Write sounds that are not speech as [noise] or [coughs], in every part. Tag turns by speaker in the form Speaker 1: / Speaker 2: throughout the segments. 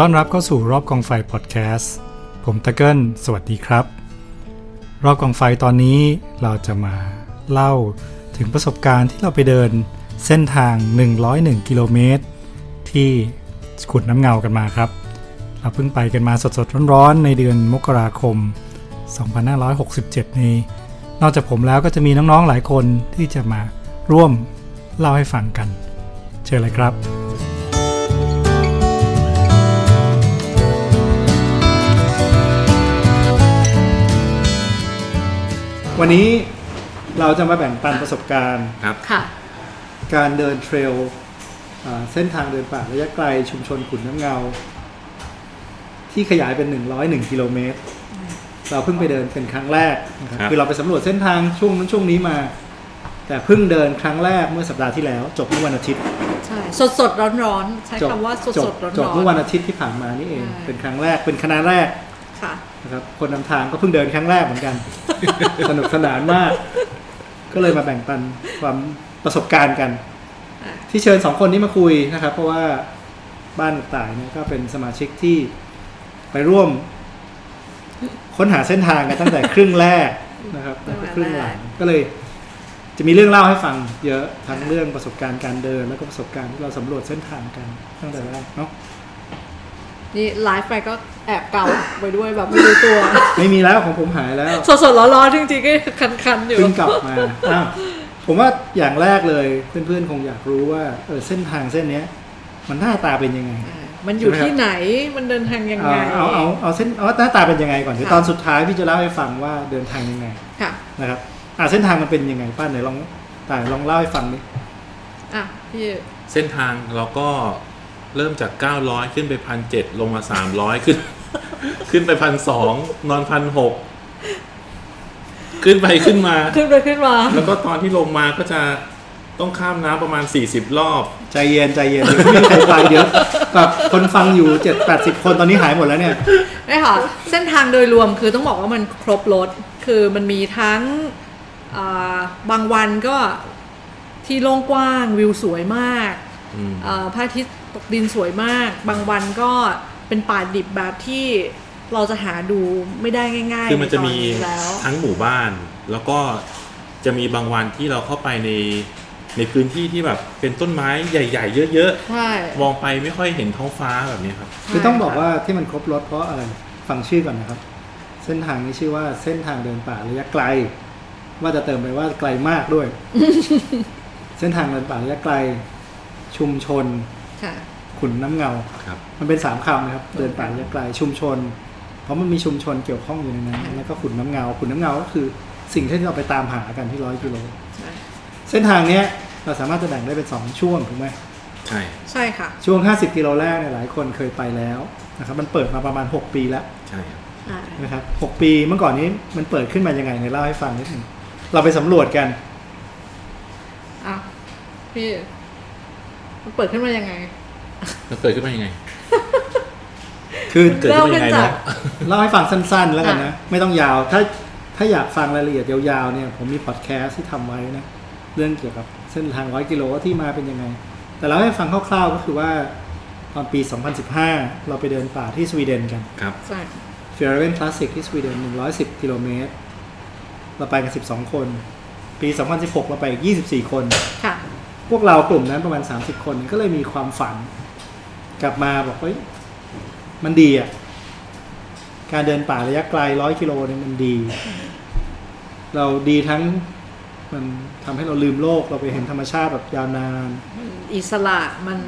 Speaker 1: ต้อนรับเข้าสู่รอบกองไฟพอดแคสต์ ผมตะเกิลสวัสดีครับ รอบกองไฟตอนนี้เราจะมาเล่าถึงประสบการณ์ที่เราไปเดินเส้นทาง 101 กิโลเมตร ที่ขุดน้ำเงากันมาครับ เราเพิ่งไปกันมาสดๆ ร้อนๆ ในเดือนมกราคม 2567 นี้ นอกจากผมแล้วก็จะมีน้องๆ หลายคนที่จะมาร่วมเล่าให้ฟังกัน เชิญเลยครับ วันนี้เราจะมาแบ่งปันประสบการณ์
Speaker 2: ค่ะ
Speaker 1: การเดินเทรลอ่าเส้นทางเดินป่าระยะไกลชุมชนขุนน้ำเงา ที่ขยายเป็น 101 กิโลเมตร เราเพิ่งไปเดินเป็นครั้งแรกนะครับ
Speaker 3: ครับ
Speaker 1: คือเราไปสำรวจเส้นทางช่วงนั้นช่วงนี้มา แต่เพิ่งเดินครั้งแรกเมื่อสัปดาห์ที่แล้ว จบเมื่อวันอาทิตย์
Speaker 2: ใช่สดสดร้อนร้อนๆใช้
Speaker 1: จบ
Speaker 2: คำว่าสด
Speaker 1: จ
Speaker 2: ส
Speaker 1: บ
Speaker 2: ดร้อน
Speaker 1: จบ
Speaker 2: ร้อ
Speaker 1: เมื่อวัน นอาทิตย์ที่ผ่านมานี่เอง
Speaker 2: ใช่
Speaker 1: เป็นครั้งแรกเป็นคณะแรก
Speaker 2: ค่ะ
Speaker 1: นะครับคนนำทางก็เพิ่งเดินครั้งแรกเหมือนกัน [laughs] สนุกสนานมาก ก็เลยมาแบ่งปันความประสบการณ์กัน
Speaker 2: อ่ะ
Speaker 1: ที่เชิญสองคนนี้มาคุยนะครับ เพราะว่าบ้านต่ายเนี่ยก็เป็นสมาชิกที่ไปร่วม ค้นหาเส้นทางกันตั้งแต่ ครึ่งแรกนะครับตั้งแต่ครึ่งหลังก็เลย จะมีเรื่องเล่าให้ฟัง เยอะทั้งเรื่องประสบการณ์การเดิน แล้วก็ประสบการณ์ที่เราสำรวจเส้นทางกันตั้งแต่แรกเนาะ
Speaker 2: นี่ไลฟ์ไปก็แอบเกาไปด้วยแบบไม่รู้ตัว [laughs]
Speaker 1: ไม่มีแล้วของผมหายแล้ว
Speaker 2: สดสดร้อนร้อนๆจริงๆก็คันๆอยู่
Speaker 1: เพิ่งกลับมาอ้าวผมว่าอย่างแรกเลยเพื่อนๆคงอยากรู้ว่าเออเส้นทางเส้นเนี้ย มันหน้าตาเป็นยังไง
Speaker 2: อ่ามันอยู่ที่ไหนมันเดินทางยังไง
Speaker 1: เอาเอาเอาเอาเส้นเอาหน้าตาเป็นยังไงก่อนเดี๋ยว
Speaker 2: ค่ะ
Speaker 1: ตอนสุดท้ายพี่จะเล่าให้ฟังว่าเดินทางยังไง
Speaker 2: ค่ะ
Speaker 1: นะครับอ่าเส้นทางมันเป็นยังไงป้าไหนลองตายลองเล่าให้ฟังดิ
Speaker 2: อ่ะพี่
Speaker 3: เส้นทางเราก็เริ่มจาก 900 ขึ้นไปพันเลงมา 300 ขึ้น ขึ้นไปพันสองนอนพันหกขึ้นไปขึ้นมา
Speaker 2: ขึ้นไปขึ้นมา
Speaker 3: แล้วก็ตอนที่ลงมาก็จะต้องข้ามน้ำประมาณ 40 รอบ
Speaker 1: ใจเย็นใจเย็นเดี๋ยว [laughs] ไม่มีใครฟังเยอะแบบคนฟังอยู่เจ็ดแปดสิบคนตอนนี้หายหมดแล้วเนี่ย
Speaker 2: ไอ้ค่ะ เส้นทางโดยรวมคือต้องบอกว่ามันครบรถคือมันมีทั้งอ่าบางวันก็ที่โล่งกว้างวิวสวยมาก
Speaker 3: อืม
Speaker 2: เอ่อพระอาทิตย์ตกดินสวยมาก บางวันก็เป็นป่าดิบแบบที่เราจะหาดูไม่ได้ง่ายๆ
Speaker 3: คือมันจะมี
Speaker 2: ใตอแล้ว
Speaker 3: ทั้งหมู่บ้าน แล้วก็จะมีบางวันที่เราเข้าไปในในพื้นที่ที่แบบเป็นต้นไม้ใหญ่ ๆ เยอะ
Speaker 2: ใช่
Speaker 3: ๆ มองไปไม่ค่อยเห็นท้องฟ้าแบบนี้ครับ
Speaker 1: คือต้องบอกว่าที่มันครบรถเพราะอะไรฟังชื่อก่อนนะครับ เส้นทางนี้ชื่อว่าเส้นทางเดินป่าระยะไกล ว่าจะเติมไปว่าไกลมาก [laughs] ด้วย เส้นทางเดินป่าระยะไกล ชุมชน
Speaker 2: ค่ะ
Speaker 1: ขุนน้ำเงา
Speaker 3: ครับ
Speaker 1: มันเป็นสามคำนะครับ เดินป่าระยะไกลชุมชน เพราะมันมีชุมชนเกี่ยวข้องอยู่ในนั้นแล้วก็ขุนน้ำเงาขุนน้ำเงาก็คือสิ่งที่เราไปตามหากันที่ร้อยกิโล
Speaker 2: ใช่
Speaker 1: เส้นทางเนี้ยเราสามารถจะแบ่งได้เป็นสองช่วงถูกไหม
Speaker 3: ใช่
Speaker 2: ใช่ค่ะ
Speaker 1: ช่วง 50 กิโลแรกเนี่ยหลายคนเคยไปแล้วนะครับมันเปิดมาประมาณ 6 ปีแล้ว
Speaker 3: ใช่ครับ
Speaker 2: อ่า
Speaker 1: นะครับ6ปีเมื่อก่อนนี้มันเปิดขึ้นมายังไงเนี่ยเล่าให้ฟังนิดหนึงเราไปสำรวจกัน
Speaker 2: อ่ะพี่มันเปิดขึ้นมายังไง
Speaker 3: แล้วเกิดขึ้นมายังไง
Speaker 1: คือ
Speaker 3: เกิดขึ้นมายังไง
Speaker 2: เล่ากันจ้ะ
Speaker 3: เนาะ
Speaker 1: เล่าให้ฟังสั้น ๆ แล้วกันนะไม่ต้องยาวถ้าถ้าอยากฟังรายละเอียดยาวๆเนี่ยผมมีพอดแคสต์ที่ทำไว้นะ เรื่องเกี่ยวกับเส้นทางร้อยกิโลว่าที่มาเป็นยังไง แต่เราให้ฟังคร่าวๆก็คือว่าตอนปี 2015 เราไปเดินป่าที่สวีเดนกัน
Speaker 3: ครับ
Speaker 2: ใช่
Speaker 1: เฟรเวนคลาสสิกที่สวีเดน 110 กิโลเมตร เราไปกัน 12 คน ปี 2016 เราไปอีก 24 คน
Speaker 2: ค่ะ
Speaker 1: พวกเรากลุ่มนั้นประมาณ 30 คนก็เลยมีความฝัน กลับมาบอกว่ามันดีอ่ะ การเดินป่าระยะไกล 100 กิโลเนี่ยมันดี เราดีทั้งมันทำให้เราลืมโลก เราไปเห็นธรรมชาติแบบยาวนาน
Speaker 2: อิสระมัน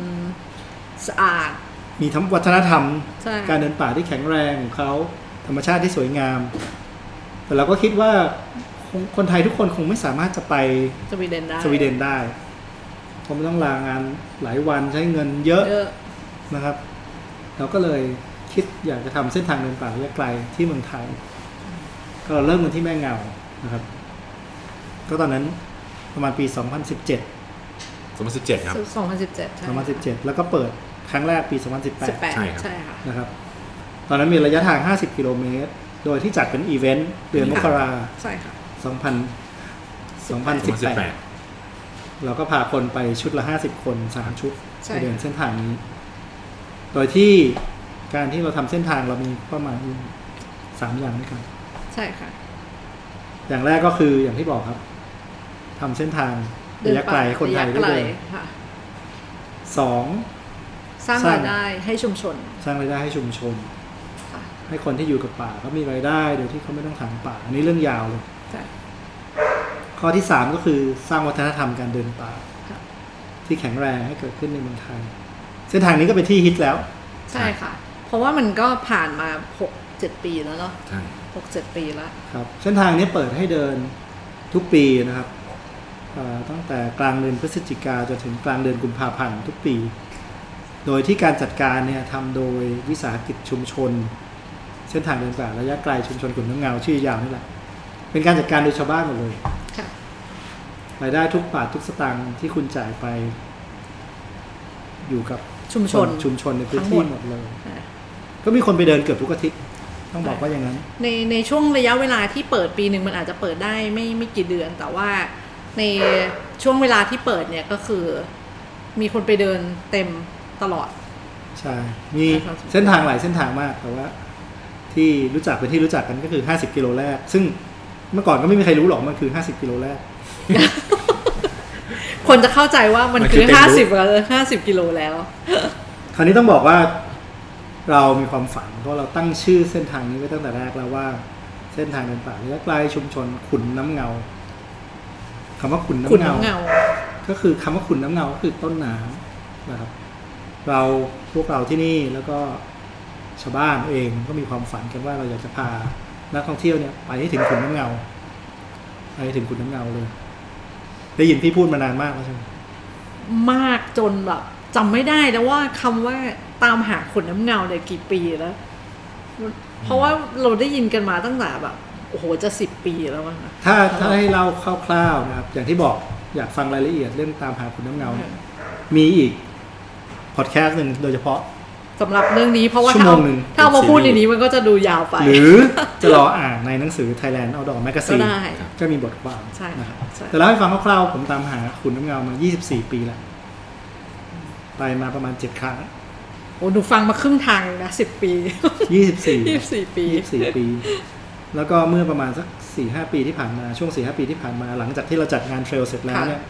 Speaker 2: สะอาด
Speaker 1: มีทั้งวัฒนธรรม
Speaker 2: ใช่
Speaker 1: การเดินป่าที่แข็งแรงของเขาธรรมชาติที่สวยงาม แต่เราก็คิดว่าคงคนไทยทุกคนคงไม่สามารถจะไป
Speaker 2: สวีเดนได้
Speaker 1: สวีเดนได้เพราะมันต้องลางานหลายวันใช้เงินเยอะ
Speaker 2: เยอะ
Speaker 1: นะครับ เราก็เลยคิดอยากจะทำเส้นทางเดินป่าระยะไกลที่เมืองไทย ก็เราเริ่มกันที่แม่เงานะครับ ก็ตอนนั้นประมาณปี 2017
Speaker 3: 2017 ครับ
Speaker 2: สองพันสิบเจ็ดใช่
Speaker 1: 2017 แล้วก็เปิดครั้งแรกปี 2018
Speaker 2: สิบแปด
Speaker 3: ใช่ครับ
Speaker 2: ใช่ค่ะ
Speaker 1: นะครับ ตอนนั้นมีระยะทาง 50 กิโลเมตร โดยที่จัดเป็นอีเวนต์เดือนมกรา
Speaker 2: ใช่ค่ะ
Speaker 1: 2000 2018
Speaker 3: 2018
Speaker 1: เราก็พาคนไปชุดละ 50 คน 3 ชุด
Speaker 2: ใช่
Speaker 1: ไปเดินเส้นทางนี้ โดยที่ การที่เราทำเส้นทางเรามีเป้าหมายอยู่สามอย่างด้วยกัน
Speaker 2: ใช่ค่ะ
Speaker 1: อย่างแรกก็คืออย่างที่บอกครับทำเส้นทางระยะไกลให้คนไทยได้
Speaker 2: ระะ
Speaker 1: เดิ
Speaker 2: ก
Speaker 1: น
Speaker 2: ลค่ะ
Speaker 1: สอง
Speaker 2: สร้าง
Speaker 1: สร้าง
Speaker 2: รายได้ให้ชุมชน
Speaker 1: สร้างรายได้ให้ชุมชน
Speaker 2: ค่ะ
Speaker 1: ให้คนที่อยู่กับป่าเขามีรายได้ โดยที่เขาไม่ต้องถางป่า อันนี้เรื่องยาวเลย
Speaker 2: ใช่
Speaker 1: ข้อที่สามก็คือสร้างวัฒนธรรมการเดินป่า
Speaker 2: ค่ะ
Speaker 1: ที่แข็งแรงให้เกิดขึ้นในเมืองไทย เส้นทางนี้ก็เป็นที่ฮิตแล้ว
Speaker 2: ใช่ค่ะ เพราะว่ามันก็ผ่านมาหกเจ็ดปีแล้วเนาะ
Speaker 3: ใช่
Speaker 2: หกเจ็ดปีแล้ว
Speaker 1: ครับเส้นทางนี้เปิดให้เดินทุกปีนะครับเอ่อตั้งแต่กลางเดือนพฤศจิกาจนถึงกลางเดือนกุมภาพันธ์ทุกปี โดยที่การจัดการเนี่ยทำโดยวิสาหกิจชุมชน เส้นทางเดินป่าระยะไกลชุมชนกลุ่มน้ำเงาชื่อยาวนี่แหละ เป็นการจัดการโดยชาวบ้านหมดเลย
Speaker 2: ค่ะ
Speaker 1: รายได้ทุกบาททุกสตางค์ที่คุณจ่ายไป อยู่กับ
Speaker 2: ชุมชน
Speaker 1: คชุมชนในพื้น
Speaker 2: ทั้
Speaker 1: ที่
Speaker 2: งหมด
Speaker 1: หมดเลย
Speaker 2: ค่ะ
Speaker 1: ก็มีคนไปเดินเกือบทุกอาทิตย์ ต้องบอกว่าอย่างนั้น
Speaker 2: ในในช่วงระยะเวลาที่เปิดปีหนึ่งมันอาจจะเปิดได้ไม่ไม่กี่เดือน แต่ว่าในช่วงเวลาที่เปิดเนี่ยก็คือ มีคนไปเดินเต็มตลอด
Speaker 1: ใช่ มี
Speaker 2: ครับ
Speaker 1: เส้นทางหลายเส้นทางมาก แต่ว่า ที่รู้จักเป็นที่รู้จักกันก็คือ 50 กิโลแรก ซึ่งเมื่อก่อนก็ไม่มีใครรู้หรอกมันคือ 50 กิโลแรก
Speaker 2: คนจะเข้าใจว่ามันคือห้าสิบห้าสิบกิโลแล้ว
Speaker 1: คราวนี้ต้องบอกว่าเรามีความฝัน เพราะเราตั้งชื่อเส้นทางนี้ไว้ตั้งแต่แรกแล้วว่า เส้นทางเดินป่าระยะไกลชุมชนขุนน้ำเงาคำว่าขุนน้ำ
Speaker 2: คุณ
Speaker 1: เงา
Speaker 2: น้ำเงา
Speaker 1: ก็คือคำว่าขุนน้ำเงาก็คือต้นน้ำนะครับ เราพวกเราที่นี่แล้วก็ชาวบ้านเองก็มีความฝันกันว่าเราอยากจะพานักท่องเที่ยวเนี่ยไปให้ถึงขุนน้ำเงาไปให้ถึงขุนน้ำเงาเลย ได้ยินพี่พูดมานานมากแล้วใช่ไหม
Speaker 2: มากจนแบบจำไม่ได้แล้วว่าคำว่าตามหาขนน้ำเงาเนี่ยกี่ปีแล้ว เพราะว่าเราได้ยินกันมาตั้งแต่แบบโอ้โหจะสิบปีแล้วมั้งคะ
Speaker 1: ถ้าถ้าให้เล่าคร่าวๆนะครับ อย่างที่บอกอยากฟังรายละเอียดเรื่องตามหาขุนน้ำเงาเนี่ยมีอีกพอดแคสต์หนึ่งโดยเฉพาะ
Speaker 2: สำหรับเรื่องนี้เพราะว่า
Speaker 1: ชั่ว
Speaker 2: ถ้า
Speaker 1: โม
Speaker 2: เอา
Speaker 1: งหนึ่ง
Speaker 2: ถ้าเอามาพูดในนี้มันก็จะดูยาวไป
Speaker 1: หรือจะรออ่านในหนังสือ Thailand Outdoor Magazine
Speaker 2: ก็ได้
Speaker 1: ก็มีบทความ
Speaker 2: ใช่
Speaker 1: นะค
Speaker 2: ค่ะ
Speaker 1: รับ
Speaker 2: ใช่
Speaker 1: แต่เล่าให้ฟังคร่าวๆ ผมตามหาขุนน้ำเงามา 24 ปีแล้ว ไปมาประมาณ 7 ครั้ง
Speaker 2: โอ้หนูฟังมาครึ่งทางเลยนะสิบปียี่สิบ
Speaker 1: 24
Speaker 2: สี่ปี
Speaker 1: 24 ปี แล้วก็เมื่อประมาณสัก 4-5 ปีที่ผ่านมา ช่วง 4-5 ปีที่ผ่านมา หลังจากที่เราจัดงานเทรลเสร็จแล้วเนี่ย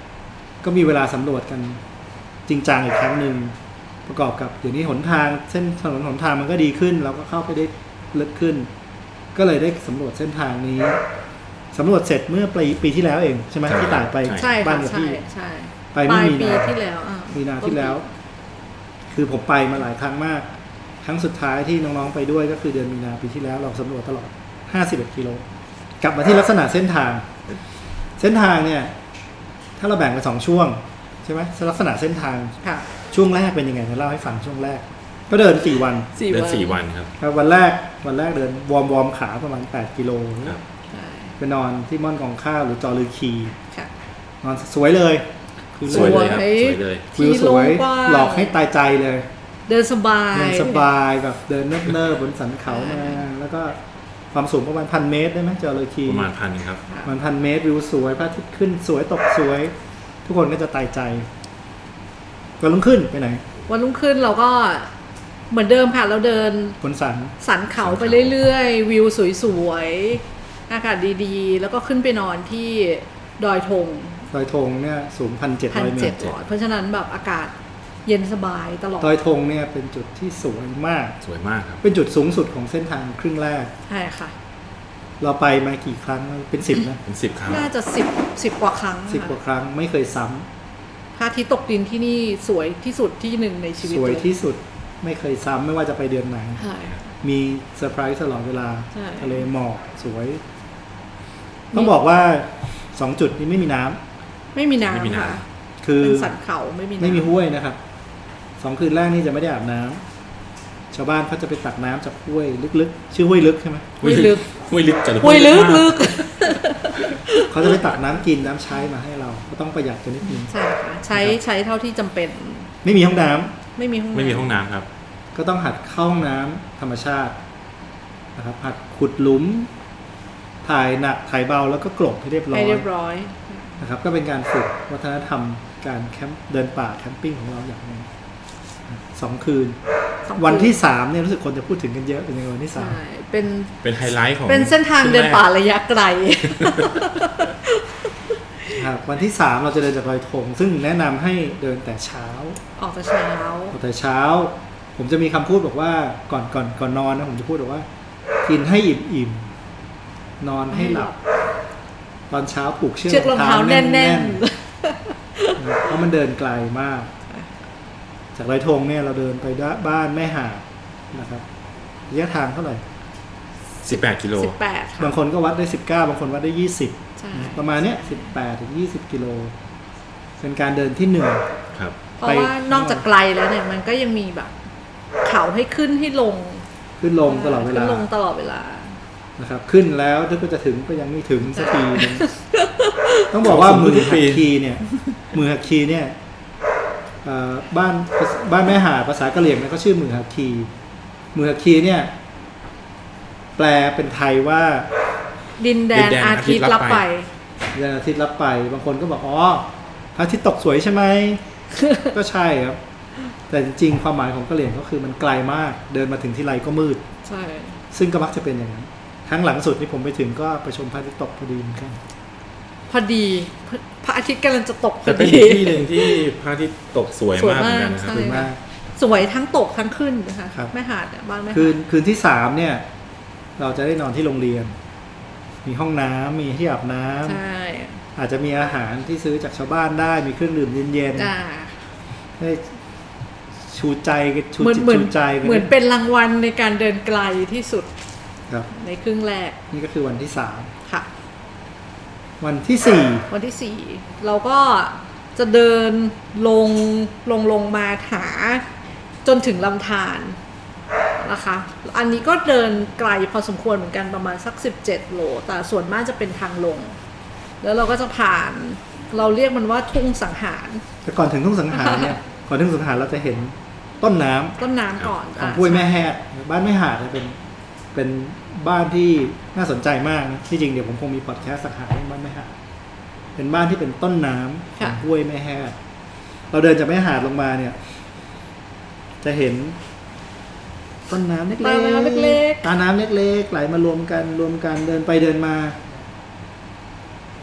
Speaker 1: ก็มีเวลาสำรวจกันจริงจังอีกครั้งหนึ่ง ประกอบกับเดี๋ยวนี้หนทางเส้นถนนหนทางมันก็ดีขึ้น เราก็เข้าไปได้ลึกขึ้น ก็เลยได้สำรวจเส้นทางนี้สำรวจเสร็จเมื่อปีปีที่แล้วเองใช่ไหมที่ต่ายไป
Speaker 2: ใช่
Speaker 1: บ้า
Speaker 2: ค่ะ
Speaker 1: นกับ
Speaker 2: ใช่
Speaker 1: พี่
Speaker 2: ใช่
Speaker 1: ไป
Speaker 2: ป
Speaker 1: เมื่อ
Speaker 2: ลาย
Speaker 1: มี
Speaker 2: ปี
Speaker 1: นา
Speaker 2: ที่แล้วอ่ะ
Speaker 1: มีนาที่แล้ว คือผมไปมาหลายครั้งมาก ครั้งสุดท้ายที่น้องๆไปด้วยก็คือเดือนมีนาปีที่แล้วเราสำรวจตลอด 51กิโล กลับมาที่ลักษณะเส้นทาง เส้นทางเนี่ย ถ้าเราแบ่งเป็นสองช่วงใช่ไหมลักษณะเส้นทาง
Speaker 2: ค่ะ
Speaker 1: ช่วงแรกเป็นยังไงเดี๋ยวเล่าให้ฟังช่วงแรก ก็เดินสี่วัน
Speaker 2: สี่
Speaker 3: เดิน
Speaker 2: วัน
Speaker 3: สี่วันครับ
Speaker 1: ครับวันแรกวันแรกเดินวอร์มวอร์มขาประมาณ 8 กิโล
Speaker 3: ครับ
Speaker 2: ใช่
Speaker 1: ไปนอนที่ม่อนกองข้าวหรือจอลือคี
Speaker 2: ค่ะ
Speaker 1: นอนสวยเลย คือ
Speaker 3: สวยเลยครับสวยเลย
Speaker 1: วิวสวย
Speaker 2: ที่โล่งกว้าง
Speaker 1: หลอกให้ตายใจเลย
Speaker 2: เดินสบาย
Speaker 1: เดินสบายแบบเดินเนิบๆบนสันเขามาแล้วก็ความสูงประมาณพันเมตรได้ไหมจอเลยคี
Speaker 3: ประมาณพันครับ
Speaker 1: ประมาณพันเมตรวิวสวยพระอาทิตย์ขึ้นสวยตกสวย ทุกคนก็จะตายใจวันรุ่งขึ้นไปไหน
Speaker 2: วันรุ่งขึ้นเราก็เหมือนเดิมค่ะ เราเดิน
Speaker 1: บนสัน
Speaker 2: สันเขาไปเรื่อยๆ วิวสวยๆ อากาศดีๆ แล้วก็ขึ้นไปนอนที่ดอยธง
Speaker 1: ดอยธงเนี่ยสูงพันเจ็ด
Speaker 2: พัน
Speaker 1: ร้อยเม
Speaker 2: เจ็
Speaker 1: ตร
Speaker 2: ดร้อยเพราะฉะนั้นแบบอากาศเย็นสบายตลอด
Speaker 1: ดอยธงเนี่ยเป็นจุดที่สวยมาก
Speaker 3: สวยมากครับ
Speaker 1: เป็นจุดสูงสุดของเส้นทางครึ่งแรก
Speaker 2: ใช่ค่ะ
Speaker 1: เราไปมากี่ครั้งแล้วเป็นสิบนะ
Speaker 3: เป็นสิบครั้ง
Speaker 2: น่าจะสิบสิบกว่าครั้ง
Speaker 1: สิบกว่า
Speaker 2: ค่ะ
Speaker 1: ครั้งไม่เคยซ้ำ
Speaker 2: พระอาทิตย์ตกดินที่นี่สวยที่สุดที่หนึ่งในชีวิต
Speaker 1: สวย
Speaker 2: เล
Speaker 1: ที่สุดไม่เคยซ้ำไม่ว่าจะไปเดือนไหน
Speaker 2: ใช่
Speaker 1: มีเซอร์ไพรส์ตลอดเวลา
Speaker 2: ใช่
Speaker 1: ทะเลหมอกสวย ต้องบอกว่าสองจุดนี้ไม่มีน้ำ
Speaker 2: ไม่มี
Speaker 3: ไม่มีน้
Speaker 2: น้ำค่ะ
Speaker 1: คือ
Speaker 2: เป็นสันเขาไม่มีน้ำ
Speaker 1: ไม่มีห้วยนะครับสองคืนแรกนี่จะไม่ได้อาบน้ำชาวบ้านเขาจะไปตักน้ำจากห้วยลึกๆ ชื่อห้วยลึกใช่ไหม
Speaker 3: ำห้วยลึกห้วยลึกจะ
Speaker 2: ห้วยลึกลึก
Speaker 1: เขาจะไปตักน้ำกินน้ำใช้มาให้เราก็ต้องประหยัดกันนิดนึง
Speaker 2: ใช่ค่ะใช้ใช้เท่าที่จำเป็น
Speaker 1: ไม่มีห้องน้ำ
Speaker 2: ไม่มีห้องน้ำ
Speaker 3: ไม่มีห้องน้ำครับ
Speaker 1: ก็ต้องหัดเข้าห้องน้ำธรรมชาตินะครับ หัดขุดหลุม ถ่ายหนักถ่ายเบาแล้วก็กลบให้เรียบร้อ
Speaker 2: ให้
Speaker 1: ย
Speaker 2: เรียบร้อย
Speaker 1: นะครับก็เป็นการฝึกวัฒนธรรมการแคมป์เดินป่าแคมปิ้งของเราอย่างหนึง สองคืน
Speaker 2: สอง
Speaker 1: วันที่
Speaker 2: ปี
Speaker 1: สามเนี่ยรู้สึกคนจะพูดถึงกันเยอะเป็นยังไงวันที่สาม
Speaker 2: ใช่เป็น
Speaker 3: เป็นไฮไลท์ของ
Speaker 2: เป็นเส้นทางเดินป่า
Speaker 3: ขึ้แรก
Speaker 2: ระยะไกล
Speaker 1: ครับวันที่สามเราจะเดินจากรอยธงซึ่งแนะนำให้เดินแต่เช้า
Speaker 2: ออกแต่เช้า
Speaker 1: ออกแต่เช้า ผมจะมีคำพูดบอกว่าก่อนก่อนก่อนนอนนะผมจะพูดบอกว่า กินให้อิ่มอิ่มนอนให้หลับ ตอนเช้าผูกเชือก
Speaker 2: เชือกรองเท้าแน่นๆ
Speaker 1: ๆเพราะมันเดินไกลมาก จากไรทงเนี่ยเราเดินไปด้านบ้านแม่หาดนะครับระยะทางเท่าไหร่
Speaker 3: สิบแปดกิโล
Speaker 2: สิบแปดค่ะ
Speaker 1: บางคนก็วัดได้สิบเก้าบางคนวัดได้ยี่สิบ
Speaker 2: ใช่
Speaker 1: ประมาณเนี้ยสิบแปดถึงยี่สิบกิโลเป็นการเดินที่เหนื่อย
Speaker 3: ครับ
Speaker 2: เพราะว่านอกจากไกลแล้วเนี่ยมันก็ยังมีแบบ เขาให้ขึ้นให้ลง
Speaker 1: ขึ้นลงตลอดเวลา
Speaker 2: ขึ้นลงตลอดเวลา
Speaker 1: นะครับขึ้นแล้วถ้าก็จะถึงก็ยังไม่ถึงสักทีหนึ่งต้องบอกว่ามือหักคีเนี่ย [laughs] มือหักคีเนี่ยเอ่อบ้านบ้านแม่หาดภาษากะเหรี่ยงเนี่ยก็ชื่อมือหักคีมือหักคีเนี่ย แปลเป็นไทยว่า
Speaker 2: ดินแดน
Speaker 3: ดินแดน
Speaker 2: อาทิต
Speaker 3: อาทิต
Speaker 2: ย์
Speaker 3: ย์
Speaker 2: รับ
Speaker 3: รับไป
Speaker 2: ไป
Speaker 1: ดวงอาทิตย์รับไป บางคนก็บอกอ๋อพระอาทิตย์ตกสวยใช่ไหม ก็ใช่ครับ แต่จริงๆความหมายของกะเหรี่ยงก็คือมันไกลมากเดินมาถึงที่ไรก็มืด
Speaker 2: ใช่
Speaker 1: ซึ่งก็มักจะเป็นอย่างนั้นครั้งหลังสุดที่ผมไปถึงก็ไปชมพระอาทิตย์ตกพอดีเหมือนกัน
Speaker 2: พอดีพระพระอาทิตย์กำลังจะตกพ
Speaker 3: แต่
Speaker 2: อ
Speaker 3: เป็น
Speaker 2: ดี
Speaker 3: อีกที่หนึ่งที่พระอาทิตย์ตกสวยมากเหมือนกันนะครั
Speaker 2: ส
Speaker 3: บ
Speaker 2: ว
Speaker 1: ถึ
Speaker 2: ย
Speaker 1: งมาก
Speaker 2: สวยทั้งตกทั้งขึ้นนะคะ
Speaker 1: ครับ
Speaker 2: แม่หาดอะบ้านแม่หา
Speaker 1: คืน
Speaker 2: ด
Speaker 1: คืนที่สามเนี่ย เราจะได้นอนที่โรงเรียน มีห้องน้ำมีที่อาบน้ำ
Speaker 2: ใช่
Speaker 1: อาจจะมีอาหารที่ซื้อจากชาวบ้านได้มีเครื่องดื่มเย็น
Speaker 2: อ่า
Speaker 1: ๆได้ชูใจชู
Speaker 2: เหมือน
Speaker 1: จิต
Speaker 2: เหมือน
Speaker 1: ชูใจไป
Speaker 2: เหมือนเป็นรางวัลในการเดินไกลที่สุด
Speaker 1: ครับ
Speaker 2: ในครึ่งแรก
Speaker 1: นี่ก็คือวันที่สาม
Speaker 2: ค่ะ
Speaker 1: วันที่สี่
Speaker 2: วันที่สี่เราก็จะเดินลงลงลงมาหาจนถึงลำธารนะคะ อันนี้ก็เดินไกลพอสมควรเหมือนกันประมาณสัก 17 โล แต่ส่วนมากจะเป็นทางลง แล้วเราก็จะผ่านเราเรียกมันว่าทุ่งสังหาร
Speaker 1: แต่ก่อนถึงทุ่งสังหารเนี่ย ก่อนถึงสังหารเราจะเห็นต้นน้ำ
Speaker 2: ต้นน้ำก่อน
Speaker 1: ของ
Speaker 2: ะ
Speaker 1: ห้วยแม่แฮดบ้านแม่หาดเนี่ยเป็นเป็นบ้านที่น่าสนใจมากนะที่จริงเดี๋ยวผมคงมีพอดแคสต์สังหารเรื่องบ้านแม่หาดเป็นบ้านที่เป็นต้นน้ำ
Speaker 2: ค่ะ
Speaker 1: ห้วยแม่แฮดเราเดินจากแม่หาดลงมาเนี่ย จะเห็น ต้นน้ำเล็กๆ
Speaker 2: ตาน้ำเล็กๆ
Speaker 1: ตาน้ำเล็กๆ ไหลมารวมกันรวมกันเดินไปเดินมา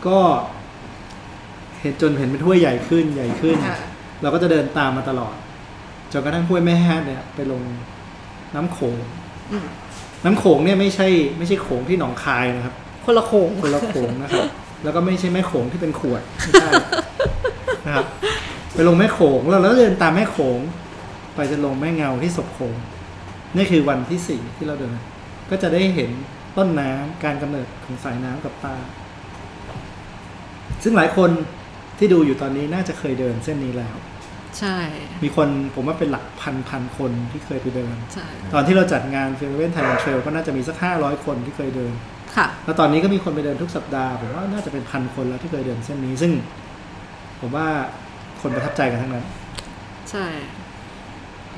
Speaker 1: ก็ เห็นจนเห็นเป็นห้วยใหญ่ขึ้นใหญ่ขึ้น
Speaker 2: ค่ะ
Speaker 1: เราก็จะเดินตามมาตลอดจนกระทั่งห้วยแม่แฮดเนี่ย ไปลงน้ำโขง
Speaker 2: อืม
Speaker 1: น้ำโขงเนี่ยไม่ใช่ ไม่ใช่โขงที่หนองคายนะครับ
Speaker 2: คนละโขง
Speaker 1: คนละโขงนะครับ แล้วก็ไม่ใช่แม่โขงที่เป็นขวดไม่ใช่นะครับ ไปลงแม่โขงแล้วเราก็เดินตามแม่โขง ไปจะลงแม่เงาที่ศพโขง นี่คือวันที่สี่ที่เราเดิน ก็จะได้เห็นต้นน้ำการกำเนิดของสายน้ำกับปลาซึ่งหลายคนที่ดูอยู่ตอนนี้น่าจะเคยเดินเส้นนี้แล้ว
Speaker 2: ใช่
Speaker 1: มีคนผมว่าเป็นหลักพันพันคนที่เคยไปเดิน
Speaker 2: ใช่
Speaker 1: ตอนที่เราจัดงานเฟเว่นไทยแลนด์เทรลก็น่าจะมีสักห้าร้อยคนที่เคยเดิน
Speaker 2: ค่ะ
Speaker 1: แล้วตอนนี้ก็มีคนไปเดินทุกสัปดาห์ผมว่าน่าจะเป็นพันคนแล้วที่เคยเดินเส้นนี้ ซึ่ง ผมว่าคนประทับใจกันทั้งนั้น
Speaker 2: ใช่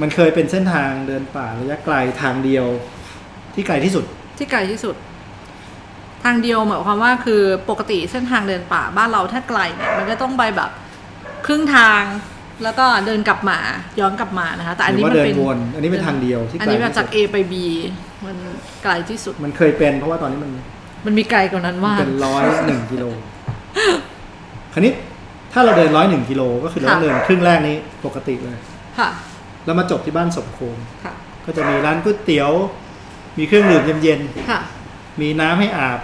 Speaker 1: มันเคยเป็นเส้นทางเดินป่าระยะไกลทางเดียว ที่ไกลที่สุด
Speaker 2: ที่ไกลที่สุด ทางเดียวหมายความว่าคือปกติเส้นทางเดินป่าบ้านเราถ้าไกลเนี่ยมันก็ต้องไปแบบครึ่งทางแล้วก็เดินกลับมาย้อนกลับมานะคะ แต่อัน
Speaker 1: หรื
Speaker 2: นี้
Speaker 1: ว่า
Speaker 2: มัน
Speaker 1: เดิน
Speaker 2: เป็น
Speaker 1: วนอันนี้เป็นทางเดียวที่
Speaker 2: อั
Speaker 1: ไก
Speaker 2: น
Speaker 1: ล
Speaker 2: นี้มา
Speaker 1: ที่สุ
Speaker 2: จาก
Speaker 1: ด
Speaker 2: A ไป B มันไกลที่สุด
Speaker 1: มันเคยเป็นเพราะว่าตอนนี้มัน
Speaker 2: มันมีไกลกว่านั้น
Speaker 1: มัน
Speaker 2: มาก
Speaker 1: เป็นร้อยหนึ่งกิโลคราวนี้ถ้าเราเดินร้อยหนึ่งกิโลก็คือเรา
Speaker 2: ค่ะ
Speaker 1: เดินครึ่งแรกนี้ปกติเลย
Speaker 2: ค่ะ
Speaker 1: แล้วมาจบที่บ้านศพโคม
Speaker 2: ค่ะ
Speaker 1: ก็จะมีร้านก๋วยเตี๋ยว มีเครื่องดื่มเย็น
Speaker 2: ค่ะ
Speaker 1: ๆมีน้ำให้อาบ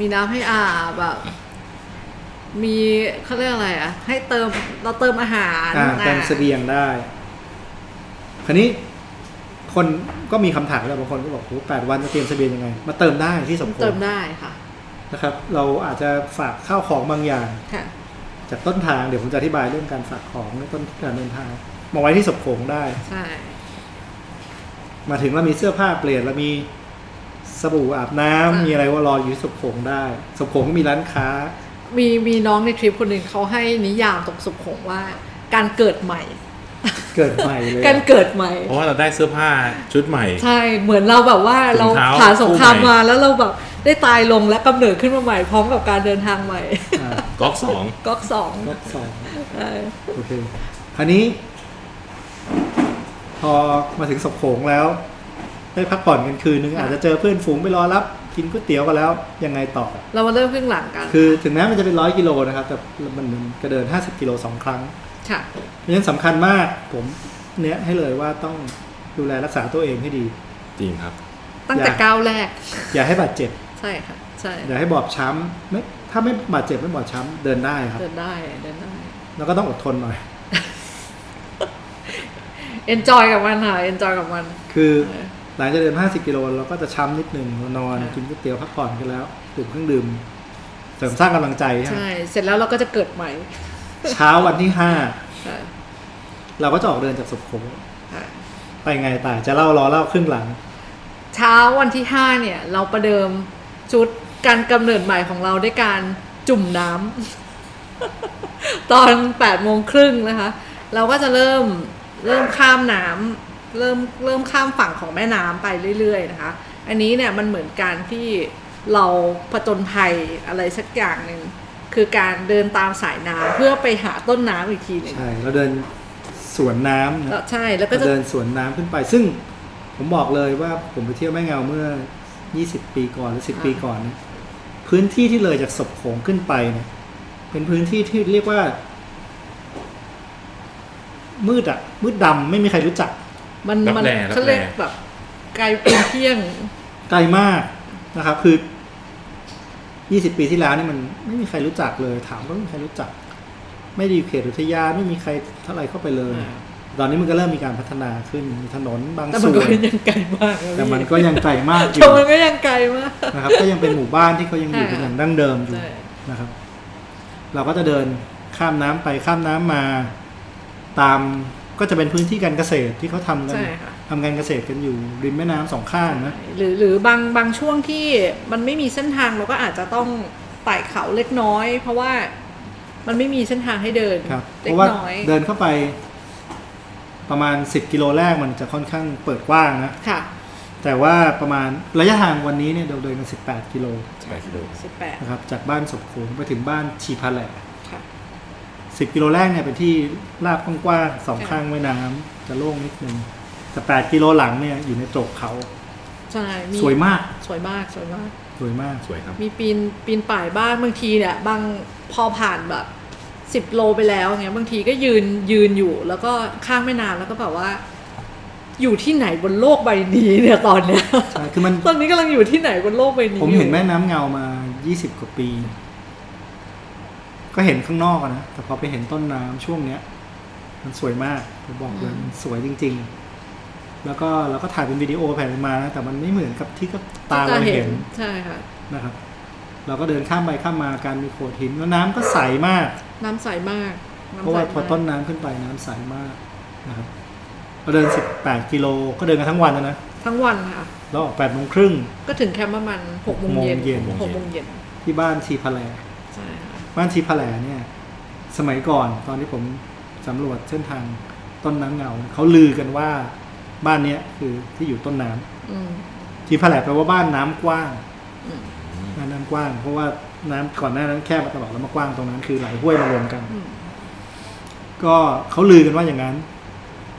Speaker 2: มีน้ำให้อาบแบบ มีเขาเรียกอะไรอ่ะ ให้เติมเราเติมอาหาร
Speaker 1: อ่า
Speaker 2: อ่ะ
Speaker 1: เติมเสบียงได้ คราวนี้คนก็มีคำถามแล้วบางคนก็บอกโหแปดวันจะเตรียมเสบียงยังไง มาเติมได้ที่สมโค
Speaker 2: เติ
Speaker 1: ม
Speaker 2: มได้ค่ะ
Speaker 1: นะครับ เราอาจจะฝากข้าวของบางอย่าง
Speaker 2: ค่ะ
Speaker 1: จากต้นทางเดี๋ยวผมจะอธิบายเรื่องการฝากของและต้นการเดินทาง มาไว้ที่สมโคงได้
Speaker 2: ใช่
Speaker 1: มาถึงแล้วมีเสื้อผ้าเปลี่ยนแล้วมีสบู่อาบน้ำมีอะไรว่ารออยู่ที่สมโคงได้สมโคงก็มีร้านค้า
Speaker 2: มีมีน้องในทริปคนหนึ่งเขาให้นิยามตกสุขของว่า การเกิดใหม่
Speaker 1: เกิดใหม่เลย
Speaker 2: การเกิดใหม่
Speaker 3: เพราะว่าเราได้เสื้อผ้าชุดใหม่
Speaker 2: ใช่เหมือนเราแบบว่าเรา
Speaker 3: ถุงเท้า
Speaker 2: ผ่านสงคราม
Speaker 3: คู่ใหม่
Speaker 2: มาแล้วเราแบบได้ตายลงและกำเนิดขึ้นมาใหม่พร้อมกับการเดินทางใหม่
Speaker 1: อ่า
Speaker 3: ก๊อกสอง
Speaker 2: ก๊อกสอง
Speaker 1: รอบสอง
Speaker 2: ใช่
Speaker 1: โอเค คราวนี้ อมาถึงศพโขงแล้ว ได้พักผ่อนกันคืนนึงอาจจะเจอเพื่อนฝูงไปรอรับ กินก๋วยเตี๋ยวกันแล้ว ยังไงต่อ
Speaker 2: เรามาเริ่มครึ่งหลังกัน
Speaker 1: คือถึงแม้มันจะเป็นร้อยกิโลนะครับ แต่มันก็เดิน 50 กิโลสองครั้ง
Speaker 2: ค่ะ
Speaker 1: เพราะฉะนั้นสำคัญมากผมเนี้ยให้เลยว่าต้องดูแลรักษาตัวเองให้ดี
Speaker 3: จริงครับ
Speaker 2: ตั้งแต่
Speaker 1: อยาก
Speaker 2: ก้าวแรก
Speaker 1: อย่าให้บาดเจ็บ
Speaker 2: ใช่ค่ะ ใช่
Speaker 1: อย่าให้บอบช้ำไม่ถ้าไม่บาดเจ็บไม่บอบช้ำเดินได้ครับ
Speaker 2: เดินได้เดินได้
Speaker 1: แล้วก็ต้องอดทนหน่อย
Speaker 2: เอนจอยกับมันค่ะเอนจอยกับมัน
Speaker 1: คือ
Speaker 2: เออ
Speaker 1: หลังจากเดิน 50 กิโลเราก็จะช้ำนิดหนึ่งเรานอน
Speaker 2: เออ
Speaker 1: กินก๋วยเตี๋ยวพักผ่อนกันแล้วดื่มเครื่องดื่มเสริมสร้างกำลังใจใช่ไหม
Speaker 2: ใช่ เสร็จแล้วเราก็จะเกิดใหม่
Speaker 1: เช้าวันที่
Speaker 2: ใช่
Speaker 1: 5 เราก็จะออกเดินจากสุโขทัย
Speaker 2: ใช่
Speaker 1: ไปไงต่ายจะเล่ารอเล่าครึ่งหลัง
Speaker 2: เช้าวันที่ห้าเนี่ย เราประเดิมชุดการกำเนิดใหม่ของเราด้วยการจุ่มน้ำ [laughs] ตอนแปดโมงครึ่งนะคะ เราก็จะเริ่มเริ่มข้ามน้ำเริ่มเริ่มข้ามฝั่งของแม่น้ำไปเรื่อย ๆ นะคะ อันนี้เนี่ยมันเหมือนการที่เราผจญภัยอะไรสักอย่างหนึ่งคือการเดินตามสายน้ำเพื่อไปหาต้นน้ำอีกทีหนึ่ง
Speaker 1: ใช่เราเดินสวนน้ำนะ
Speaker 2: แล้วใช่แล้วก็
Speaker 1: เรา
Speaker 2: จะ
Speaker 1: เดินสวนน้ำขึ้นไป ซึ่งผมบอกเลยว่าผมไปเที่ยวแม่เงาเมื่อ 20 ปีก่อนหรือ 10 ปีก่อนเนี่ยพื้นที่ที่เลยจากศพโขงขึ้นไปเนี่ยเป็นพื้นที่ที่เรียกว่า มืดอะมืดดำไม่มีใครรู้จัก
Speaker 2: มัน
Speaker 3: รับ
Speaker 2: มัน
Speaker 3: แรงรับ
Speaker 2: เขาเรียก
Speaker 3: แรง
Speaker 2: แบบไกลเป็นเที่ยง
Speaker 1: ไกลมากนะครับคือ 20 ปีที่แล้วนี่มันไม่มีใครรู้จักเลย ถามก็ไม่มีใครรู้จัก ไม่ไดีเขตอุทยานไม่มีใครเท่าไหรเข้าไปเลย
Speaker 2: อ่า
Speaker 1: ตอนนี้มันก็เริ่มมีการพัฒนาขึ้นมีถนนบาง
Speaker 2: แต่มั
Speaker 1: ส่
Speaker 2: น
Speaker 1: ว
Speaker 2: ก็
Speaker 1: น
Speaker 2: ยังไกลมากนะ
Speaker 1: แต่มัน
Speaker 2: พี่
Speaker 1: ก็ยังไกลมากอ
Speaker 2: แต่
Speaker 1: ยู่
Speaker 2: มันก็ยังไกลมาก
Speaker 1: นะครับ ก็ยังเป็นหมู่บ้านที่เขายังอยู่
Speaker 2: อ่า
Speaker 1: เป็นอย่างดั้งเดิมอยู่
Speaker 2: ใช่
Speaker 1: นะครับ เราก็จะเดินข้ามน้ำไปข้ามน้ำมา ตามก็จะเป็นพื้นที่การเกษตรที่เขาทำกัน
Speaker 2: ใช่ค่ะ
Speaker 1: ทำการเกษตรกันอยู่ริมแม่น้ำสองข้างนะ
Speaker 2: หรือหรือบางบางช่วงที่มันไม่มีเส้นทางเราก็อาจจะต้องไต่เขาเล็กน้อย เพราะว่ามันไม่มีเส้นทางให้เดิน
Speaker 1: ครับเพ
Speaker 2: เล็ก
Speaker 1: ราะว่า
Speaker 2: น้อย
Speaker 1: เดินเข้าไปประมาณ 10 กิโลแรกมันจะค่อนข้างเปิดกว้างนะ
Speaker 2: ค่ะ
Speaker 1: แต่ว่าประมาณระยะทางวันนี้เนี่ยเราเดินกัน 18 กิโล
Speaker 3: ไปดู
Speaker 2: สิบแปด
Speaker 1: นะครับจากบ้านสบโขงไปถึงบ้านชีพาแหละ
Speaker 2: ค่ะ
Speaker 1: 10 กิโลแรกเนี่ยเป็นที่ลาบกว้างๆสอง
Speaker 2: ค่ะ
Speaker 1: ข้างแม่น้ำจะโล่งนิดนึงแต่ 8 กิโลหลังเนี่ยอยู่ในโจกเขา
Speaker 2: ใช่
Speaker 1: สวยมาก
Speaker 2: สวยมากสวยมาก
Speaker 1: สวยมาก
Speaker 3: สวยครับ
Speaker 2: มีปีนปีนป่ายบ้างบางทีเนี่ยบางพอผ่านแบบสิบโลไปแล้วเงี้ยบางทีก็ยืนยืนอยู่ แล้วก็ข้างแม่น้ำแล้วก็แบบว่า อยู่ที่ไหนบนโลกใบนี้เนี่ยตอนเนี้ย
Speaker 1: ใช่คือมัน
Speaker 2: ตอนนี้กำลังอยู่ที่ไหนบนโลกใบนี้
Speaker 1: ผมเห็น
Speaker 2: อยู่
Speaker 1: แม่น้ำเงามา 20 กว่าปี ก็เห็นข้างนอกอะนะ แต่พอไปเห็นต้นน้ำช่วงเนี้ย มันสวยมาก ผมบอกเลยมันสวยจริง ๆ แล้วก็เราก็ถ่ายเป็นวิดีโอแผ่นมานะแต่มันไม่เหมือนกับที่ก็ตาเราเห็น
Speaker 2: ใช่ค่ะ
Speaker 1: นะครับ เราก็เดินข้ามไปข้ามมาการมีโขดหินแล้วน้ำก็ใสมาก
Speaker 2: น้ำใสมากน้ำ
Speaker 1: เพราะว่า
Speaker 2: ใสมก
Speaker 1: พอต้นน้ำขึ้นไปน้ำใสมากนะครับเราเดิน 18 กิโลก็เดินกันทั้งวันแล้วนะ
Speaker 2: ทั้งวันค่ะ
Speaker 1: แล้วออก8โมงครึ่ง
Speaker 2: ก็ถึงแคมป์ประมาณหกโมงเย็น
Speaker 1: หกโมงเย็น
Speaker 2: หกโมงเย็น
Speaker 1: ที่บ้านทีพะแล
Speaker 2: ใช่ค่ะ
Speaker 1: บ้านทีพะแหลเนี่ย สมัยก่อนตอนที่ผมสำรวจเส้นทางต้นน้ำเงาเขาลือกันว่าบ้านเนี้ยคือที่อยู่ต้นน้
Speaker 2: อืม
Speaker 1: ำทีพะแหลแปลว่าบ้านน้ำกว้าง
Speaker 2: อืม
Speaker 1: บ้านน้ำกว้าง เพราะว่าน้ำก่อนหน้านั้นแคบมาตลอดแล้วมากว้างตรงนั้นคือไหลห้วยมารวมกัน
Speaker 2: อืม
Speaker 1: ก็เขาลือกันว่าอย่างนั้น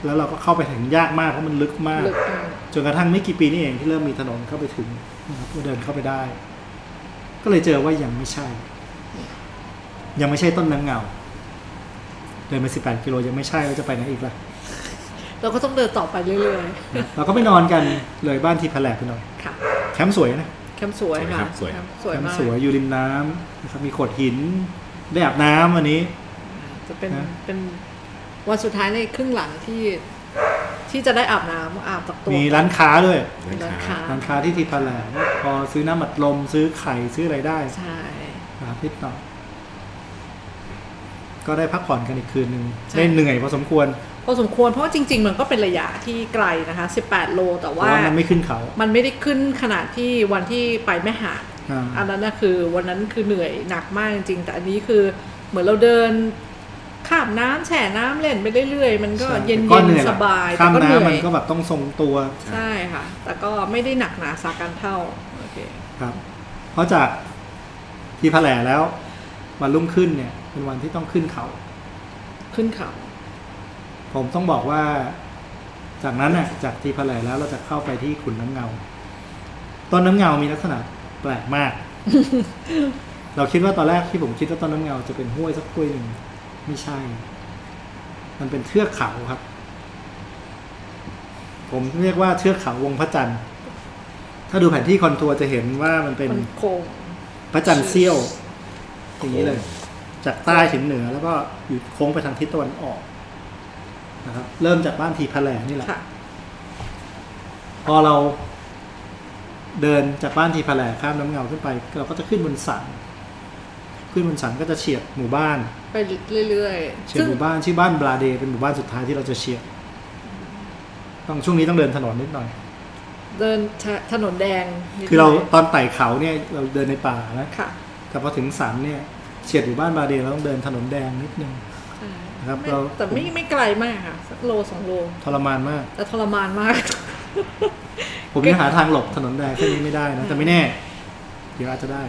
Speaker 1: แล้วเราก็เข้าไปถึงยากมากเพราะมันลึกมาก
Speaker 2: ลึกมาก
Speaker 1: จนกระทั่งไม่กี่ปีนี่เองที่เริ่มมีถนนเข้าไปถึงนะครับก็เดินเข้าไปได้ ก็เลยเจอว่ายังไม่ใช่ ยังไม่ใช่ต้นน้ำเงาเดินไปสิบแปดกิโลยังไม่ใช่แล้วจะไปไหนอีกล่ะ
Speaker 2: เราก็ต้องเดินต่อไปเรื่อย
Speaker 1: เราก็ไปนอนกันเลยบ้านที่พะแหลกไปหน่อย
Speaker 2: ๆ ค่ะ
Speaker 1: แคมป์สวยนะ
Speaker 2: แคมป์สวยค่ะ
Speaker 3: สวยครับ
Speaker 2: แคม
Speaker 1: แคม
Speaker 2: ป์สวยมา
Speaker 1: ป์
Speaker 2: ก
Speaker 1: สวยอยู่ริมน้ำนะครับมีโขดหิน ได้อาบน้ำวันนี้
Speaker 2: จะเป็น
Speaker 1: นะ
Speaker 2: เป็นวันสุดท้ายในครึ่งหลังที่ที่จะได้อาบน้ำอาบตักตัว
Speaker 1: มีร้านค้าด้วย
Speaker 2: ร้านค้า
Speaker 1: ร้านค้าที่ทีพะแหลกพอซื้อน้ำอัดลมซื้อไข่ซื้ออะไรได้
Speaker 2: ใช่
Speaker 1: นะครับนิดหน่อยก็ได้พักผ่อนกันอีกคืนหนึ่ง
Speaker 2: ใช่
Speaker 1: ได้เหนื่อยพอสมควร
Speaker 2: พอสมควรเพราะว่าจริง ๆ มันก็เป็นระยะที่ไกลนะคะ 18 โลแต่
Speaker 1: เพ
Speaker 2: ว่า
Speaker 1: ราะว่ามันไม่ขึ้นเขา
Speaker 2: มันไม่ได้ขึ้นขนาดที่วันที่ไปแม่หาด
Speaker 1: อ่า
Speaker 2: อันนั้นนะคือวันนั้นคือเหนื่อยหนักมากจริงๆ แต่อันนี้คือเหมือนเราเดินข้ามน้ำแช่น้ำเล่นไปเรื่อยๆ มันก็
Speaker 1: ใช่
Speaker 2: เย็น
Speaker 1: แต่
Speaker 2: ๆ
Speaker 1: ก็หนื่อ
Speaker 2: สบาย
Speaker 1: ข้าม
Speaker 2: แต่เห
Speaker 1: น้ำมัน
Speaker 2: อย
Speaker 1: ก็แบบต้องทรงตัว
Speaker 2: ใช่ค่ะ แต่ก็ไม่ได้หนักหนาสากันเท่าโอเค
Speaker 1: ครับ เพราะจากที่พะแหลแล้ววันรุ่งขึ้นเนี่ย เป็นวันที่ต้องขึ้นเขา
Speaker 2: ขึ้นเขา
Speaker 1: ผมต้องบอกว่า จากนั้นน่ะจากทีพะแหลแล้วเราจะเข้าไปที่ขุนน้ำเงา ต้นน้ำเงามีลักษณะแปลกมาก เราคิดว่าตอนแรกที่ผมคิดว่าต้นน้ำเงาจะเป็นห้วยสักห้วยหนึ่งไม่ใช่ มันเป็นเทือกเขาครับ ผมเรียกว่าเทือกเขาวงพระจันทร์ ถ้าดูแผนที่คอนทัวร์จะเห็นว่ามันเป็น
Speaker 2: มันโคง
Speaker 1: พระจันทร์เสี้ยวอย่างนี้เลย จากใต้ถึงเหนือแล้วก็อยู่โค้งไปทางทิศตะวันออกนะครับ เริ่มจากบ้านทีพะแหลนี่แหละ
Speaker 2: ค่ะ
Speaker 1: พอเราเดินจากบ้านทีพะแหลข้ามน้ำเงาขึ้นไป เราก็จะขึ้นบนสัน ขึ้นบนสันก็จะเฉียดหมู่บ้าน
Speaker 2: ไปเรื่อย
Speaker 1: เฉีย
Speaker 2: ๆ
Speaker 1: ด
Speaker 2: ซึ่ง
Speaker 1: หมู่บ้านชื่อบ้านบลาเดเป็นหมู่บ้านสุดท้ายที่เราจะเฉียดต้องช่วงนี้ต้องเดินถนนนิดหน่อย
Speaker 2: เดินถนนแดงนิด
Speaker 1: คือเรา
Speaker 2: หน่ย
Speaker 1: ตอนไต่เขาเนี่ยเราเดินในป่านะ
Speaker 2: ค่ะ
Speaker 1: แต่พอถึงสันเนี่ยเฉียดหมู่บ้านบลาเดเราต้องเดินถนนแดงนิดนึง
Speaker 2: ใช่
Speaker 1: นะครับ
Speaker 2: ไม่
Speaker 1: เรา
Speaker 2: แต่ไม่ไม่ไกลมากค่ะสักโลสองโล
Speaker 1: ทรมานมาก
Speaker 2: แต่ทรมานมาก [laughs]
Speaker 1: ผมยังหาทางหลบถนนแดงเส้นนี้ไม่ได้นะ
Speaker 2: [laughs]
Speaker 1: แต่ไม่แน่ เดี๋ยวอาจจะได้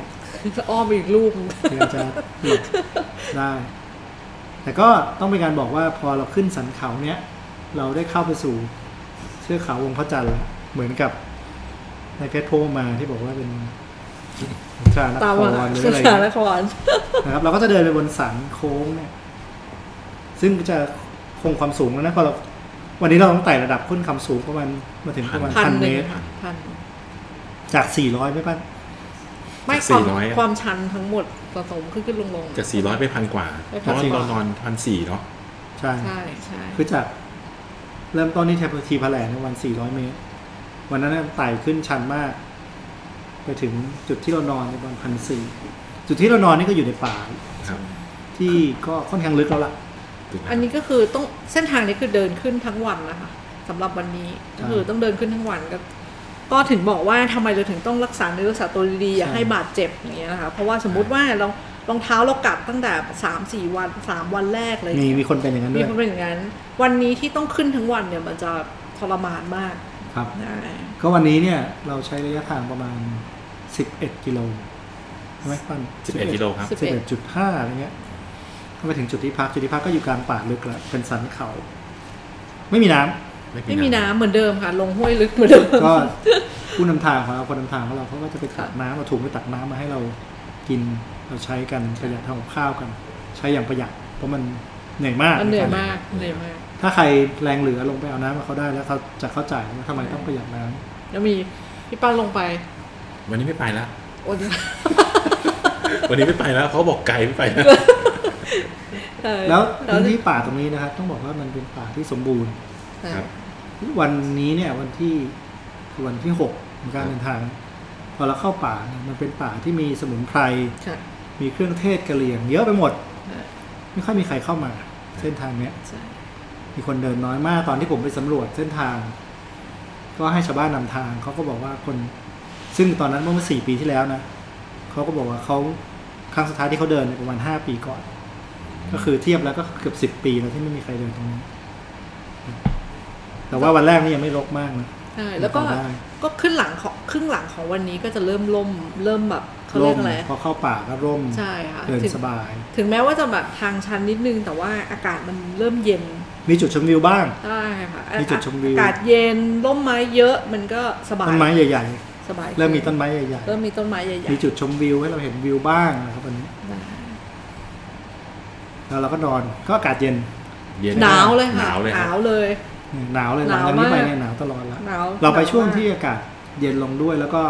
Speaker 2: จะอ้อมไปอีกลูก
Speaker 1: เดี๋ยวอาจจะหลบได้ แต่ก็ต้องเป็นการบอกว่าพอเราขึ้นสันเขาเนี้ยเราได้เข้าไปสู่เชือกเขาวงพระจันทร์แล้วเหมือนกับในเพจโพมาที่บอกว่าเป็นจานค
Speaker 2: ตาม
Speaker 1: ร
Speaker 2: มา
Speaker 1: หรือ
Speaker 2: ส
Speaker 1: อะไร
Speaker 2: ถานคร
Speaker 1: นะครับ เราก็จะเดินไปบนสันโค้งเนี่ย ซึ่งจะคงความสูงแล้วนะพอเรา วันนี้เราต้องไต่ระดับขึ้นความสูงประมาณมาถึงประมาณพั
Speaker 2: พัน
Speaker 1: น
Speaker 2: ห
Speaker 1: เม
Speaker 2: นึ่ง
Speaker 1: ตร
Speaker 2: ค่ะพัน
Speaker 1: จาก 400ไม่ปั้น
Speaker 2: ไม่ค
Speaker 3: สี่
Speaker 2: วาม
Speaker 3: ร้อยอะ
Speaker 2: ความชันทั้งหมดผสมขึ้นขึ้นลงลง
Speaker 3: จากสี่ร้อยไปพันกว่า
Speaker 2: ไป
Speaker 3: เพ
Speaker 2: พัน
Speaker 3: ราะว่าก
Speaker 2: ว่า
Speaker 3: เรานอนพันสี่เนาะ
Speaker 1: ใช่
Speaker 2: ใช่ใช่
Speaker 1: คือจากเริ่มต้นที่เทพทีพะแหลในวัน 400 เมตร วันนั้นน่ะไต่ขึ้นชันมาก ไปถึงจุดที่เรานอนในวันพันสี่จุดที่เรานอนนี่ก็อยู่ในป่า
Speaker 3: ครับ
Speaker 1: ที่ก็ค่อนข้างลึกแล้วล่ะ
Speaker 3: ถูกไหม
Speaker 2: อันนี้ก็คือต้องเส้นทางนี้คือเดินขึ้นทั้งวันนะคะสำหรับวันนี้ก็คือต้องเดินขึ้นทั้งวันก็ก็ถึงบอกว่าทำไมเราถึงต้องรักษาเนื้อรักษาตัวดีๆอย่า
Speaker 1: ใช่
Speaker 2: ให้บาดเจ็บอย่างเงี้ยนะคะเพราะว่าสมมุติว่าเรารองเท้าเรากัดตั้งแต่สามสี่วันสามวันแรกเลย
Speaker 1: มีมีคนเป็นอย่างนั้นด้
Speaker 2: มี
Speaker 1: วย
Speaker 2: คนเป็นอย่างนั้น วันนี้ที่ต้องขึ้นทั้งวันเนี่ยมันจะทรมานมาก
Speaker 1: ครับ
Speaker 2: นะ
Speaker 1: ก็วันนี้เนี่ยเราใช้ระยะทางประมาณ 11 กิโลใช่ไหมปั้น
Speaker 3: สิบเอ็ดกิโลครับ
Speaker 1: สิบเอ็ดจุดห้าอะไรเงี้ยก็ไปถึงจุดที่พักจุดที่พักก็อยู่กลางป่าลึกละเป็นสันเขา ไม่มีน้ำ
Speaker 2: ไม่มีน้ำเหมือนเดิมค่ะ ลงห้วยลึกเหมือนเดิม [laughs]
Speaker 1: ก็ผู้นำทางของเราคนนำทางของเราเขาก็จะไปตักน้ำมาถุงไปตักน้ำมาให้เรากินเราใช้กันประหยัดทำกับข้าวกัน ใช้อย่างประหยัดเพราะมันเหนื่อยมาก
Speaker 2: มันเหนื่อยมากเหนื่อยมาก
Speaker 1: ถ้าใครแรงเหลือลงไปเอาน้ำมาเขาได้แล้วเขาจะเข้าใจว่าทำไมต้องประหยัดน้
Speaker 2: แล้วมีพี่ป้านลงไป
Speaker 3: วันนี้ไม่ไปแล้ว
Speaker 2: โอ้ย
Speaker 3: วันนี้ไม่ไปแล้วเขาบอกไกลไม่ไปแล้ว
Speaker 2: เออ
Speaker 1: ำแล้วพื้นที่ป่าตรงนี้นะครับต้องบอกว่ามันเป็นป่าที่สมบูรณ์
Speaker 2: เออ
Speaker 3: ครับ
Speaker 1: วันนี้เนี่ยวันที่คือวันที่หกของการเดินทางพอเราเข้าป่าเนี่ยมันเป็นป่าที่มีสมุนไพร
Speaker 2: ค่ะ
Speaker 1: มีเครื่องเทศกะเหรี่ยง เยอะไปหมด
Speaker 2: เออ
Speaker 1: ไม่ค่อยมีใครเข้ามาเส้นทางเนี้ย
Speaker 2: ใช่
Speaker 1: มีคนเดินน้อยมากตอนที่ผมไปสำรวจเส้นทาง ก็ให้ชาวบ้านนำทางเขาก็บอกว่าคน ซึ่งตอนนั้นเมื่อสี่ปีที่แล้วนะเขาก็บอกว่าเขาครั้งสุดท้ายที่เขาเดินเนี่ยประมาณห้าปีก่อน ก็คือเทียบแล้วก็เกือบสิบปีแล้วที่ไม่มีใครเดินตรงนี้ แต่ว่าวันแรกนี่ยังไม่รกมากนะ
Speaker 2: ใช่ แล้วก็
Speaker 1: ได้
Speaker 2: ก็ขึ้นหลังของครึ่งหลังของวันนี้ก็จะเริ่มล่มเริ่มแบบเขาเรียกอะไร
Speaker 1: ร่มพอเข้าป่าก็ร่ม
Speaker 2: ใช่ค่ะ
Speaker 1: เดิน
Speaker 2: ถึง
Speaker 1: สบาย
Speaker 2: ถึงแม้ว่าจะแบบทางชันนิดนึง แต่ว่าอากาศมันเริ่มเย็น
Speaker 1: มีจุดชมวิวบ้าง
Speaker 2: ใช่ค่ะ
Speaker 1: มีจุดชมวิว
Speaker 2: อากาศเย็นร่มไม้เยอะมันก็สบาย
Speaker 1: ต้นไม้ใหญ่
Speaker 2: สบาย
Speaker 1: ๆ เริ่มมีต้นไม้ใหญ่
Speaker 2: เริ่มมีต้นไม้ใหญ่
Speaker 1: ๆมีจุดชมวิวให้เราเห็นวิวบ้างนะครับวันนี้ แล้วเราก็นอนก็อากาศเย็น
Speaker 3: เย็น
Speaker 2: หนาวเลย
Speaker 3: ห
Speaker 2: ค่ะ
Speaker 3: นาวเลย
Speaker 2: ห
Speaker 3: ครั
Speaker 2: นา
Speaker 3: บ
Speaker 2: วเลย
Speaker 1: เนี่ยหนาวเลยห
Speaker 2: ห
Speaker 1: ลัง
Speaker 2: นาว
Speaker 1: จากนี้ไป
Speaker 2: มาก
Speaker 1: เนี่ยหนาวตลอดละ
Speaker 2: หนาว
Speaker 1: เราไปช่วง
Speaker 2: หนมก
Speaker 1: ที่อากาศเย็นลงด้วยแล้วก็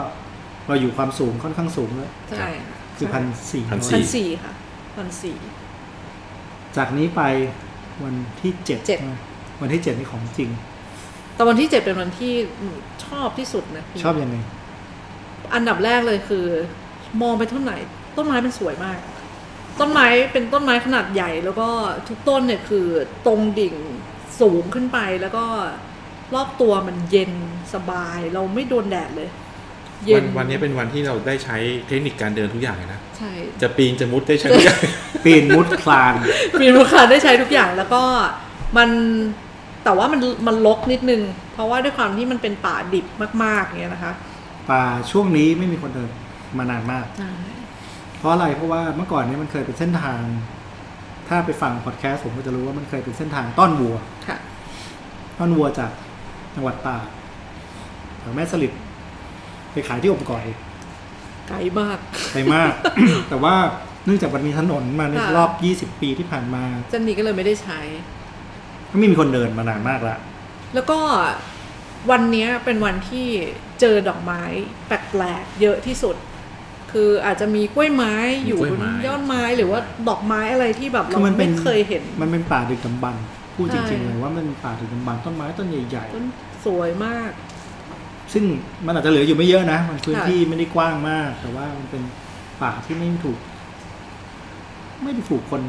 Speaker 1: เราอยู่ความสูงค่อนข้างสูงแล้วย
Speaker 2: ใช่
Speaker 1: คือพันสี่
Speaker 3: พัน
Speaker 2: พันสี่ค่ะพันสี่
Speaker 1: จากนี้ไปวันที่เจ็ด
Speaker 2: เจ็ด
Speaker 1: นะวันที่เจ็ดนี่ของจริง
Speaker 2: แต่วันที่เจ็ดเป็นวันที่หนูชอบที่สุดนะ
Speaker 1: ชอบยังไง
Speaker 2: อันดับแรกเลยคือ มองไปต้นไหน ต้นไม้มันสวยมาก ต้นไม้เป็นต้นไม้ขนาดใหญ่ แล้วก็ทุกต้นเนี่ยคือตรงดิ่งสูงขึ้นไปแล้วก็รอบตัวมันเย็นสบาย เราไม่โดนแดดเลย เย็
Speaker 3: วัน
Speaker 2: น
Speaker 3: วันนี้เป็นวันที่เราได้ใช้เทคนิคการเดินทุกอย่างเลยนะ
Speaker 2: ใช่
Speaker 3: จะปีนจะมุดได้ใช้ทุกอย่าง
Speaker 1: ปีนมุดคลาน
Speaker 2: ปีนภูเขาได้ใช้ทุกอย่างแล้วก็มันแต่ว่ามันมันลกนิดนึง เพราะว่าด้วยความที่มันเป็นป่าดิบมากๆเนี่ยนะคะ
Speaker 1: ป่าช่วงนี้ไม่มีคนเดินมานานมาก
Speaker 2: ใช่
Speaker 1: เพราะอะไรเพราะว่าเมื่อก่อนเนี่ยมันเคยเป็นเส้นทาง ถ้าไปฟังพอดแคสต์ผมก็จะรู้ว่ามันเคยเป็นเส้นทางต้อนวัว
Speaker 2: ค่ะ
Speaker 1: ต้อนวัวจาก จังหวัดตากแถวแม่สลิดไปขายที่อมก่อย
Speaker 2: ไกลมาก
Speaker 1: ไกลมาก [coughs] แต่ว่าเนื่องจากมันมีถนนมาใน
Speaker 2: ค่ะ
Speaker 1: รอบ 20 ปีที่ผ่านมา
Speaker 2: เส้นนี้ก็เลยไม่ได้ใช้
Speaker 1: ก็ไม่มีคนเดินมานานมากละ
Speaker 2: แล้วก็วันเนี้ยเป็นวันที่เจอดอกไม้แปลกๆเยอะที่สุด คืออาจจะมีกล้วยไม้อยู่
Speaker 3: มีกล้วย
Speaker 2: บน
Speaker 3: ไม้
Speaker 2: ยอดไม้หรือว่าดอกไม้อะไรที่แบบ
Speaker 1: คื
Speaker 2: เรา
Speaker 1: อมันเป็น
Speaker 2: ไม่เคยเห็น
Speaker 1: มันเป็นป่าดึกดำบรรพ์พูดจ
Speaker 2: ใช่
Speaker 1: ริงๆเลยว่ามันเป็นป่าดึกดำบรรพ์ต้นไม้ต้นใหญ่
Speaker 2: ต้นสวยมาก
Speaker 1: ๆ ซึ่งมันอาจจะเหลืออยู่ไม่เยอะนะ มันพื้น
Speaker 2: ค่ะ
Speaker 1: ที่ไม่ได้กว้างมาก แต่ว่ามันเป็นป่าที่ไม่ถูก ไม่ได้ถูกคน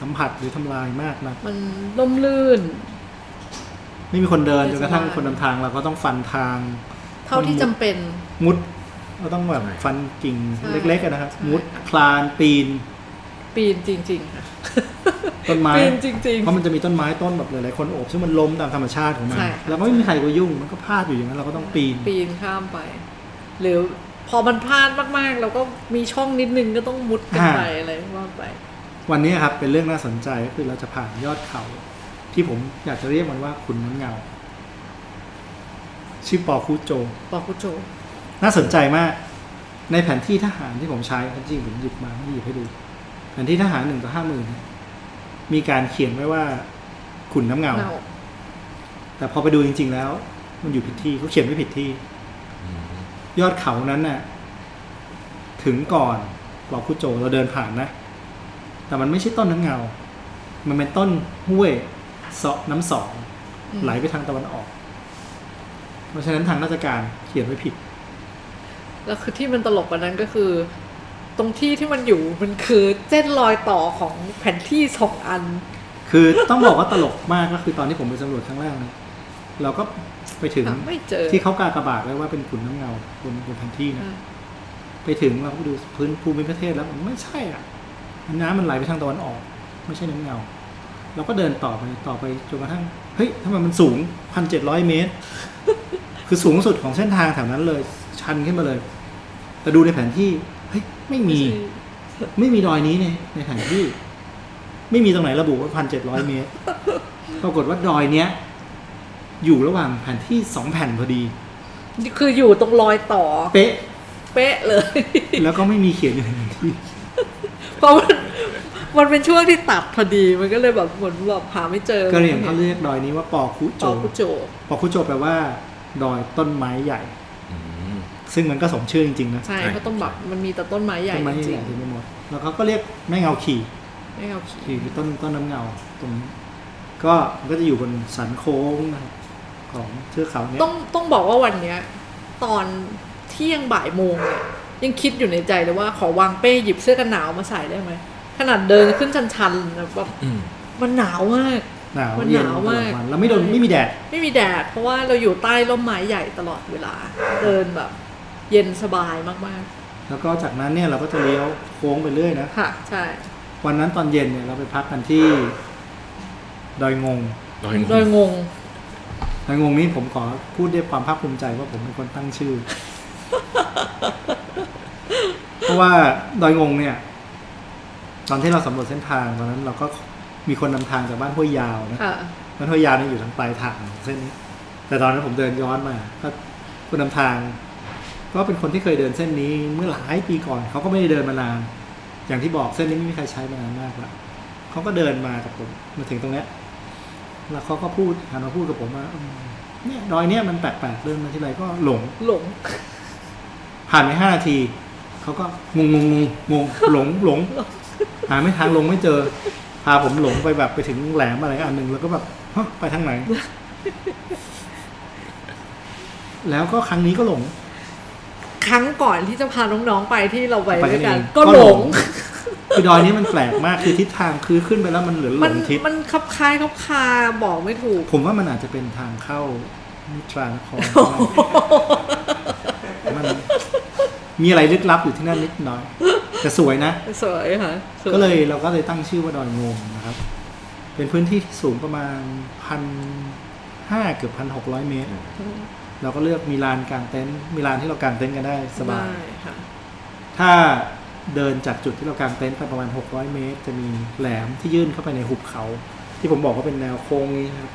Speaker 1: สัมผัสหรือทำลายมากนะ
Speaker 2: มันร่มรื่น
Speaker 1: ไม่มีคนเดินจ
Speaker 2: ไม่สบาย
Speaker 1: นกระทั่งคนนำทางเราก็ต้องฟันทาง
Speaker 2: เท่าที่จำเป็น
Speaker 1: มุดเราต้องแบบ
Speaker 3: ใช่
Speaker 1: ฟันกิ่ง
Speaker 2: ใช่
Speaker 1: เล็กๆอะนะครับ
Speaker 2: ใช่
Speaker 1: มุดคลานปีน
Speaker 2: ปีนจริงๆค่ะ
Speaker 1: ต้นไม้
Speaker 2: ปีนจริง
Speaker 1: เพราะมันจะมีต้นไม้ต้นแบบหลายๆคนโอบซึ่งมันล้มตามธรรมชาติของมัน
Speaker 2: ใช่ค่ะ
Speaker 1: แล้วก็ไม่มีใครไปยุ่งมันก็พลาดอยู่อย่างนั้นเราก็ต้องปีน
Speaker 2: ๆ ปีนข้ามไป หรือพอมันพลาดมากๆ เราก็มีช่องนิดนึงก็ต้องมุดขึ้นไปอะไรว่าไป
Speaker 1: วันนี้ครับเป็นเรื่องน่าสนใจก็คือเราจะผ่านยอดเขา ที่ผมอยากจะเรียกมันว่าขุนน้ำเงา ชื่อปอคูโจ
Speaker 2: บอกคุณโจ
Speaker 1: น่าสนใจมาก ในแผนที่ทหารที่ผมใช้จริงๆผมหยิบมาไม่ได้หยิบให้ดู แผนที่ทหารหนึ่งต่อห้าหมื่นยมีการเขียนไว้ว่าขุนน้ำเงา แต่พอไปดูจริง ๆ แล้ว มันอยู่ผิดที่เขาเขียนไม่ผิดที่ ยอดเขานั้นน่ะ ถึงก่อนเราคุโจเราเดินผ่านนะ แต่มันไม่ใช่ต้นน้ำเงา มันเป็นต้นห้วยเสาะน้ำสอง
Speaker 2: อืม
Speaker 1: ไหลไปทางตะวันออก เพราะฉะนั้นทางราชการเขียนไว้ผิด
Speaker 2: แล้วคือที่มันตลกกว่านั้นก็คือ ตรงที่ที่มันอยู่มันคือเส้นรอยต่อของแผนที่สองอัน
Speaker 1: คือต้องบอกว่าตลกมากก็คือตอนที่ผมไปสำรวจครั้งแรกนะเราก็ไปถึง
Speaker 2: หาไม่เจอ
Speaker 1: ที่เขากากบาทไว้ว่าเป็นขุนน้ำเงาบนบนแผนที่นะ
Speaker 2: อ่า
Speaker 1: ไปถึงเราก็ไปดูพื้นภูมิประเทศแล้วมันไม่ใช่อ่ะน้ำมันไหลไปทางตะวันออก ไม่ใช่น้ำเงา เราก็เดินต่อไปต่อไปจนกระทั่งเฮ้ยทำไมมันสูงพันเจ็ดร้อยเมตร คือสูงสุดของเส้นทางแถวนั้นเลย ชันขึ้นมาเลย แต่ดูในแผนที่เฮ้ยไม่มี ไม่มีดอยนี้ในในแผนที่ ไม่มีตรงไหนระบุว่าพันเจ็ดร้อยเมตร ปรากฏว่าดอยเนี้ย อยู่ระหว่างแผนที่สองแผ่นพอดี
Speaker 2: คืออยู่ตรงรอยต่อ
Speaker 1: เป๊ะ
Speaker 2: เป๊ะเลย [laughs]
Speaker 1: แล้วก็ไม่มีเขียนอยู่ในแผนที่
Speaker 2: เพราะมันมันเป็นช่วงที่ตัดพอดีมันก็เลยแบบเหมือนแบบหาไม่เจอก
Speaker 1: ะเหรี่ยงเขาเรียกดอยนี้ว่าปอคุโจ
Speaker 2: ต่อกุโจ
Speaker 1: ปอคุโจแปลว่า ดอยต้นไม้ใหญ่
Speaker 3: อืม
Speaker 1: ซึ่งมันก็สมชื่อจริงๆนะ
Speaker 2: ใช่
Speaker 3: ใช่
Speaker 2: ก็ต้องแบบมันมีแต่ต้นไม้ใหญ่
Speaker 1: ต้นไม้
Speaker 2: จริ
Speaker 1: ให
Speaker 2: ง
Speaker 1: ญ่เต็มไปหมด แล้วเขาก็เรียกแม่เงาขี่
Speaker 2: ๆไม่เอา
Speaker 1: ขี่
Speaker 2: ขี้
Speaker 1: คือต้นต้นน้ำเงาตรงนี้ก็มันก็จะอยู่บนสันโค้งนะครับของเทือกเขาเนี้ย
Speaker 2: ต้องต้องบอกว่าวันเนี้ย ตอนเที่ยงบ่ายโมงเนี่ยยังคิดอยู่ในใจเลยว่าขอวางเป้หยิบเสื้อกันหนาวมาใส่ได้ไหมขนาดเดินขึ้นชันๆแบบ
Speaker 3: อืม
Speaker 2: มันหนาวมาก
Speaker 1: หนาว
Speaker 2: มัน
Speaker 1: เย็น
Speaker 2: หนาว
Speaker 1: ตลอ
Speaker 2: มา
Speaker 1: ด
Speaker 2: ก
Speaker 1: วันแล้วไม่โดนไม่มีแดด
Speaker 2: ไม่มีแดด เพราะว่าเราอยู่ใต้ร่มไม้ใหญ่ตลอดเวลา เดินแบบ เย็นสบายมาก
Speaker 1: แล้วก็จากนั้นเนี่ยเราก็จะเลี้ยวโค้งไปเรื่อยนะ
Speaker 2: ๆ ค่ะ ใช่
Speaker 1: วันนั้นตอนเย็นเนี่ยเราไปพักกันที่ดอยงง
Speaker 3: ดอยง
Speaker 2: โดยงง
Speaker 1: ดอยงงนี้ผมขอพูดด้วยความภาคภูมิใจว่าผมเป็นคนตั้งชื่อ เพราะว่าดอยงงเนี่ย ตอนที่เราสำรวจเส้นทางตอนนั้นเราก็มีคนนำทางจากบ้านห้วยยาวนะ
Speaker 2: ค่ะ
Speaker 1: บ้านห้วยยาวเนี่ยอยู่ทางปลายทางของเส้นนี้ แต่ตอนนั้นผมเดินย้อนมาก็คนนำทาง ก็เป็นคนที่เคยเดินเส้นนี้เมื่อหลายปีก่อนเขาก็ไม่ได้เดินมานาน อย่างที่บอกเส้นนี้ไม่มีใครใช้มานานมากละเขาก็เดินมากับผมมาถึงตรงเนี้ย แล้วเขาก็พูดหันมาพูดกับผมว่าอืมเนี่ยดอยเนี่ยมันแปลกๆเดินมาที่ไรก็หลง
Speaker 2: หลง
Speaker 1: ผ่านไปห้านาที เขาก็งงงงงงงหลง
Speaker 2: [laughs]
Speaker 1: หลง หาไม่ทางลงไม่เจอ พาผมหลงไปแบบไปถึงแหลมอะไรอันหนึ่งแล้วก็แบบฮะไป
Speaker 2: [laughs]
Speaker 1: ทางไหน แล้วก็ครั้งนี้ก็หลง
Speaker 2: ครั้งก่อนที่จะพาน้องๆไปที่เราไป
Speaker 1: ไป
Speaker 2: ด้วยกั
Speaker 1: เอ
Speaker 2: น
Speaker 1: ง
Speaker 2: ก็
Speaker 1: ก็
Speaker 2: ห
Speaker 1: ห
Speaker 2: ล
Speaker 1: ล
Speaker 2: ง
Speaker 1: ง คือดอยนี้มันแปลกมากคือทิศทางคือขึ้นไปแล้วมันเหลือหล
Speaker 2: มัน
Speaker 1: งทิศ
Speaker 2: มันคับคล้ายคับคาบอกไม่ถูก
Speaker 1: ผมว่ามันอาจจะเป็นทางเข้านิทรานคร
Speaker 2: [laughs]
Speaker 1: มันมีอะไรลึกลับอยู่ที่นั่นนิดหน่อย แต่สวยนะ
Speaker 2: สวยค่ะสว
Speaker 1: ก็เลยเราก็เลยตั้งชื่อว่าดอยงงนะครับ เป็นพื้นที่ที่สูงประมาณพันห้าเกือบพันหกร้อยเมตร เราก็เลือกมีลานกลางเต็นท์มีลานที่เรากางเต็นท์กันได้สบาย
Speaker 2: ได้ค่ะ
Speaker 1: ถ้าเดินจากจุดที่เรากางเต็นท์ไปประมาณ 600 เมตร จะมีแหลมที่ยื่นเข้าไปในหุบเขา ที่ผมบอกว่าเป็นแนวโค้งนี้นะครับ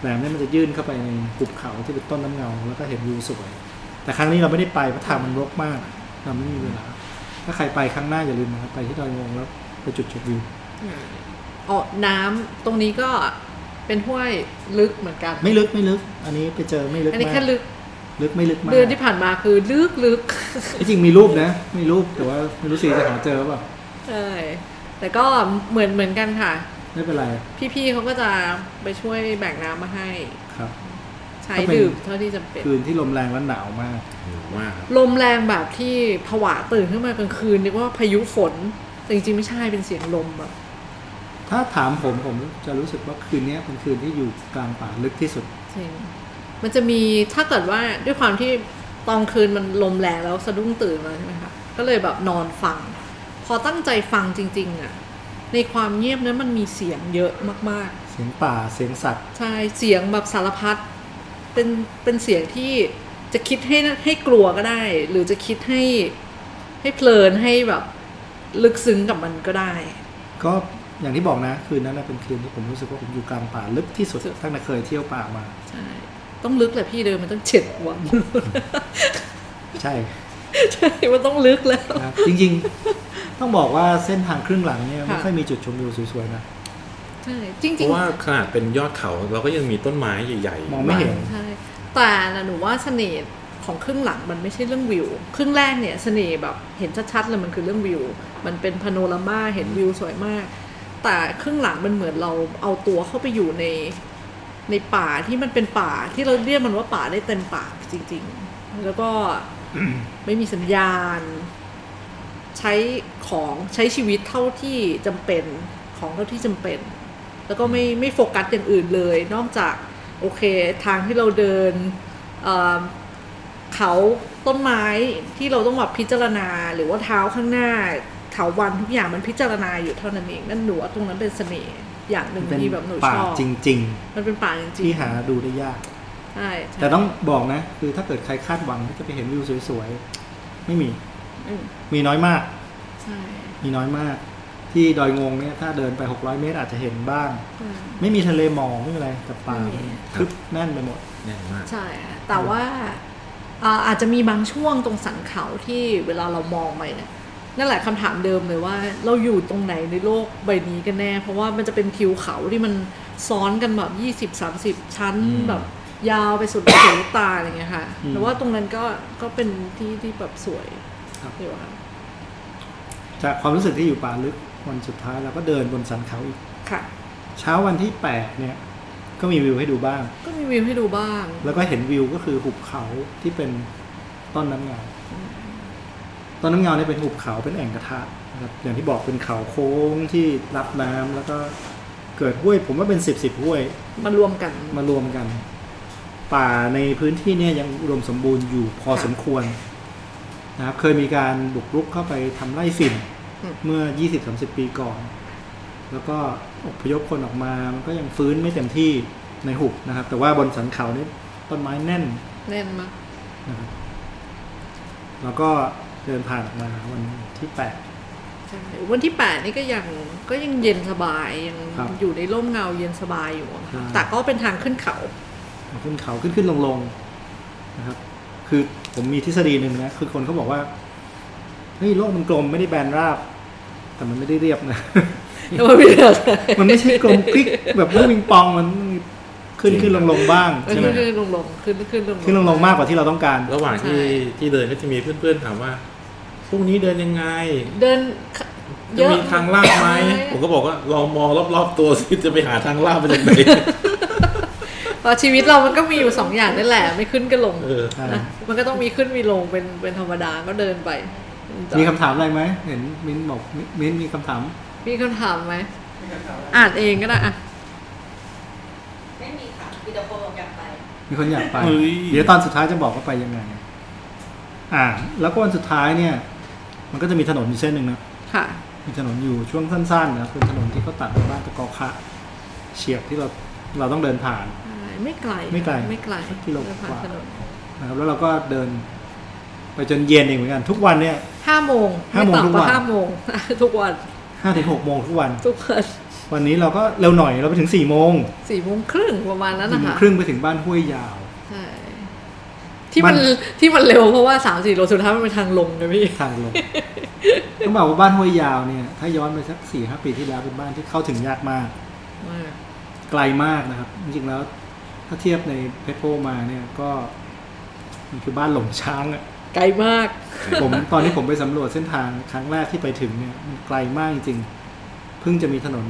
Speaker 1: แหลมเนี่ยมันจะยื่นเข้าไปในหุบเขาที่เป็นต้นน้ำเงา แล้วก็เห็นวิวสวย แต่ครั้งนี้เราไม่ได้ไปเพราะทางมันรกมาก เราไม่มีเวลา ถ้าใครไปครั้งหน้าอย่าลืมนะครับไปที่ดอยงวงแล้วไปจุดชมวิว
Speaker 2: อ๋อน้ำตรงนี้ก็เป็นห้วยลึกเหมือนกัน
Speaker 1: ไม่ลึกไม่ลึก อันนี้ไปเจอไม่ลึก
Speaker 2: อัน
Speaker 1: มา
Speaker 2: นี้
Speaker 1: ก
Speaker 2: แค่ลึก
Speaker 1: ลึกไม่ลึกมาก
Speaker 2: เดือนที่ผ่านมาคือลึกลึก [laughs]
Speaker 1: ที่จริงมีรูปนะ มีรูปแต่ว่าไม่รู้สิจะหาเจอหรือเปล่า
Speaker 2: ๆใช่แต่ก็เหมือนเหมือนกันค่ะ
Speaker 1: ไม่เป็นไร
Speaker 2: พี่ๆเขาก็จะไปช่วยแบ่งน้ำมาให้
Speaker 1: ครับ
Speaker 2: ใช้
Speaker 1: ก็เป็น
Speaker 2: ดื่มเท่าที่จำเป็น
Speaker 1: คืนที่ลมแรงและหนาวมาก
Speaker 3: หิวมากครับ
Speaker 2: ลมแรงแบบที่ผวาตื่นขึ้นมากลางคืนนึกว่าพายุฝนแต่จริงๆไม่ใช่เป็นเสียงลมแบบ
Speaker 1: ถ้าถามผมผมจะรู้สึกว่าคืนนี้เป็นคืนที่อยู่กลางป่าลึกที่สุด
Speaker 2: จริงมันจะมีถ้าเกิดว่าด้วยความที่ตอนคืนมันลมแรงแล้วสะดุ้งตื่นมาใช่ไหมคะก็เลยแบบนอนฟัง พอตั้งใจฟังจริง ๆอะในความเงียบนั้นมันมีเสียงเยอะมาก
Speaker 1: เสียงป่าเสียงสัตว์
Speaker 2: ๆ ใช่เสียงแบบสารพัดเป็นเป็นเสียงที่จะคิดให้ให้กลัวก็ได้ หรือจะคิดให้ให้เพลินให้แบบลึกซึ้งกับมันก็ได้
Speaker 1: ก็อย่างที่บอกนะ คืนนั้นนะเป็นคืนที่ผมรู้สึกว่าผมอยู่กลางป่าลึกที่สุดตั้งแต่เคยเที่ยวป่ามา
Speaker 2: ใช่ ต้องลึกแหละพี่เดินมันต้องเจ็ดวัน [laughs]
Speaker 1: ใช่
Speaker 2: ใช่ มันต้องลึกแล้ว
Speaker 1: นะครับจริงๆ ต้องบอกว่าเส้นทางครึ่งหลังเนี่ย
Speaker 2: ค่ะ
Speaker 1: ไม่ค่อยมีจุดชมวิวสวยๆนะ
Speaker 2: ใช่จริง
Speaker 3: เพ
Speaker 2: จริง
Speaker 3: ราะว่าขนาดเป็นยอดเขาเราก็ยังมีต้นไม้ใหญ่ๆ
Speaker 1: มองไม่เห็น
Speaker 2: ใช่แต่นะหนูว่าเสน่ห์ของครึ่งหลังมันไม่ใช่เรื่องวิว ครึ่งแรกเนี่ยเสน่ห์แบบเห็นชัดๆเลยมันคือเรื่องวิว มันเป็นพาโนรามาเห็นวิวสวยมาก แต่ครึ่งหลังมันเหมือนเราเอาตัวเข้าไปอยู่ในในป่าที่มันเป็นป่าที่เราเรียกมันว่าป่าได้เต็มปากจริง ๆ แล้วก็ ไม่มีสัญญาณ ใช้ของใช้ชีวิตเท่าที่จำเป็นของเท่าที่จำเป็น แล้วก็ไม่ไม่โฟกัสอย่างอื่นเลย นอกจากโอเคทางที่เราเดินเอ่อเขาต้นไม้ที่เราต้องแบบพิจารณา หรือว่าเท้าข้างหน้าเถาวันทุกอย่างมันพิจารณาอยู่เท่านั้นเองนั่นหนูว่าตรงนั้นเป็นเสน่ห์อย่างหนึ่ง
Speaker 1: เป็น
Speaker 2: ที่แบบหนู
Speaker 1: ป่า
Speaker 2: ชอบ
Speaker 1: จริง
Speaker 2: มันเป็นป่าจริง
Speaker 1: ๆ
Speaker 2: ๆ
Speaker 1: ที่หาดูได้ยาก
Speaker 2: ใช่ใช่
Speaker 1: แต่ต้องบอกนะ คือถ้าเกิดใครคาดหวังที่จะไปเห็นวิวสวยๆ ไม่มี
Speaker 2: อืม
Speaker 1: มีน้อยมาก
Speaker 2: ใช่
Speaker 1: มีน้อยมาก ที่ดอยงงเนี่ยถ้าเดินไป 600 เมตรอาจจะเห็นบ้าง
Speaker 2: ใช่
Speaker 1: ไม่มีทะเลหมอกไม่มีอะไรแต่ป่า
Speaker 2: ไม่มี
Speaker 1: ทึบแน่นไปหมด
Speaker 3: แน่นมาก
Speaker 2: ใช่ค่ะแต่ว่าเอ่ออาจจะมีบางช่วงตรงสันเขาที่เวลาเรามองไปเนี่ยนั่นแหละคำถามเดิมเลยว่า เราอยู่ตรงไหนในโลกใบนี้กันแน่ เพราะว่ามันจะเป็นทิวเขาที่มันซ้อนกันแบบยี่สิบสามสิบชั้น
Speaker 3: อืม
Speaker 2: แบบยาวไปสุด หูตาอะไรเงี้ยค่ะ
Speaker 1: อืม
Speaker 2: แต่ว่าตรงนั้นก็ก็เป็นที่ที่แบบสวย
Speaker 1: ครับ
Speaker 2: อยู่ค่ะ
Speaker 1: จากความรู้สึกที่อยู่ป่าลึกวันสุดท้ายเราก็เดินบนสันเขาอีก
Speaker 2: ค่ะ
Speaker 1: เช้าวันที่แปดเนี่ย ก็มีวิวให้ดูบ้าง
Speaker 2: ก็มีวิวให้ดูบ้าง
Speaker 1: แล้วก็เห็นวิวก็คือหุบเขาที่เป็นต้นน้ำเงา ต้นน้ำเงาเนี่ยเป็นหุบเขาเป็นแอ่งกระทะนะครับอย่างที่บอกเป็นเขาโค้งที่รับน้ำแล้วก็เกิดห้วย ผมว่าเป็นสิบสิบห้วย
Speaker 2: มันรวมกัน
Speaker 1: มารวมกัน ป่าในพื้นที่เนี่ยยังอุดมสมบูรณ์อยู่พอ
Speaker 2: ค่ะ
Speaker 1: สมควรนะครับเคยมีการบุกรุกเข้าไปทำไร่ฝิ่น เมื่อ 20-30 ปีก่อน แล้วก็อพยพคนออกมา มันก็ยังฟื้นไม่เต็มที่ในหุบนะครับ แต่ว่าบนสันเขานี่ต้นไม้แน่น
Speaker 2: แน่นมาก
Speaker 1: นะครับ แล้วก็เดินผ่านออกมาวันที่ 8
Speaker 2: ใช่วันที่แปดนี่ก็ยังก็ยังเย็นสบายยัง
Speaker 1: ครับ
Speaker 2: อยู่ในร่มเงาเย็นสบายอยู่อะค่ะ
Speaker 1: ใช่
Speaker 2: แต่ก็เป็นทางขึ้นเขา
Speaker 1: ขึ้นเขาขึ้นขึ้นลงลงๆนะครับ คือผมมีทฤษฎีหนึ่งนะ คือคนเขาบอกว่า เฮ้ยโลกมันกลมไม่ได้แบนราบ แต่มันไม่ได้เรียบนะ [laughs]
Speaker 2: แล้วมันเป็นอะไร
Speaker 1: มันไม่ใช่กลมคลิกแบบลูกปิงปองมันมีขึ้นขึ้นลงลงๆบ้าง
Speaker 2: มัน
Speaker 1: ใช่ไหม
Speaker 2: ขึ้นลงลงๆขึ้นขึ้นลงๆ
Speaker 1: ขึ้นลงลงๆมากกว่าที่เราต้องการ
Speaker 3: ระหว่างที่
Speaker 2: ใช่
Speaker 3: ที่เดินก็จะมีเพื่อนๆถามว่าพรุ่งนี้เดินยังไง
Speaker 2: เดิน
Speaker 3: จะมีทางลาดไหม ผมก็บอกว่าลองมองรอบๆตัวสิจะไปหาทางลาดมาจากไหน
Speaker 2: เพราะชีวิตเรามันก็มีอยู่สองอย่างนั่นแหละ ไม่ขึ้นก็ลง
Speaker 3: เออ
Speaker 1: ใช่
Speaker 2: นะมันก็ต้องมีขึ้นมีลงเป็นเป็นธรรมดาก็เดินไป
Speaker 1: มีคำถามอะไรไหม เห็นมิ้นท์บอกมิมิ้นท์มีคำถาม
Speaker 2: มีคำถามไหมอ่านเองก็ได้อะ
Speaker 4: ไม่มีค่ะมีแต่คนบอกอยากไป
Speaker 1: มีคนอยากไป
Speaker 3: เฮ้ย
Speaker 1: เดี๋ยวตอนสุดท้ายจะบอกว่าไปยังไง อ่า แล้วก็วันสุดท้ายเนี่ย มันก็จะมีถนนอยู่เส้นหนึ่งนะ
Speaker 2: ค่ะ
Speaker 1: มีถนนอยู่ช่วงสั้นๆนะเป็นถนนที่เขาตัดมาบ้านตะกอคะเฉียบที่เราเราต้องเดินผ่าน
Speaker 2: ไม่ไกล
Speaker 1: ไม่ไกล
Speaker 2: ไม่ไกล
Speaker 1: สักกิโลกว่า
Speaker 2: เดินผ่านถนน
Speaker 1: นะครับ แล้วเราก็เดิน ไปจนเย็นเองเหมือนกัน ทุกวันเนี่ย
Speaker 2: ห้าโมง
Speaker 1: ห้าโมง
Speaker 2: ไต่ำ
Speaker 1: ทุกวัน
Speaker 2: ห้าโมง [laughs] ทุกวัน
Speaker 1: ห้าถึงหกโมงทุกวัน
Speaker 2: ทุกวัน
Speaker 1: วันนี้เราก็เร็วหน่อยเราไปถึง4ี่โมง
Speaker 2: สี่โมงครึ่งประมาณนั้น
Speaker 1: สี่
Speaker 2: นะ
Speaker 1: โมง
Speaker 2: คะ
Speaker 1: ครึ่งไปถึงบ้านห้วยยาว
Speaker 2: ใช่ที่มัน
Speaker 1: มัน
Speaker 2: ที่มันเร็วเพราะว่าสามสี่โลสุดท้ายมันเป็นทางลงนะพี่
Speaker 1: ทางลง ต้องบอกว่าบ้านห้วยยาวเนี่ยถ้าย้อนไปสักสี่ห้าปีที่แล้วเป็นบ้านที่เข้าถึงยากมาก
Speaker 2: มาก
Speaker 1: ไกลมากนะครับ จริงๆแล้วถ้าเทียบในเพชรโพมาเนี่ยก็มันคือบ้านหลงช้างอะ
Speaker 2: ไกลมาก
Speaker 1: ผมตอนนี้ผมไปสำรวจเส้นทางครั้งแรกที่ไปถึงเนี่ยมันไกลมากจริงๆเพิ่งจะมีถนน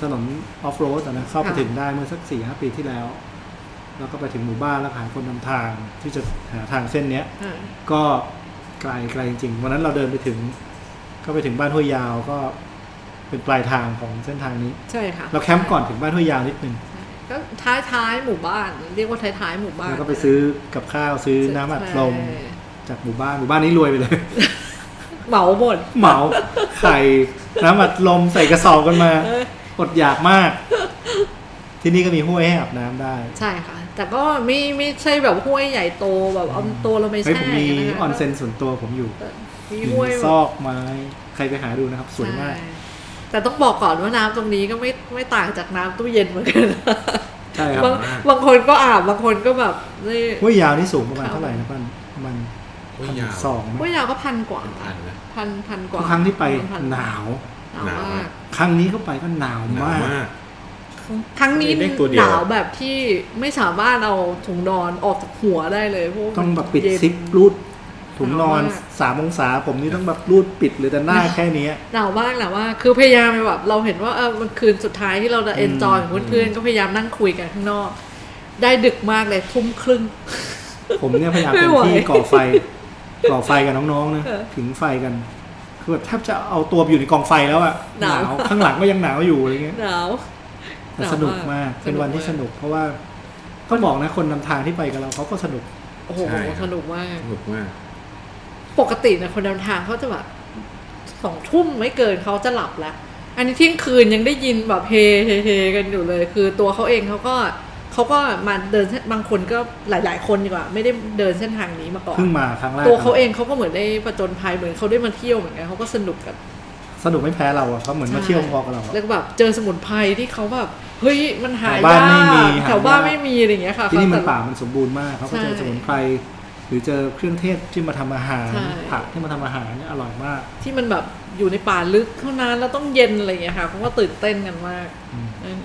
Speaker 1: ถนนออฟโรดนะเข้าไป
Speaker 2: ค่ะ
Speaker 1: ถึงได้เมื่อสักสี่ห้าปีที่แล้ว แล้วก็ไปถึงหมู่บ้านแล้วหาคนนำทางที่จะหาทางเส้นเนี้ย
Speaker 2: อ่า
Speaker 1: ก็ไกลไกลจริงๆวันนั้นเราเดินไปถึง ก็ไปถึงบ้านห้วยยาวก็เป็นปลายทางของเส้นทางนี้
Speaker 2: ใช่ค่ะ
Speaker 1: เราแคมป์ก่อนถึงบ้านห้วยยาวนิดนึง
Speaker 2: ก็ท้ายท้ายๆหมู่บ้าน เรียกว่าท้ายท้ายๆหมู่บ้าน
Speaker 1: แล้วก็ไปซื้อกับข้าวซื้อน้ำอัดลม
Speaker 2: ใช่
Speaker 1: จากหมู่บ้านหมู่บ้านนี้รวยไปเลย
Speaker 2: เหมาหมด
Speaker 1: เหมาไข่น้ำอัดลมใส่กระสอบกันมา
Speaker 2: เออ
Speaker 1: อดอยากมาก ที่นี่ก็มีห้วยให้อาบน้ำได้
Speaker 2: ใช่ค่ะ แต่ก็ไม่ไม่ใช่แบบห้วยใหญ่โตแบบเอาตัวเราไป
Speaker 1: เฮ้ย
Speaker 2: แช่
Speaker 1: ผมมี
Speaker 2: กัะคะ
Speaker 1: ออนเซ็นส่วนตัวผมอยู่
Speaker 2: มี
Speaker 1: อยู่
Speaker 2: ห้วย
Speaker 1: ในซอกไม้ ใครไปหาดูนะครับ สวยมาก
Speaker 2: ใช่แต่ต้องบอกก่อนว่าน้ำตรงนี้ก็ไม่ไม่ต่างจากน้ำตู้เย็นเหมือนกัน
Speaker 1: ใช่ครับ
Speaker 2: บางบางคนก็อาบบางคนก็แบบนี่
Speaker 1: ห้วยยาวนี่สูงประมาณ
Speaker 2: ครับ
Speaker 1: เท่าไหร่นะปั้นมัน
Speaker 3: โอ้ยยาว
Speaker 1: สองไหม
Speaker 2: ห้วยยาวก็พันกว่า
Speaker 3: เป็นพันนะ
Speaker 2: พันพันก
Speaker 1: ทุ
Speaker 2: ว่าก
Speaker 1: ครั้งที่ไป
Speaker 2: พั
Speaker 1: หนาว
Speaker 2: หนาวมาก
Speaker 1: ครั้งนี้เข้าไปก็หนาว
Speaker 3: หนาว
Speaker 1: มาก
Speaker 3: มาก
Speaker 2: ครั้งนี้
Speaker 3: มีเลขตัวเดี
Speaker 2: ห
Speaker 3: ยว
Speaker 2: นาวแบบที่ไม่สามารถเอาถุงนอนออกจากหัวได้เลยเพราะว่า
Speaker 1: ต้องแบบปิด
Speaker 2: เย็น
Speaker 1: ซิปรูดถุงนอน
Speaker 2: หนาวมาก
Speaker 1: สามองศาผมนี่ต้องแบบรูดปิดเลยแต่
Speaker 2: [laughs]
Speaker 1: หน้าแค่เนี้ย
Speaker 2: หนาวมากหนาวมากคือพยายามแบบเราเห็นว่าเออมันคืนสุดท้ายที่เราจะ
Speaker 1: อืม
Speaker 2: เอนจอยกับเพื่อนๆก็พยายามนั่งคุยกันข้างนอก ได้ดึกมากเลยทุ่มครึ่ง
Speaker 1: ผมเนี่ยพยายาม
Speaker 2: ไม่
Speaker 1: เต็ม
Speaker 2: ไหว
Speaker 1: ที่ก่อไฟ
Speaker 2: [laughs]
Speaker 1: ก่อไฟกับน้องๆนะ
Speaker 2: เออ
Speaker 1: ผิงไฟกัน คือแบบแทบจะเอาตัวไปอยู่ในกองไฟแล้วอะ
Speaker 2: หนาว
Speaker 1: ข้างหลังก็ยังหนาวอยู่อะไรเงี้ย
Speaker 2: หนาว
Speaker 1: แต่
Speaker 2: หนาว
Speaker 1: สนุกมาก
Speaker 2: มาก
Speaker 1: เป็นวันที่
Speaker 2: ส
Speaker 1: ส
Speaker 2: นุ
Speaker 1: นุ
Speaker 2: ก
Speaker 1: ก
Speaker 2: มาก
Speaker 1: เพราะว่าต้องบอกนะคนนำทางที่ไปกับเราเขาก็สนุก
Speaker 2: โอ้โห
Speaker 3: ใช่ครับ
Speaker 2: สนุกมาก
Speaker 3: สนุกมาก
Speaker 2: ปกตินะคนนำทางเขาจะแบบสองทุ่มไม่เกินเขาจะหลับแล้วอันนี้เที่ยงคืนยังได้ยินแบบเฮเฮเฮกันอยู่เลย คือตัวเขาเองเขาก็เขาก็มาเดินเส้นบางคนก็หลาย ๆ คนดีกว่า ไม่ได้เดินเส้นทางนี้มาก่อน
Speaker 1: เพิ่งมาครั้งแรก
Speaker 2: ตัวเขาเองเขาก็เหมือนได้ประจนภัยเหมือนเขาได้มาเที่ยวเหมือนกันเขาก็สนุกกับ
Speaker 1: สนุกไม่แพ้เราอะเขาะเหมือนมาเที่ยวพอกับเราอะ
Speaker 2: แล้วก็แบบเจอสมุนไพรที่เขาแบบเฮ้ยมันหา
Speaker 1: แถวบ้าย
Speaker 2: าน
Speaker 1: ไม่มี
Speaker 2: ก
Speaker 1: หา
Speaker 2: แถวบ้าน
Speaker 1: ยาก
Speaker 2: ไม่มีอะไรอย่างเงี้ยค่ะ
Speaker 1: ที่นี่มัน
Speaker 2: เขาแต่
Speaker 1: ป่ามันสมบูรณ์มากเขาก็เจอ
Speaker 2: ใช่
Speaker 1: สมุนไพรหรือเจอเครื่องเทศที่มาทำอาหาร
Speaker 2: ใช่
Speaker 1: ผักที่มาทำอาหารเนี่ยอร่อยมาก
Speaker 2: ที่มันแบบอยู่ในป่าลึกเท่านั้นแล้วต้องเย็นอะไรอย่างเงี้ยค่ะเขาก็ตื่นเต้นกันมาก
Speaker 1: อืม
Speaker 2: เออ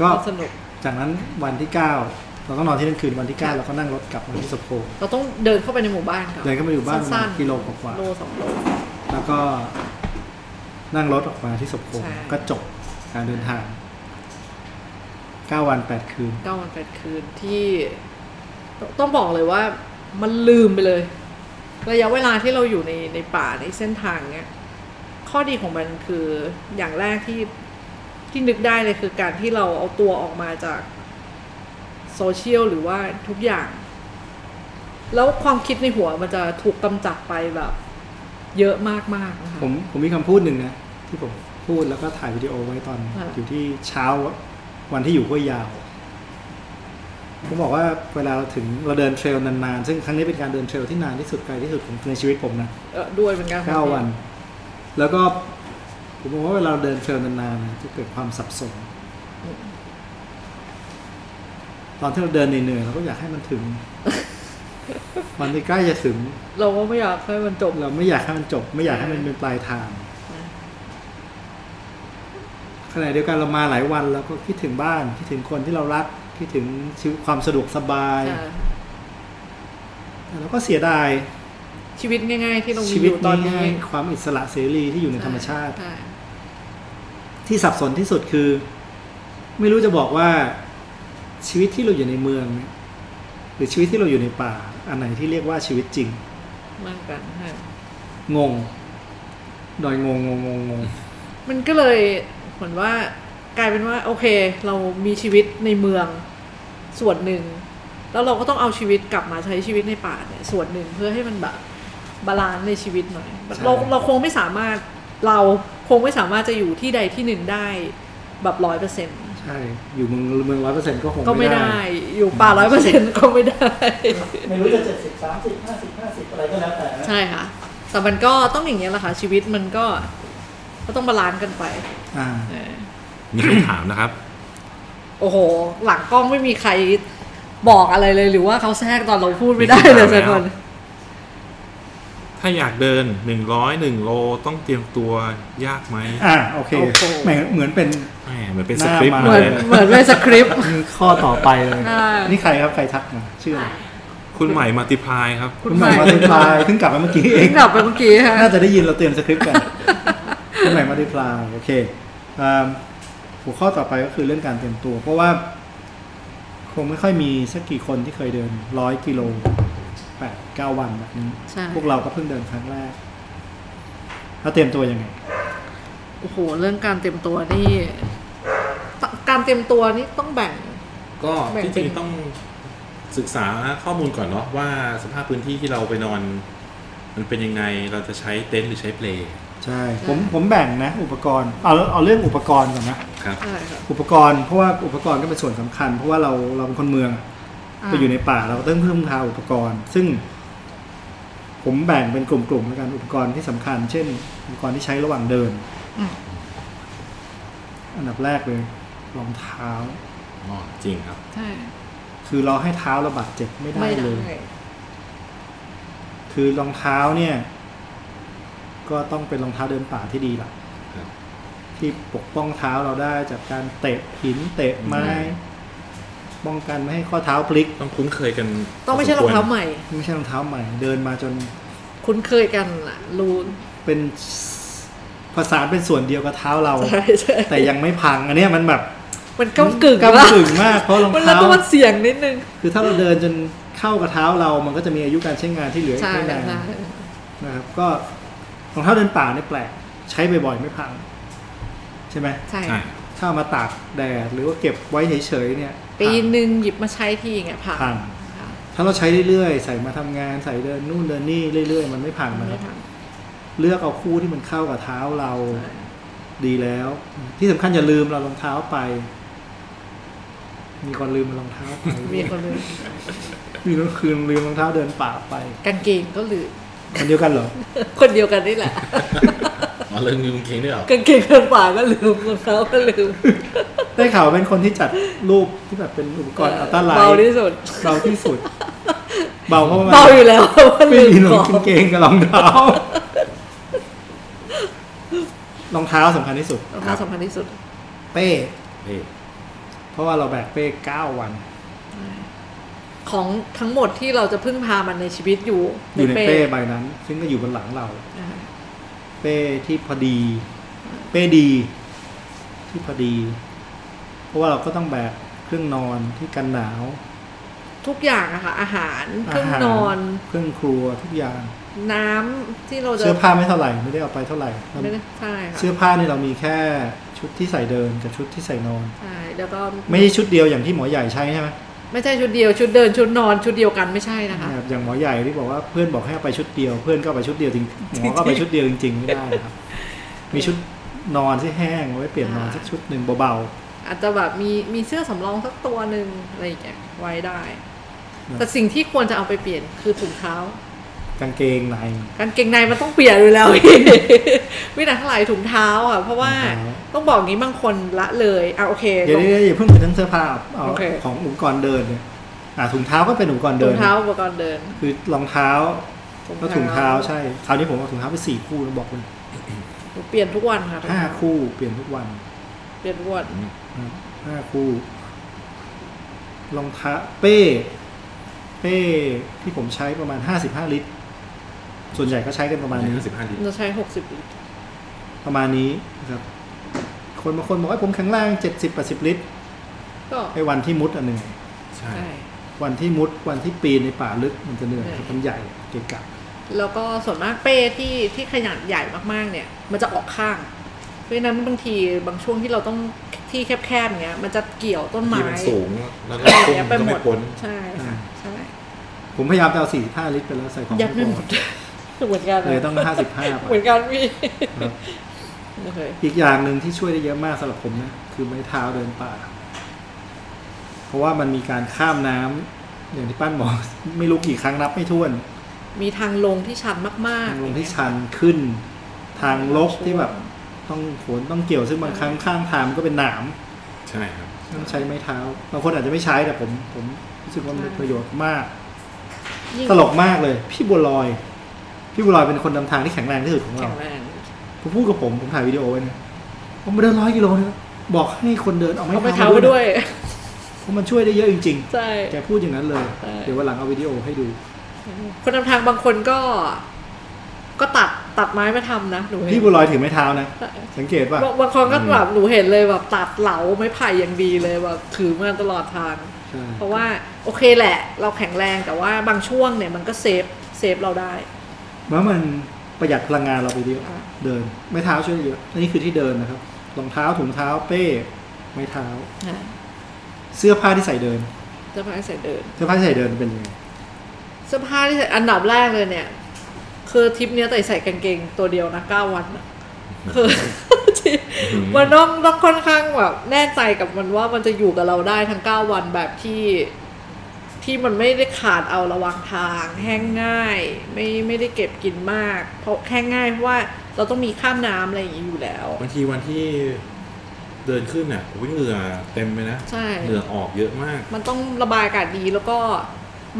Speaker 1: ก็
Speaker 2: สนุก
Speaker 1: จากนั้นวันที่ 9 เราก็นอนที่นั่นคืนวันที่ 9 เราก็นั่งรถกลับมาที่สะโพก
Speaker 2: เราต้องเดินเข้าไปในหมู่บ้านค่ะ
Speaker 1: เดินเข้าไปหมู่บ้านประมาณ
Speaker 2: สั้ๆ
Speaker 1: กิโลกว่าๆ
Speaker 2: โลสองโล
Speaker 1: แล้วก็นั่งรถออกมาที่สะโพก
Speaker 2: ใช่
Speaker 1: ก็จบการเดินทาง 9 วัน 8 คืน
Speaker 2: เก้าวันแปดคืนที่ตต้องบอกเลยว่ามันลืมไปเลย ระยะเวลาที่เราอยู่ในในป่าในเส้นทางเนี้ยข้อดีของมันคืออย่างแรกที่ที่นึกได้เลยคือการที่เราเอาตัวออกมาจากโซเชียลหรือว่าทุกอย่าง แล้วความคิดในหัวมันจะถูกกำจัดไปแบบ เยอะมากๆนะคะ
Speaker 1: ผมผมมีคำพูดหนึ่งนะ ที่ผมพูดแล้วก็ถ่ายวิดีโอไว้ตอน
Speaker 2: ค่ะ
Speaker 1: อยู่ที่เช้าวันที่อยู่ห้วยยาวผมบอกว่าเวลาเราถึงเราเดินเทรลนานๆ ซึ่งครั้งนี้เป็นการเดินเทรลที่นานที่สุดไกลที่สุดของในชีวิตผมนะ
Speaker 2: เอ่อด้วยเหมือนกันค่ะ
Speaker 1: เก้าวัน แล้วก็ผมมองว่าเวลาเราเดินเทรลนานๆนะจะเกิดความสับสน ตอนที่เราเดินเหนื่อยๆเราก็อยากให้มันถึง มันที่ใกล้จะถึง
Speaker 2: เราก็ไม่อยากให้มันจบ
Speaker 1: เราไม่อยากให้มันจบ ไม่อยากให้มันเป็นปลายทางขณะเดียวกันเรามาหลายวันเราก็คิดถึงบ้าน คิดถึงคนที่เรารัก คิดถึงชีวิตความสะดวกสบายแต่เราก็เสียดาย
Speaker 2: ชีวิตง่าย ๆ ที่เรามี
Speaker 1: ชี
Speaker 2: อ
Speaker 1: วิต
Speaker 2: ยู่ตอนนี้
Speaker 1: ง่ายๆความอิสระเสรีที่อยู่ในธรรมชาติ
Speaker 2: ใ
Speaker 1: ที่สับสนที่สุดคือ ไม่รู้จะบอกว่าชีวิตที่เราอยู่ในเมืองเนี่ยหรือชีวิตที่เราอยู่ในป่า อันไหนที่เรียกว่าชีวิตจริง
Speaker 2: เหมือนกันค่ะ
Speaker 1: งง ดอยงงงงงงง
Speaker 2: มันก็เลยเหมือนว่ากลายเป็นว่า โอเค เรามีชีวิตในเมืองส่วนหนึ่ง แล้วเราก็ต้องเอาชีวิตกลับมาใช้ชีวิตในป่าเนี่ยส่วนหนึ่งเพื่อให้มันแบบบาลานซ์ในชีวิตหน่อยเราเราคงไม่สามารถเราคงไม่สามารถจะอยู่ที่ใดที่หนึ่งได้แบบร้อยเปอร์เซ็นต์
Speaker 1: ใช่ อยู่เมืองเมืองร้อยเปอร์เซ็นต์ก็คง
Speaker 2: ก็ไม่ได้ อยู่ป่าร้อยเปอร์เซ็นต์ก็ไม่ได้
Speaker 1: ไม่รู้จะเจ็ดสิบสามสิบห้าสิบห้าสิบอะไรก็แล้วแต่
Speaker 2: ใช่ค่ะ แต่มันก็ต้องอย่างเงี้ยแหละค่ะ ชีวิตมันก็ ก็ต้องบาลานซ์กันไป
Speaker 1: อ่า
Speaker 2: เออ
Speaker 3: มีคำถามนะครับ
Speaker 2: โอ้โห หลังกล้องไม่มีใครบอกอะไรเลยหรือว่าเขาแทรกตอนเราพูดไม่ได้เลยสักคน
Speaker 3: ถ้าอยากเดินหนึ่งร้อยหนึ่งโลต้องเตรียมตัวยากไหม
Speaker 1: อ่าโอเค
Speaker 2: โอ้โห
Speaker 1: แหมเหมือนเป็น
Speaker 3: แหมเหมือนเป็นสคริปต์
Speaker 1: หน้า
Speaker 3: มา
Speaker 2: เหมือน
Speaker 1: า
Speaker 3: เลย
Speaker 2: เหมือนเป็นสคริปต์
Speaker 1: ข้อต่อไปเลย
Speaker 2: ใช่
Speaker 1: นี่ใครครับใครทักมาชื่ออะไร
Speaker 3: คุณใหม่มัลติพลายครับ
Speaker 2: คุณ
Speaker 1: คุณให
Speaker 2: ให
Speaker 1: ม่
Speaker 2: ม่
Speaker 1: มาติพลายเพิ่งกลับมาเมื่อกี้เอง
Speaker 2: กลับไปเมื่อกี้ฮะ
Speaker 1: น่าจะได้ยินเราเตรียมสคริปต์กัน [laughs] คุณใหม่มาติพลายโอเคอ่าหัวข้อต่อไปก็คือเรื่องการเตรียมตัว เพราะว่า คงไม่ค่อยมีสักกี่คนที่เคยเดินร้อยกิโลแปดเก้าวันแบบนี้
Speaker 2: ใช่
Speaker 1: พวกเราก็เพิ่งเดินครั้งแรก แล้วเตรียมตัวยังไง
Speaker 2: โอ้โห เรื่องการเตรียมตัวนี่ตการเตรียมตัวนี่ต้องแบ่ง
Speaker 3: ก็
Speaker 2: แบ่ง
Speaker 3: ที่จ
Speaker 2: เป็น
Speaker 3: ริงต้องศึกษาข้อมูลก่อนเนาะว่าสภาพพื้นที่ที่เราไปนอน มันเป็นยังไงเราจะใช้เต็นท์หรือใช้เปล
Speaker 1: ใช่ ผมผมแบ่งนะ อุปกรณ์ เอาเอาเรื่องอุปกรณ์ก่อนนะ
Speaker 3: ครับ
Speaker 2: อะไรครับ
Speaker 1: อุปกรณ์เพราะว่าอุปกรณ์ก็เป็นส่วนสำคัญ เพราะว่าเราเราเป็นคนเมืองอะ
Speaker 2: า
Speaker 1: ไปอยู่ในป่าเราก็ต้องเพิ่มพาอุปกรณ์ ซึ่ง ผมแบ่งเป็นกลุ่มๆแล้วกันอุปกรณ์ที่สำคัญ เช่น อุปกรณ์ที่ใช้ระหว่างเดิน
Speaker 2: อืม
Speaker 1: อันดับแรกเลยรองเท้า
Speaker 3: อ๋อจริงครับ
Speaker 2: ใช่
Speaker 1: คือเราให้เท้าเราบาดเจ็บไม่ได้
Speaker 2: ไม่
Speaker 1: เล
Speaker 2: ได้
Speaker 1: ย คือรองเท้าเนี่ย ก็ต้องเป็นรองเท้าเดินป่าที่ดีล่ะ
Speaker 3: ครับ
Speaker 1: ที่ปกป้องเท้าเราได้จากการเตะหินเตะไม้ ป้องกันไม่ให้ข้อเท้าพลิก
Speaker 3: ต้องคุ้นเคยกัน
Speaker 2: ต้องไม่ใช่รองเท้าใหม่
Speaker 1: ไม่ใช่รองเท้าใหม่ เดินมาจน
Speaker 2: คุ้นเคยกันล่ะรู้
Speaker 1: เป็นภาษานเป็นส่วนเดียวกับเท้าเรา
Speaker 2: ใช่ใช่
Speaker 1: แต่ยังไม่พังอันเนี้ยมันแบบ
Speaker 2: มันก้ากึ่ง
Speaker 1: ก้
Speaker 2: ละ
Speaker 1: กึ่งมากเพราะรอง
Speaker 2: มันละ
Speaker 1: เท้า
Speaker 2: ตัวเสียงนิดนึง
Speaker 1: คือถ้าเราเดินจนเข้ากับเท้าเรา มันก็จะมีอายุการใช้งานที่เหลืออีก
Speaker 2: ใช่
Speaker 1: ไม่
Speaker 2: แบ
Speaker 1: นาน
Speaker 2: บนั้น
Speaker 1: นะครับ ก็รองเท้าเดินป่าเนี่ยแปลกใช้บ่อยๆไม่พัง ใช่ไหม
Speaker 2: ใช่
Speaker 3: ใช่
Speaker 1: ถ้าเอามาตากแดดหรือว่าเก็บไว้เฉยๆเนี่ย
Speaker 2: ปีหนึ่งหยิบมาใช้ทีไงผ่าน
Speaker 1: พัง ถ้าเราใช้เรื่อยๆ ใส่มาทำงานใส่เดินนู่นเดินนี่เรื่อยๆ มันไม่พัง
Speaker 2: ไม่
Speaker 1: นะครับ
Speaker 2: ทัน
Speaker 1: เลือกเอาคู่ที่มันเข้ากับเท้าเรา
Speaker 2: ใช่
Speaker 1: ดีแล้ว ที่สำคัญอย่าลืมเรารองเท้าไป มีคนลืมรองเท้าไป
Speaker 2: มีคนลืม
Speaker 1: มีคนคืนลืมรองเท้าเดินป่าไป
Speaker 2: กางเกงก็
Speaker 1: [laughs]
Speaker 2: ลืม
Speaker 1: คนเดียวกันเหรอ
Speaker 2: คนเดียวกันนี่แหละ
Speaker 3: อ๋อเรื่องนิ้วเค้งด้วยเหรอก
Speaker 2: างเกงเดินป่าก็ลืมรองเท้าก็ลืม
Speaker 1: ได้ข่าวเป็นคนที่จัดรูปที่แบบเป็นอุปกรณ์อัลตราไลท์
Speaker 2: เบาที่สุด
Speaker 1: เบาที่สุด เบาเพราะว่า
Speaker 2: เบาอยู่แล้ว [laughs] เพราะว่า
Speaker 1: ไม่
Speaker 2: ลืม
Speaker 1: มีห
Speaker 2: ข
Speaker 1: นุ่
Speaker 2: อ
Speaker 1: ม
Speaker 2: ง
Speaker 1: กางเกงกับรองเท้ารองเท้าสำคัญที่สุด
Speaker 2: รองเท้าสำคัญที่สุด
Speaker 1: เป้
Speaker 3: เอ๊ะ
Speaker 1: เพราะว่าเราแบกเป้เก้าวัน
Speaker 2: ของทั้งหมดที่เราจะพึ่งพามันในชีวิตอยู่
Speaker 1: อยู่ในเป้ใบนั้น ซึ่งก็อยู่บนหลังเรา
Speaker 2: อ่า
Speaker 1: เป้ที่พอดี เป้ดี ที่พอดี เพราะว่าเราก็ต้องแบกเครื่องนอนที่กันหนาว
Speaker 2: ทุกอย่างอะค่ะอาหารเครื่อง
Speaker 1: าหาน
Speaker 2: อน
Speaker 1: เครื่องครัวทุกอย่าง
Speaker 2: น้ำที่เราจะ
Speaker 1: เสื้อผ้าไม่เท่าไหร่ไม่ได้เอาไปเท่าไหร่
Speaker 2: ไม่ได้ใช่ค่ะ
Speaker 1: เสื้อผ้านี่เรามีแค่ชุดที่ใส่เดินกับชุดที่ใส่นอน
Speaker 2: ใช่แล้วก็
Speaker 1: ไม่ใช่ชุดเดียวอย่างที่หมอใหญ่ใช้ใช่ไหม
Speaker 2: ไม่ใช่ชุดเดียวชุดเดินชุดนอนชุดเดียวกันไม่ใช่นะคะ
Speaker 1: แบบอย่างหมอใหญ่ที่บอกว่าเพื่อนบอกให้เอาไปชุดเดียว เพื่อนก็เอาไปชุดเดียวจริงหมอก็เอาไปชุดเดียวจริงๆไม่ได้นะครับ
Speaker 2: [laughs]
Speaker 1: มีชุดนอนที่แห้งเอาไว้เปลี่ยนนอนสักชุดหนึ่งเบาๆ
Speaker 2: อาจจะแบบมีมีเสื้อสำรองสักตัวหนึ่งอะไรอย่างเงี้ยไว้ได้ แต่สิ่งที่ควรจะเอาไปเปลี่ยนคือถุงเท้า
Speaker 1: กางเกงใน
Speaker 2: กางเกงในมันต้องเปลี่ยนอยู่แล้วพี่ [laughs] วินาทั้งหลายถุงเท้าอ่ะ เพราะว่า
Speaker 1: ถุงเท้า
Speaker 2: ต้องบอกงี้บางคนละเลยอ่ะโอเค
Speaker 1: เดี๋ยวเดี๋ยวเดี๋ยวอย่าเพิ่งไปทั้งเสื้อผ้าเอา
Speaker 2: โอเค
Speaker 1: ของอุปกรณ์เดินเนี่ยอ่ะถุงเท้าก็เป็นอุปกรณ์
Speaker 2: ถุ
Speaker 1: เดิน
Speaker 2: งเท้าอุปกรณ์เดิน
Speaker 1: คือรองเท้าก็ถุงเท้าใช่คราวนี้ผมเอาถุงเท้าไปสี่คู่แล้วบอกเลย
Speaker 2: หนูเปลี่ยนทุกวันค่ะ
Speaker 1: ห้าคู่เปลี่ยนทุกวัน
Speaker 2: เปลี่ยนทุกวัน
Speaker 1: นะห้าคู่รองเท้าเป้เป้ที่ผมใช้ประมาณห้าสิบห้าลิตร ส่วนใหญ่ก็ใช้กันประมาณนี้
Speaker 3: ห้าสิบห้าลิตร
Speaker 2: เราใช้หกสิบลิตร
Speaker 1: ประมาณนี้นะครับคนบางคนบอกว่าผมแข็งแรงเจ็ดสิบแปดสิบลิตร
Speaker 2: ก็
Speaker 1: ไอ้วันที่มุดอันหนึ่ง
Speaker 3: ใช่
Speaker 2: ใช่
Speaker 1: วันที่มุดวันที่ปีนในป่าลึกมันจะเหนื่อยครับมันใหญ่เกะกะ
Speaker 2: แล้วก็ส่วนมากเป้ที่ที่ขนาดใหญ่มากๆเนี่ย มันจะออกข้าง เพราะฉะนั้นบางทีบางช่วงที่เราต้องที่แคบๆเนี้ยมันจะเกี่ยวต้นไม้
Speaker 3: ที่มันสูงแล้วก็
Speaker 2: อะไรอย่าง
Speaker 3: พุ่งก็
Speaker 2: เงี้ยไปหม
Speaker 3: ไม่
Speaker 2: ด
Speaker 3: พ้น
Speaker 2: ใช่ค่ะใช่
Speaker 1: ผมพยายามจะเอา 45 ลิตรไปแล้วใส่ของ
Speaker 2: ยัดไม่หมดเหมือนกัน
Speaker 1: เล
Speaker 2: นะ
Speaker 1: ยต้อง 55
Speaker 2: เหมื
Speaker 1: ไป
Speaker 2: อนกันพี่
Speaker 1: ครับ
Speaker 2: โอเค
Speaker 1: อีกอย่างหนึ่งที่ช่วยได้เยอะมากสำหรับผมนะ คือไม้เท้าเดินป่า เพราะว่ามันมีการข้ามน้ำอย่างที่ป้านบอก ไม่รู้กี่ครั้งนับไม่ถ้วน
Speaker 2: มีทางลงที่ชันมาก
Speaker 1: ทาง
Speaker 2: ๆ
Speaker 1: ลงที่ชันขึ้น ทางลกที่แบบ ต้องขวนต้องเกี่ยวซึ่งบางครั้งข้างทางมันก็เป็นหนาม
Speaker 3: ใช่ครับ
Speaker 1: ต้องใช้ไม้เท้าบางคนอาจจะไม่ใช้แต่ผมผมรู้สึกว่ามันเป็นประโยชน์มาก
Speaker 2: ยิ่ง
Speaker 1: ตลกมากเลย พี่บัวลอย พี่บัวลอยเป็นคนนำทางที่แข็งแรงที่สุดของ
Speaker 2: แข็
Speaker 1: เรา
Speaker 2: งแรง
Speaker 1: ผมพูดกับผมผมถ่ายวิดีโอไว้นะผมเดินร้อยกิโลนะบอกให้คนเดินเอาไม้
Speaker 2: เอาไป
Speaker 1: เท้าไป
Speaker 2: เท้าไป
Speaker 1: ด้
Speaker 2: ด้
Speaker 1: ว
Speaker 2: วย ย
Speaker 1: เพราะมันช่วยได้เยอะจริง
Speaker 2: ใช่
Speaker 1: ๆแกพูดอย่างนั้นเลย
Speaker 2: ใช่
Speaker 1: เดี๋ยววันหลังเอาวิดีโอให้ดู
Speaker 2: คนนำทางบางคนก็ ก็ตัดตัดไม้มาทำนะหนูเห็น
Speaker 1: พี่บัวลอยถือไม้เท้านะ
Speaker 2: ใช่
Speaker 1: สังเกตป่ะ
Speaker 2: บางบางคนก็แบบหนูเห็นเลยแบบตัดเหลาไม้ไผ่อย่างดีเลยแบบถือมาตลอดทาง
Speaker 1: ใช่
Speaker 2: เพราะว่าโอเคแหละ เราแข็งแรงแต่ว่าบางช่วงเนี่ยมันก็เซฟเซฟเราได้
Speaker 1: เมื่อมันประหยัดพลังงานเราไปเยอะ
Speaker 2: อ่ะ
Speaker 1: เดินไม้เท้าช่วยได้เยอะอันนี้คือที่เดินนะครับรองเท้าถุงเท้าเป้ไม้เท้า
Speaker 2: นะ
Speaker 1: เสื้อผ้าที่ใส่เดิน
Speaker 2: เสื้อผ้าที่ใส่เดิน
Speaker 1: เสื้อผ้าที่ใส่เดินเป็นยังไง
Speaker 2: เสื้อผ้าที่ใส่อันดับแรกเลยเนี่ย คือทริปเนี้ยแต่ใส่กางเกงตัวเดียวนะเก้าวันน่ะคือ [laughs] มันต้องต้องค่อนข้างแบบแน่ใจกับมันว่ามันจะอยู่กับเราได้ทั้งเก้าวันแบบที่ ที่มันไม่ได้ขาดเอาระหวังทาง แห้งง่าย ไม่ไม่ได้เก็บกินมาก เพราะแห้งง่ายเพราะว่าเราต้องมีข้ามน้ำอะไรอย่างนี้อยู่แล้ว
Speaker 3: บางทีวันที่เดินขึ้นอ่ะวิ่งเหงื่อเต็มเลยนะ
Speaker 2: ใช่
Speaker 3: เหงื่อออกเยอะมาก
Speaker 2: มันต้องระบายอากาศดีแล้วก็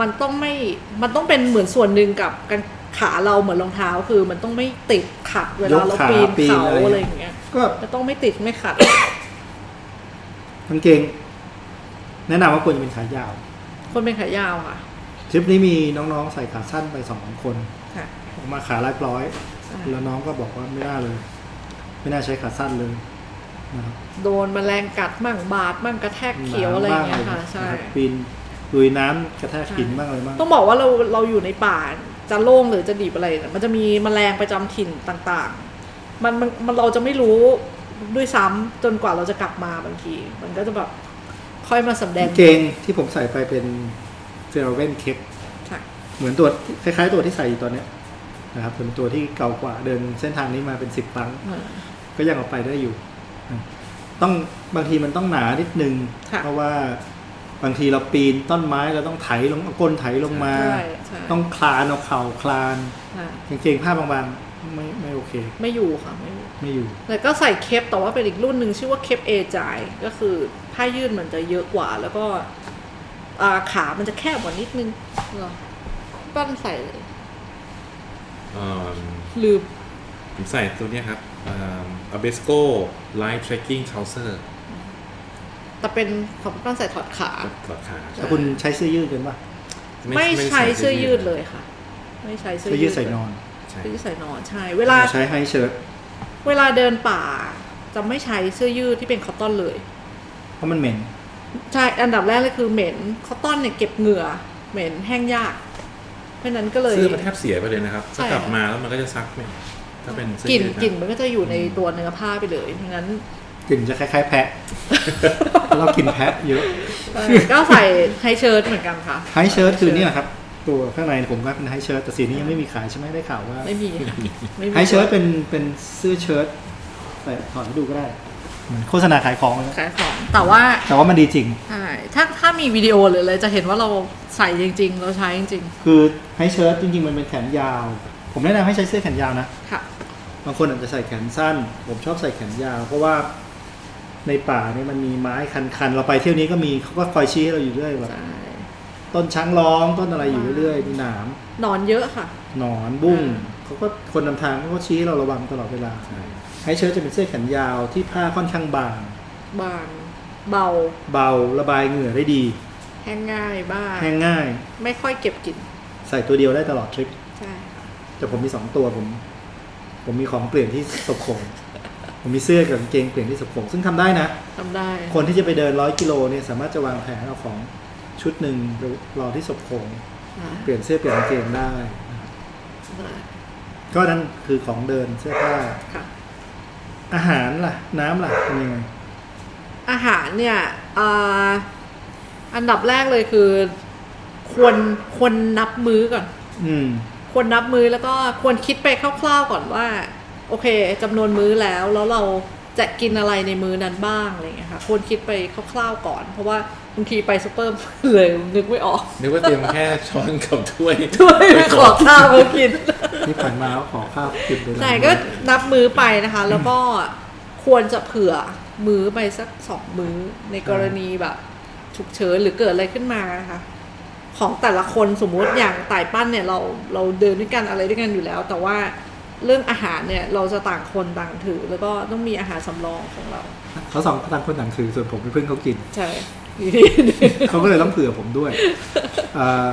Speaker 2: มันต้องไม่ มันต้องเป็นเหมือนส่วนหนึ่งกับการขาเราเหมือนรองเท้าคือมันต้องไม่ติดขัดเวลาเราปีนเขาอะไรอย่างเงี้ย
Speaker 1: ก็
Speaker 2: มันต้องไม่ติดไม่ขัด
Speaker 1: กางเกง แนะนำว่าควรจะเป็นขายาว
Speaker 2: คนเป็นขายาวค่ะ
Speaker 1: ทริปนี้มีน้องๆใส่ขาสั้นไปสองสามคน
Speaker 2: ค่ะ
Speaker 1: ออกมาขาลากร้อย
Speaker 2: ใช่
Speaker 1: แล้วน้องก็บอกว่าไม่น่าเลย ไม่น่าใช้ขาสั้นเลยนะครับ
Speaker 2: โดนแมลงกัดมั่งบาดมั่งกระแทกเขียวอะไรอย่างเงี้ยค่ะใช่
Speaker 1: นรับปีนลุยน้ำกระแทกหิน
Speaker 2: ใช่
Speaker 1: บ้างอะไรบ้าง
Speaker 2: ต้องบอกว่าเราเราอยู่ในป่าจะโล่งหรือจะดีบอะไรเนี่ยมันจะมีแมลงประจำถิ่นต่างๆ มันมันมันเราจะไม่รู้ด้วยซ้ำจนกว่าเราจะกลับมาบางที มันก็จะแบบค่อยมาสำแดง
Speaker 1: กางเกงที่ผมใส่ไปเป็นเซเว่นเคป
Speaker 2: ค่ะ
Speaker 1: เหมือนตัวคล้ายๆตัวที่ใส่อยู่ตอนเนี้ยนะครับเป็นตัวที่เก่ากว่าเดินเส้นทางนี้มาเป็นสิบครั้ง ก็ยังเอาไปได้อยู่นะต้องบางทีมันต้องหนานิดนึง
Speaker 2: ค่ะ
Speaker 1: เพราะว่าบางทีเราปีนต้นไม้เราต้องไถลงเอาก้นไถลงมา
Speaker 2: ใช่ใช่
Speaker 1: ต้องคลานเอาเข่าคลาน
Speaker 2: ค่ะ
Speaker 1: กางเกงผ้าบางๆไม่ไม่โอเค
Speaker 2: ไม่อยู่ค่ะไม่อยู่
Speaker 1: ไม่อยู่
Speaker 2: แต่ก็ใส่เคปแต่ว่าเป็นอีกรุ่นหนึ่งชื่อว่าเคปเอจายก็คือผ้ายืดมันจะเยอะกว่า แล้วก็อ่าขามันจะแคบกว่านิดนึงเหรอบ้านใส่เลย
Speaker 3: เอิ่ม
Speaker 2: ลืม
Speaker 3: ผมใส่ตัวเนี้ยครับอาเบสโก Light Tracking Trouser
Speaker 2: แต่เป็นของบ้านใส่ถอดขา
Speaker 3: ถอดขา
Speaker 1: แล้วคุณใช้เสื้อยืดกันป่ะ
Speaker 2: ไม่
Speaker 3: ด้
Speaker 2: ใช้เสื้อยืดเลยค่ะ ไม่ใช้เสื้
Speaker 1: เสื้อยืดใส่
Speaker 2: เล
Speaker 1: นอน
Speaker 3: ใช่
Speaker 2: เสื้อยืดใส่นอนใช่ เวลา
Speaker 1: เราใช้ไฮเชิ้ต
Speaker 2: เวลาเดินป่า จะไม่ใช้เสื้อยืดที่เป็นคอตตอนเลย
Speaker 1: เพราะมันเหม็น
Speaker 2: ใช่ อันดับแรกเลยคือเหม็นคอตตอนเนี่ยเก็บเหงื่อ เหม็นแห้งยาก เพราะฉะนั้นก็เลย
Speaker 3: เสื้อมันแทบเสียไปเลยนะครับ
Speaker 2: ใช่
Speaker 3: ถ้ากลับมาแล้วมันก็จะซักไม่ถ้าเป็นเสื้อก
Speaker 2: ลิ่น
Speaker 3: ยืดะ
Speaker 2: กลิ่นมันก็จะอยู่ในตัวเนื้อผ้าไปเลยเพราะฉะนั้น
Speaker 1: กลิ่นจะคล้ายๆ แพะ [laughs] เรากินแพะเยอะ
Speaker 2: ก็ใส่ไฮเชิ้ตเหมือนกันค่ะ
Speaker 1: ไฮเชิ้ตคือเนี่ยครับ ตัวข้างในผมก็เป็นไฮเชิ้ตแต่สีนี้ยังไม่มีขายใช่ไหมได้ข่าวว่า
Speaker 2: ไม่มีค่ะไม่มี
Speaker 1: ไฮเชิ้ตเป็นเป็นเสื้อเชิ้ตแต่ถอดให้ดูก็ได้เหมือนโฆษณาขายของเลยนะ
Speaker 2: ขายของ แต่ว่า
Speaker 1: แต่ว่ามันดีจริง
Speaker 2: ใช่ถ้าถ้ามีวิดีโอหรืออะไรจะเห็นว่าเราใส่จริง ๆ เราใช้จริง
Speaker 1: คือไฮเชิ้ตจริงๆ มันเป็นแขนยาว ผมแนะนำให้ใช้เสื้อแขนยาวนะ
Speaker 2: ๆค่ะ
Speaker 1: บางคนอาจจะใส่แขนสั้น ผมชอบใส่แขนยาว เพราะว่าในป่าเนี่ยมันมีไม้คันๆ เราไปเที่ยวนี้ก็มีเขาก็คอยชี้ให้เราอยู่เรื่อยแบบ
Speaker 2: ใช่
Speaker 1: ต้นช้างร้องต้นอะไรอยู่เรื่อยๆมีหนาม
Speaker 2: นอนเยอะค่ะ
Speaker 1: หนอนบุ้ง
Speaker 2: อ่
Speaker 1: เขาก็คนนำทางเขาก็ชี้ให้เราระวังตลอดเวลา
Speaker 3: ใช่
Speaker 1: ไฮเชิ้ตจะเป็นเสื้อแขนยาวที่ผ้าค่อนข้างบาง
Speaker 2: บางเบา
Speaker 1: เบาระบายเหงื่อได้ดี
Speaker 2: แห้งง่ายบ้าง
Speaker 1: แห้งง่าย
Speaker 2: ไม่ค่อยเก็บกลิ่น
Speaker 1: ใส่ตัวเดียวได้ตลอดทริป
Speaker 2: ใช่
Speaker 1: แต่ผมมีสองตัวผม ผมมีของเปลี่ยนที่สบโขงผมมีเสื้อกับกางเกงเปลี่ยนที่สบโขงซึ่งทำได้นะ
Speaker 2: ทำได้
Speaker 1: คนที่จะไปเดินร้อยกิโลเนี่ยสามารถจะวางแผนเอาของชุดหนึ่งไปรอที่สบโขง
Speaker 2: อ่า
Speaker 1: เปลี่ยนเสื้อเปลี่ยนกางเกงได้
Speaker 2: ได้
Speaker 1: ก็นั่นคือของเดินเสื้อผ้า
Speaker 2: ค่ะ
Speaker 1: อาหารล่ะ น้ำล่ะเป็นยังไง
Speaker 2: อาหารเนี่ยเอ่ออันดับแรกเลยคือควรควรนับมื้อก่อน
Speaker 1: อืม
Speaker 2: ควรนับมื้อแล้วก็ควรคิดไปคร่าวๆก่อนว่า โอเคจำนวนมื้อแล้วแล้วเราจะกินอะไรในมื้อนั้นบ้างอะไรอย่างเงี้ยค่ะควรคิดไปคร่าวๆก่อน เพราะว่าบางทีไปซูเปอร์ [laughs] เลยนึกไม่ออก [laughs]
Speaker 3: นึกว่าเตรียมแค่ช้อนกับถ้วย
Speaker 2: ด้วยไปขอข้าวมากิน
Speaker 1: ที่ผ่านมาขอภาพติดเลย
Speaker 2: แต่ก็นับมื้อไปนะคะ แล้วก็ควรจะเผื่อมื้อไปสักสองมื้อในกรณีแบบฉุกเฉินหรือเกิดอะไรขึ้นมานะคะ ของแต่ละคนสมมุติอย่างต่ายปั้นเนี่ยเราเราเดินด้วยกันอะไรด้วยกันอยู่แล้ว แต่ว่าเรื่องอาหารเนี่ยเราจะต่างคนต่างถือ แล้วก็ต้องมีอาหารสำรองของเรา
Speaker 1: เขาสองต่างคนต่างถือส่วนผมเป็นเพื่อนเขากิน
Speaker 2: ใช่ [laughs] อยู่ที่
Speaker 1: เขาก็เลยต้องเผื่อผม [laughs] ด้วยเอ่อ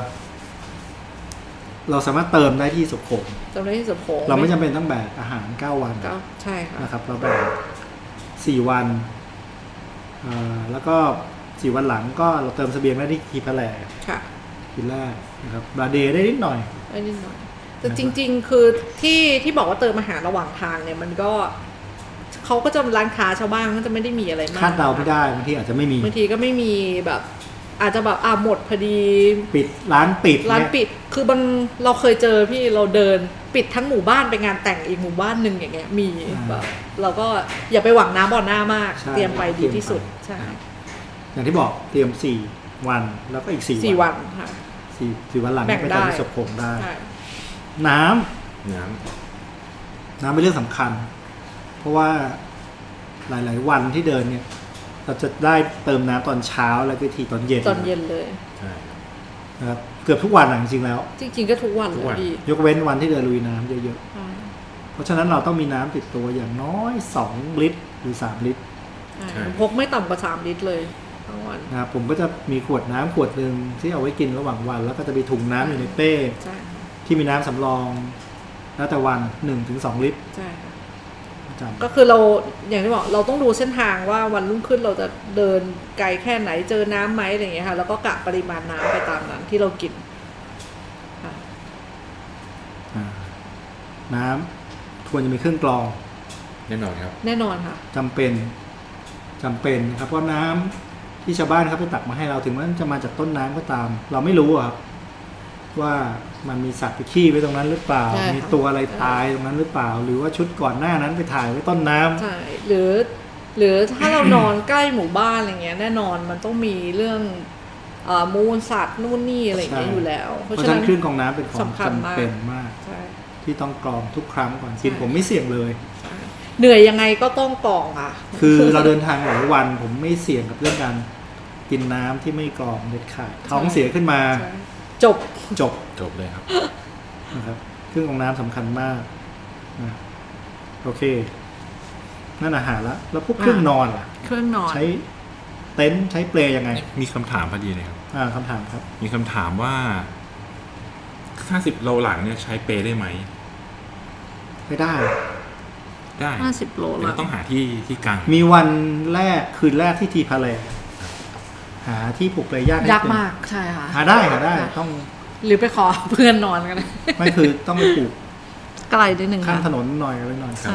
Speaker 1: เราสามารถเติมได้ที่สุขม
Speaker 2: จำได้ที่สมโภช
Speaker 1: เราไม่จำเป็นต้องแบกอาหารเก้าวัน
Speaker 2: ก็ใช่ค่ะ
Speaker 1: นะครับเราแบ่งสี่วันเอ่อแล้วก็สี่วันหลังก็เราเติมเสบียงได้ที่ทีแผล
Speaker 2: ค่ะ
Speaker 1: ทีแรกนะครับบาเดย์ได้นิดหน่อย
Speaker 2: ได้นิดหน่อยแต่
Speaker 1: นะครับ
Speaker 2: จริง ๆ คือที่ที่บอกว่าเติมอาหารระหว่างทางเนี่ยมันก็เขาก็จะร้านค้าชาวบ้านก็จะไม่ได้มีอะไรมาก
Speaker 1: คาดเดาไม่ได้บางทีอาจจะไม่มี
Speaker 2: บางทีก็ไม่มีแบบ อาจจะแบบอ่าหมดพอดี
Speaker 1: ปิดร้านปิด
Speaker 2: ร้าน
Speaker 1: เนี่ย
Speaker 2: ปิดคือบางเราเคยเจอพี่เราเดินปิดทั้งหมู่บ้านไปงานแต่งอีกหมู่บ้านหนึ่งอย่างเงี้ยมีแบบเราก็อย่าไปหวังน้ำบ่อหน้ามาก
Speaker 1: ใช่
Speaker 2: เตรียมไปดีที่สุด
Speaker 1: เตรี
Speaker 2: ใช่
Speaker 1: ยมไปอย่างที่บอกเตรียมสี่วันแล้วก็อีกสี่
Speaker 2: สี่วันค่ะ
Speaker 1: สี่สี่วันหลัง
Speaker 2: แบ่ง
Speaker 1: ไปตาม
Speaker 2: ได้
Speaker 1: ที่สบผมได้
Speaker 2: ใช่
Speaker 1: น้ำ
Speaker 3: น้
Speaker 1: น้ำเป็นเรื่องสำคัญ เพราะว่าหลาย ๆ วันที่เดินเนี่ย เราจะได้เติมน้ำตอนเช้าแล้วก็ทีตอนเย็น
Speaker 2: ตอนเย็นเลย
Speaker 3: ำใช่
Speaker 1: นะครับเกือบทุกวันอะจริงๆแล้ว
Speaker 2: จริง ๆ ก็ทุกวันเล
Speaker 3: ทุก
Speaker 2: ย
Speaker 3: วัน
Speaker 2: พี่
Speaker 1: ยกเว้นวันที่เดินลุยน้ำเยอะ
Speaker 2: ใช่
Speaker 1: ๆ เพราะฉะนั้นเราต้องมีน้ำติดตัวอย่างน้อย 2 ลิตรหรือ 3 ลิตร
Speaker 3: ใช่
Speaker 2: ใช่พกไม่ต่ำกว่าสามลิตรเลยทั้งวัน
Speaker 1: นะครับผมก็จะมีขวดน้ำขวดหนึ่งที่เอาไว้กินระหว่างวัน แล้วก็จะมีถุงน้ำอยู่ในเป้
Speaker 2: ใช่ค่ะ
Speaker 1: ที่มีน้ำสำรอง แล้วแต่วัน 1-2 ลิตร
Speaker 2: ใช่ค่ะ
Speaker 1: ประจำ
Speaker 2: ก็คือเราอย่างที่บอกเราต้องดูเส้นทางว่าวันรุ่งขึ้นเราจะเดินไกลแค่ไหนเจอน้ำไหมอะไรอย่างเงี้ยค่ะแล้วก็กะปริมาณน้ำไปตามนั้นที่เรากินค่ะ
Speaker 1: อ่าน้ำควรจะมีเครื่องกรอง
Speaker 3: แน่นอนครับ
Speaker 2: แน่นอนค่ะ
Speaker 1: จำเป็นจำเป็นนะครับเพราะน้ำที่ชาวบ้านเขาไปตักมาให้เราถึงมันจะมาจากต้นน้ำก็ตาม เราไม่รู้อะครับว่ามันมีสัตว์ไปขี้ไว้ตรงนั้นหรือเปล่า
Speaker 2: ใช่ค่ะ
Speaker 1: มีตัวอะไรตายตรงนั้นหรือเปล่า หรือว่าชุดก่อนหน้านั้นไปถ่ายไว้ต้นน้ำ
Speaker 2: ใช่หรือหรือถ้าเรา นอนใกล้หมู่บ้านอะไรเงี้ยแน่นอนมันต้องมีเรื่องเอ่อมูลสัตว์นู่นนี่อะไรอย่างเงี้ย
Speaker 1: ใช่
Speaker 2: อยู่แล้ว
Speaker 1: เพราะฉะนั้นคลื่นของน้ำเป็นของ
Speaker 2: สำคัญ
Speaker 1: จำ
Speaker 2: มาก
Speaker 1: เป็นมาก
Speaker 2: ใช่
Speaker 1: ที่ต้องกรองทุกครั้งก่อนกิน
Speaker 2: ใช่
Speaker 1: ผมไม่เสี่ยงเลย
Speaker 2: เหนื่อยยังไงก็ต้องกรองค่ะ
Speaker 1: คือเราเดินทางหลายวันผมไม่เสี่ยงกับเรื่องการกินน้ำที่ไม่กรองเด็ดขาดท้องเสียขึ้นมา
Speaker 2: ใช่จบ
Speaker 1: จบ
Speaker 3: จบเลยครับ
Speaker 1: นะครับเครื่องกรองน้ำสำคัญมากนะโอเค นั่นอาหารละแล้วพวก
Speaker 2: อ่า
Speaker 1: เครื่องนอนล่ะ
Speaker 2: เครื่องนอน
Speaker 1: ใช้เต็นท์ใช้เปลยังไง
Speaker 3: มีคำถามพอดีเลยครับ
Speaker 1: อ่าคำถามครับ
Speaker 3: มีคำถามว่าห้าสิบโลหลังเนี่ยใช้เปได้ไหม
Speaker 1: ไม่ได้
Speaker 3: ได้
Speaker 2: ห้าสิบโล
Speaker 3: แต่
Speaker 2: ละ
Speaker 3: ก็ต้องหาที่ที่กลาง
Speaker 1: มีวันแรกคืนแรกที่ทีพาเลหาที่ผูกเปลยากนิด
Speaker 2: ยาก
Speaker 1: นึง
Speaker 2: มากใช่ค่ะ
Speaker 1: หาได้หาได้ต้อง
Speaker 2: หรือไปขอเพื่อนนอนกัน [laughs] นะ
Speaker 1: ไม่คือต้องไปผูก
Speaker 2: ไกลนิดนึง
Speaker 1: ข้างถ
Speaker 2: ค่ะ
Speaker 1: นนหน่อยอะไรหน่อย
Speaker 2: ใช่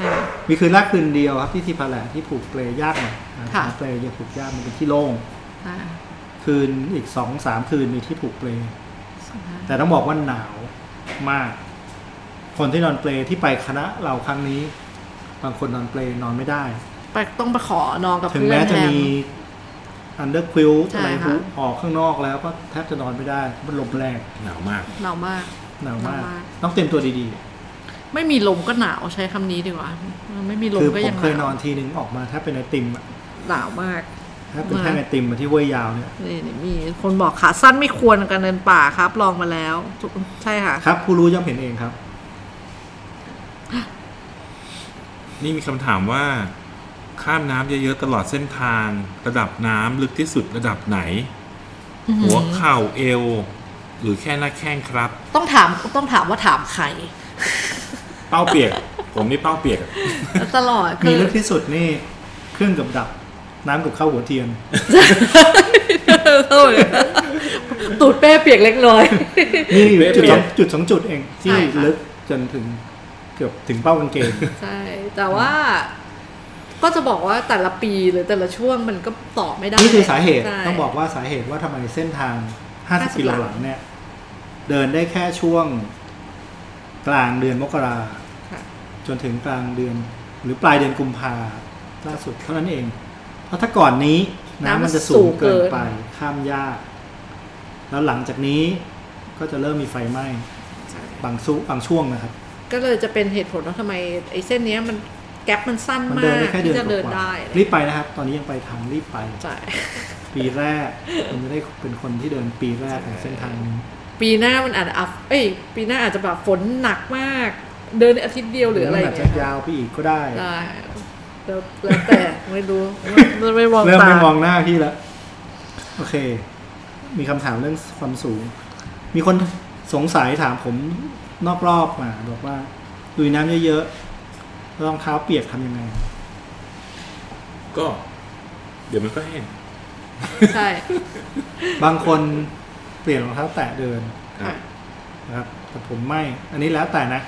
Speaker 1: มีคืนแรกคืนเดียวครับที่ทีพาเลที่ผูกเปลยากหน่อยหา
Speaker 2: ค่ะ
Speaker 1: หาเปลยังผูกยากมันเป็นที่โล่ง
Speaker 2: อ่า
Speaker 1: คืนอีกสองสามคืนมีที่ผูกเปล
Speaker 2: ใช่
Speaker 1: แต่ต้องบอกว่าหนาวมาก คนที่นอนเปลที่ไปคณะเราครั้งนี้ บางคนนอนเปลนอนไม่ได้
Speaker 2: ไปต้องไปขอนอนกับ
Speaker 1: ถึง
Speaker 2: เพื่อน
Speaker 1: แม้จะ
Speaker 2: แทน
Speaker 1: มีอันเดอร์ควิล
Speaker 2: ใช่
Speaker 1: อะไร
Speaker 2: ค่ะ
Speaker 1: ฮุออกข้างนอกแล้วก็แทบจะนอนไม่ได้ มันลมแรง
Speaker 3: หนาวมาก
Speaker 2: หนาวมาก
Speaker 1: หนาวมาก
Speaker 2: หนาวมาก
Speaker 1: ต้องเตรียมตัวดี
Speaker 2: ไม่มีลมก็หนาวใช้คำนี้ดีกว่า ไม่มีล
Speaker 1: ๆ
Speaker 2: ม
Speaker 1: คือ
Speaker 2: ก็
Speaker 1: ผ
Speaker 2: ยั
Speaker 1: ม
Speaker 2: ง
Speaker 1: เคน
Speaker 2: หาย
Speaker 1: นอ
Speaker 2: วน
Speaker 1: ทีหนึ่งออกมาแทบเป็นไอติมอะ
Speaker 2: หนาวมาก
Speaker 1: แทบเป็นแท่งไอติมมาที่ห้วยยาวเนี่ย
Speaker 2: นี่นี่มีคนบอกขาสั้นไม่ควรกันเดินป่าครับ ลองมาแล้วถูกใช่ค่ะ
Speaker 1: ครับ ผู้รู้ย่อมเห็นเองครับ
Speaker 3: นี่มีคำถามว่า ข้ามน้ำเยอะๆตลอดเส้นทาง ระดับน้ำลึกที่สุดระดับไหน
Speaker 2: อื้อหือ
Speaker 3: หัวเข่าเอว หรือแค่หน้าแข้งครับ
Speaker 2: ต้องถามต้องถามว่าถามใคร
Speaker 3: เป้าเปียก ผมนี่เป้าเปียกอะ
Speaker 2: ตลอดคื
Speaker 1: [laughs] มี
Speaker 2: อ
Speaker 1: ลึกที่สุดนี่เครื่องกับดับ น้ำกับข้าวหัวเทียม
Speaker 2: [laughs] ตูดเป้เปียกเล็กน้อย
Speaker 1: นี่จุดสองจุดสองจุดเองที่
Speaker 2: ใช่ค่ะ
Speaker 1: ลึกจนถึงเกือบถึงเป้ากางเกง
Speaker 2: ใช่ แต่ว่าก็จะบอกว่าแต่ละปีหรือแต่ละช่วงมันก็ตอบไม่ได้
Speaker 1: นี่คือสาเหตุ
Speaker 2: ใช่
Speaker 1: ต้องบอกว่าสาเหตุว่าทำไมเส้นทาง 50
Speaker 2: 50
Speaker 1: กิโลหลังเนี่ย เดินได้แค่ช่วงกลางเดือนมกรา
Speaker 2: ค่ะ
Speaker 1: จนถึงกลางเดือน หรือปลายเดือนกุมภาล่าสุดเท่านั้นเอง เพราะถ้าก่อนนี้น้ำมันจะสูงเกินไปข้ามยาก แล้วหลังจากนี้ก็จะเริ่มมีไฟไหม้
Speaker 2: ใช่
Speaker 1: บางสุบางช่วงนะครับ
Speaker 2: ก็เลยจะเป็นเหตุผลว่าทำไมไอ้เส้นเนี้ยมันแกลบมันสั้น
Speaker 1: มัน
Speaker 2: มา
Speaker 1: เดิน
Speaker 2: ก
Speaker 1: ได้แค่เดือ
Speaker 2: ที่
Speaker 1: น
Speaker 2: จะเดิน
Speaker 1: กว่า
Speaker 2: ได้
Speaker 1: ๆรีบไปนะครับ ตอนนี้ยังไปทันรีบไป
Speaker 2: ใช่
Speaker 1: ปีแรกคุณจะได้เป็นคนที่เดินปีแรกของเส้นทางนี้
Speaker 2: ปีหน้ามันอาจจะอัพเอ้ยปีหน้าอาจจะแบบฝนหนักมาก เดินอาทิตย์เดียวหรืออะไร
Speaker 1: มันอาจ
Speaker 2: เงี้
Speaker 1: จะ
Speaker 2: ย
Speaker 1: ยาวไปอีกก็ได้
Speaker 2: ได้แล้วแล้วแต่ไม่รู้ไม่ไม่มอง
Speaker 1: เริ่ม
Speaker 2: ตา
Speaker 1: ไม่มองหน้าพี่แล้ว โอเค มีคำถามเรื่องความสูง มีคนสงสัยถามผมนอกรอบมา บอกว่าลุยน้ำเยอะๆรองเท้าเปียกทำยังไง
Speaker 3: ก็ เดี๋ยวมันก็แห้ง
Speaker 2: ใช่
Speaker 1: บางคนเปลี่ยนรองเท้าแตะเดิน
Speaker 3: อ่ะ
Speaker 1: นะครับ แต่ผมไม่ อันนี้แล้วแต่นะ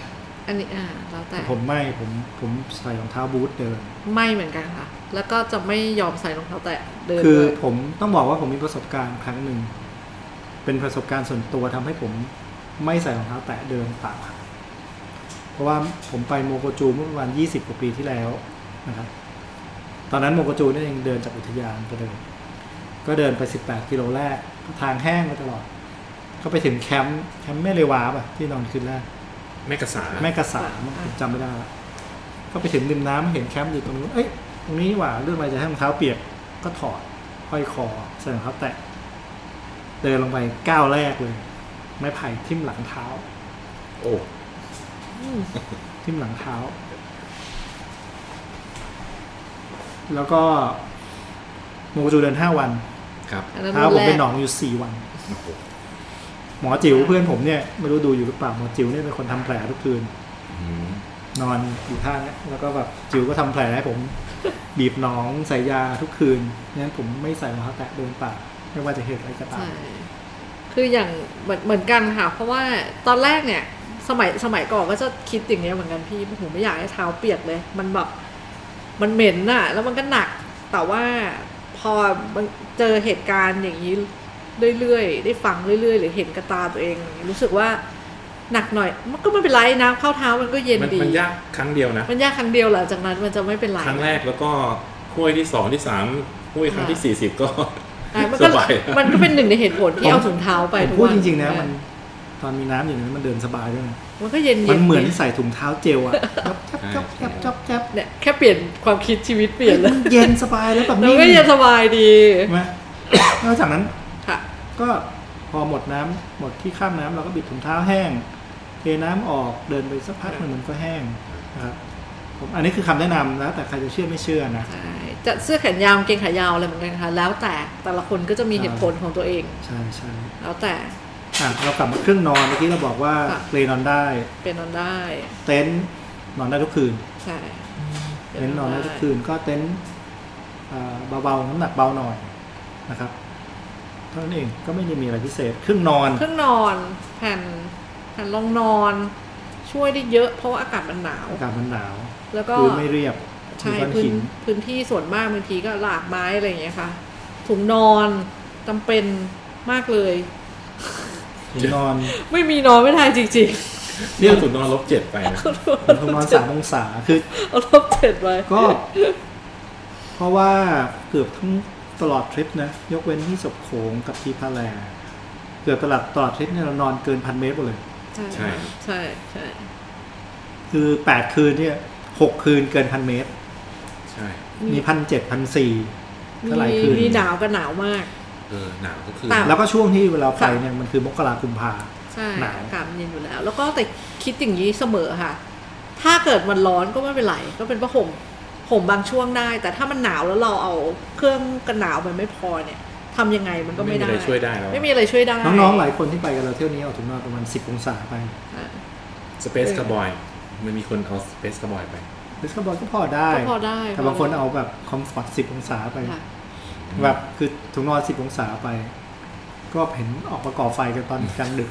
Speaker 2: อันนี้อ่าแล้วแต่
Speaker 1: แต่ผมไม่ผมผมใส่รองเท้าบูทเดิน
Speaker 2: ไม่เหมือนกันค่ะ แล้วก็จะไม่ยอมใส่รองเท้าแตะเดิน
Speaker 1: คือ
Speaker 2: ด้วย
Speaker 1: ผมต้องบอกว่าผมมีประสบการณ์ครั้งหนึ่ง เป็นประสบการณ์ส่วนตัวทำให้ผมไม่ใส่รองเท้าแตะเดินป่าเพราะว่าผมไปโมโกจูเมื่อประมาณ20กว่าปีที่แล้วนะครับ ตอนนั้นโมโกจูเนี่ยยังเดินจากอุทยานไปเลย ก็เดินไป 18 กิโลแรกทางแห้งมาตลอด ก็ไปถึงแคมป์แคมป์แม่เลวาป่ะที่นอนคืนแรก
Speaker 3: แม่กระสา
Speaker 1: แม่กระสามั้งผมจำไม่ได้ละก็ไปถึงริมน้ำเห็นแคมป์อยู่ตรงนู้น เอ้ย ตรงนี้นี่หว่าเรื่องอะไรจะให้รองเท้าเปียก ก็ถอดห้อยคอใส่รองเท้าแตะ เดินลงไปก้าวแรกเลย ไม้ไผ่ทิ่มหลังเท้า
Speaker 3: โอ้
Speaker 1: ทิ่มหลังเท้า แล้วก็โมโกจูเดินห้าวัน
Speaker 3: ครับ
Speaker 2: อันนั้น
Speaker 1: เท้าผมเป็นหนอ
Speaker 2: รุ่
Speaker 1: งอยู่สี่วัน
Speaker 3: โอ้โห
Speaker 1: หมอจิ๋วเพื่อนผมเนี่ยไม่รู้ดูอยู่หรือเปล่าหมอจิ๋วเนี่ยเป็นคนทำแผลทุกคืน
Speaker 3: อืม
Speaker 1: นอนอยู่ท่าเนี้ยแล้วก็แบบจิ๋วก็ทำแผลให้ผม บีบหน้องใส่ยาทุกคืนนั้นผมไม่ใส่รองเท้าแตะเดินป่าไม่ว่าจะเหตุอะไรก็
Speaker 2: แรก
Speaker 1: ตาม
Speaker 2: ใช่คืออย่างเหมือนเหมือนกันค่ะ เพราะว่าตอนแรกเนี่ย สมัยสมัยก่อนก็จะคิดอย่างเงี้ยเหมือนกันพี่โอ้โหไม่อยากให้เท้าเปียกเลย มันแบบมันเหม็นน่ะ แล้วมันก็หนัก แต่ว่าพอมันเจอเหตุการณ์อย่างนี้เรื่อยๆ ได้ฟังเรื่อยๆ หรือเห็นกระตาตัวเองอย่างนี้รู้สึกว่าหนักหน่อย มันก็ไม่เป็นไรนะเข้าเท้ามันก็เย็น
Speaker 3: มัน
Speaker 2: ดี
Speaker 3: มันยากครั้งเดียวนะ
Speaker 2: มันยากครั้งเดียวหลังจากนั้นมันจะไม่เป็นไร
Speaker 3: ครั้งแรกแล้วก็ห้วยที่สองที่สามห้วยครั้งที่สี่สิบก็
Speaker 2: อ่ะมันก็
Speaker 3: สบาย
Speaker 2: มันก็เป็นหนึ่งในเหตุผลที่เอาถุงเท้าไป
Speaker 1: ผม
Speaker 2: ทุก
Speaker 1: พูด
Speaker 2: วัน
Speaker 1: จริงๆนะมันตอนมีน้ำอยู่ในนั้นมันเดินสบายด้วยนะ
Speaker 2: มันก็เย็นๆ
Speaker 1: มันเหมือนใส่ถุงเท้าเจ
Speaker 2: [laughs]
Speaker 1: ลอะจับจับจับจับจับ
Speaker 2: เนี่ยแค่เปลี่ยนความคิดชีวิตเปลี่ยนแล้ว
Speaker 1: เย็นสบายแล้วแบบ
Speaker 2: แล้ว
Speaker 1: นิ่ง
Speaker 2: ก็จะสบายดี
Speaker 1: ใช่ไหม แล้วจากนั้น
Speaker 2: ค่ะ
Speaker 1: ก็พอหมดน้ำหมดที่ข้ามน้ำเราก็บิดถุงเท้าแห้ง เทน้ำออกเดินไปสักพักหนึ่งมันก็แห้งนะครับผมอันนี้คือคำแนะนำนะแต่ใครจะเชื่อไม่เชื่อนะ
Speaker 2: ใช่จะเสื้อแขนยาวกางเกงขายาวอะไรเหมือนกันค่ะ แล้วแต่แต่ละคนก็จะมีเหตุผลของตัวเอง
Speaker 1: ใช่ใช่
Speaker 2: แล้วแต่
Speaker 1: อ่ะเรากลับมาเครื่องนอนเมื่อกี้เราบอกว่า
Speaker 2: ค่ะ
Speaker 1: เปลนอนได้
Speaker 2: เป็นนอนได้
Speaker 1: เต็นท์นอนได้ทุกคืน
Speaker 2: ใช่
Speaker 1: เต็นท์นอนได้ทุกคืนก็เต็นท์เอ่อเบาๆน้ำหนักเบาหน่อยนะครับเท่านั้นเองก็ไม่ได้มีอะไรพิเศษเครื่องนอน
Speaker 2: เครื่องนอนแผ่นแผ่นรองนอน ช่วยได้เยอะเพราะว่าอากาศมันหนาว
Speaker 1: อากาศมันหนาว
Speaker 2: แล้วก็
Speaker 1: พื้นไม่เรียบมี
Speaker 2: ใช่
Speaker 1: ก้อน
Speaker 2: พื้
Speaker 1: หิ
Speaker 2: น
Speaker 1: น
Speaker 2: พื้นที่ส่วนมากบางทีก็หลากไม้อะไรอย่างเงี้ยค่ะถุงนอนจำเป็นมากเลย
Speaker 1: ถุงน
Speaker 2: [laughs]
Speaker 1: อน
Speaker 2: ไม่มีนอนไม่ได้จริง
Speaker 3: เรียกถุงนอนลบเจ็ดไปนะ
Speaker 1: ถุงนอนสามองศาคือ
Speaker 2: ๆ เอาลบเจ็ดไว้
Speaker 1: ก็ เพราะว่าเกือบทั้งตลอดทริปนะ ยกเว้นที่ศพโขงกับทีพาแลเกือบตลอดตลอดทริปเนี่ยเรานอนเกินพันเมตรหมดเลย
Speaker 2: ใช่
Speaker 3: ใช่
Speaker 2: ใช่ใช่ใช่
Speaker 1: คือแปดคืนเนี่ยหกคืนเกินพันเมตร
Speaker 3: ใช่
Speaker 1: มีพันเจ็ดพันสี่ก็หลายคืน
Speaker 2: มีหนาวก็หนาวมาก
Speaker 3: เออหนาวก็คือ
Speaker 2: ตาก
Speaker 1: แล้วก็ช่วงที่เวลาไปเนี่ยมันคือมกราคุมภา
Speaker 2: ใช่
Speaker 1: หนาว
Speaker 2: อากาศมันเย็นอยู่แล้ว แล้วก็แต่คิดอย่างนี้เสมอค่ะ ถ้าเกิดมันร้อนก็ไม่เป็นไรก็เป็นผ้าห่มห่มบางช่วงได้ แต่ถ้ามันหนาวแล้วเราเอาเครื่องกันหนาวมันไม่พอเนี่ยทำยังไงมันก็ไม่ได้
Speaker 3: ไม่มีอะไรช่วยได้แล้ว
Speaker 2: ไม่มีอะไรช่วยได้
Speaker 1: น้องๆหลายคนที่ไปกันเราเที่ยวนี้เอาถุงนอนประมาณสิบองศาไป
Speaker 3: สเปซคาร์บอย มันมีคนเอาสเปซคาร์บอยไป
Speaker 1: ดิสก์บอลก็พอได้
Speaker 2: ก็พอได้
Speaker 1: แต่บางคนเอาแบบคอมฟอร์ตสิบองศาไป
Speaker 2: ค่ะ
Speaker 1: แบบคือถุงนอนสิบองศาไป ก็เห็นออกประกอบไฟกันตอนกลางดึก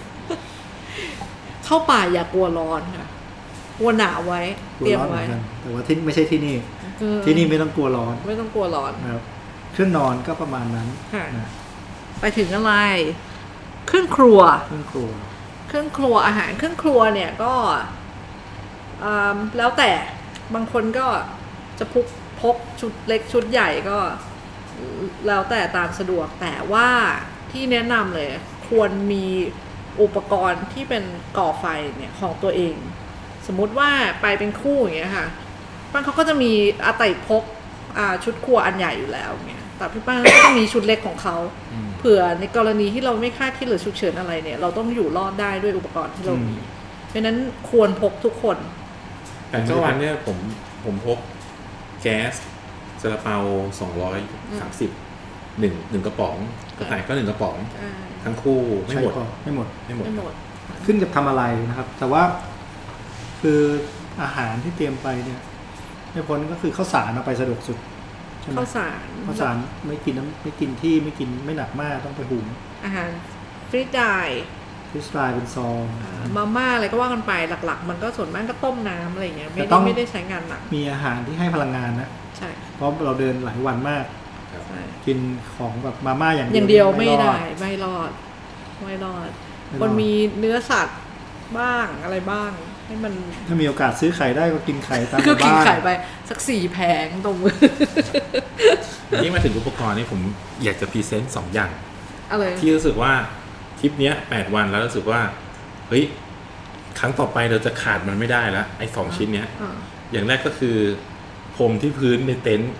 Speaker 2: เข้าป่าอย่ากลัวร้อนค่ะกลัวหนาวไว้
Speaker 1: กลัว
Speaker 2: เตรียม
Speaker 1: ร้อนเหมือน
Speaker 2: ไว้
Speaker 1: กันแต่ว่าที่ไม่ใช่ที่นี่
Speaker 2: เออ
Speaker 1: ที่นี่ไม่ต้องกลัวร้อน
Speaker 2: ไม่ต้องกลัวร้อน
Speaker 1: นะครับเครื่องนอนก็ประมาณนั้น
Speaker 2: ค่ะ
Speaker 1: นะ
Speaker 2: ไปถึงอะไร เครื่องครัว
Speaker 1: เครื่องครัว
Speaker 2: เครื่องครัวอาหารเครื่องครัวเนี่ยก็อืมแล้วแต่บางคนก็จะพกพกชุดเล็กชุดใหญ่ก็ แล้วแต่ตามสะดวกแต่ว่าที่แนะนำเลยควรมีอุปกรณ์ที่เป็นก่อไฟเนี่ยของตัวเอง สมมุติว่าไปเป็นคู่อย่างเงี้ยค่ะป้าเขาก็จะมีอาไตพกอ่าชุดครัวอันใหญ่อยู่แล้วอย่างเงี้ยแต่พี่ป้า ก็จะมีชุดเล็กของเขา
Speaker 3: อืม
Speaker 2: เผื่อในกรณีที่เราไม่คาดคิดหรือฉุกเฉินอะไรเนี่ย เราต้องอยู่รอดได้ด้วยอุปกรณ์ที่เรามีเพราะฉะนั้นควรพกทุกคน
Speaker 3: แต่เมื่อวานเนี่ยผมผมพกแก๊สซาลาเปาสองร้อยสามสิบหนึ่งหนึ่งกระป๋อง กระต่ายก็หนึ่งกระป๋อง
Speaker 2: อ่า
Speaker 3: ทั้งคู่ไม่
Speaker 1: ใช่
Speaker 3: หมด
Speaker 1: ก่อนไม่หมด
Speaker 3: ไม่หมด
Speaker 2: ไม่หมด
Speaker 1: ขึ้นกับทำอะไรนะครับ แต่ว่าคืออาหารที่เตรียมไปเนี่ยไม่พ้นก็คือข้าวสารเอาไปสะดวกสุดใช่ไหม
Speaker 2: ข้าวสาร
Speaker 1: ข้าวสารไม่กินน้ำไม่กินที่ไม่กินไม่หนักมากต้องไปหุง
Speaker 2: อาหารฟรีดาย
Speaker 1: ฟิสไตล์เป็นซอง
Speaker 2: มาม่าอะไรก็ว่ากันไปหลัก ๆ มันก็ส่วนมากก็ต้มน้ำอะไรอย่างเงี้ยไม่
Speaker 1: แต่ต้
Speaker 2: ได้
Speaker 1: อง
Speaker 2: ไม่ได้ใช้งานหนัก
Speaker 1: มีอาหารที่ให้พลังงานนะ
Speaker 2: ใช่
Speaker 1: เพราะเราเดินหลายวันมาก
Speaker 3: ครับ
Speaker 2: ใช่
Speaker 1: กินของแบบมาม่าอย่าง
Speaker 2: อย่างเดียวไม่
Speaker 1: รอ
Speaker 2: ได้ไม่รอดไม่รอด
Speaker 1: ไม่รอด
Speaker 2: มันมีเนื้อสัตว์บ้างอะไรบ้าง ให้มัน
Speaker 1: ถ้ามีโอกาสซื้อไข่ได้ก็กินไข่ตามห
Speaker 2: ก็
Speaker 1: มู่
Speaker 2: กิน
Speaker 1: บ้าน
Speaker 2: ไข่ไปสักสี่แผงตรงมือ [laughs]
Speaker 3: นี่มาถึงอุปกรณ์นี่ผมอยากจะพรีเซนต์สองอย่าง
Speaker 2: อะไร
Speaker 3: ที่รู้สึกว่าทริปเนี้ยแปดวันแล้วรู้สึกว่าเฮ้ยครั้งต่อไปเราจะขาดมันไม่ได้ละไอ้สองชิ้นเนี้ย
Speaker 2: อ่า
Speaker 3: อย่างแรกก็คือพรมที่พื้นในเต็นท์
Speaker 2: [laughs]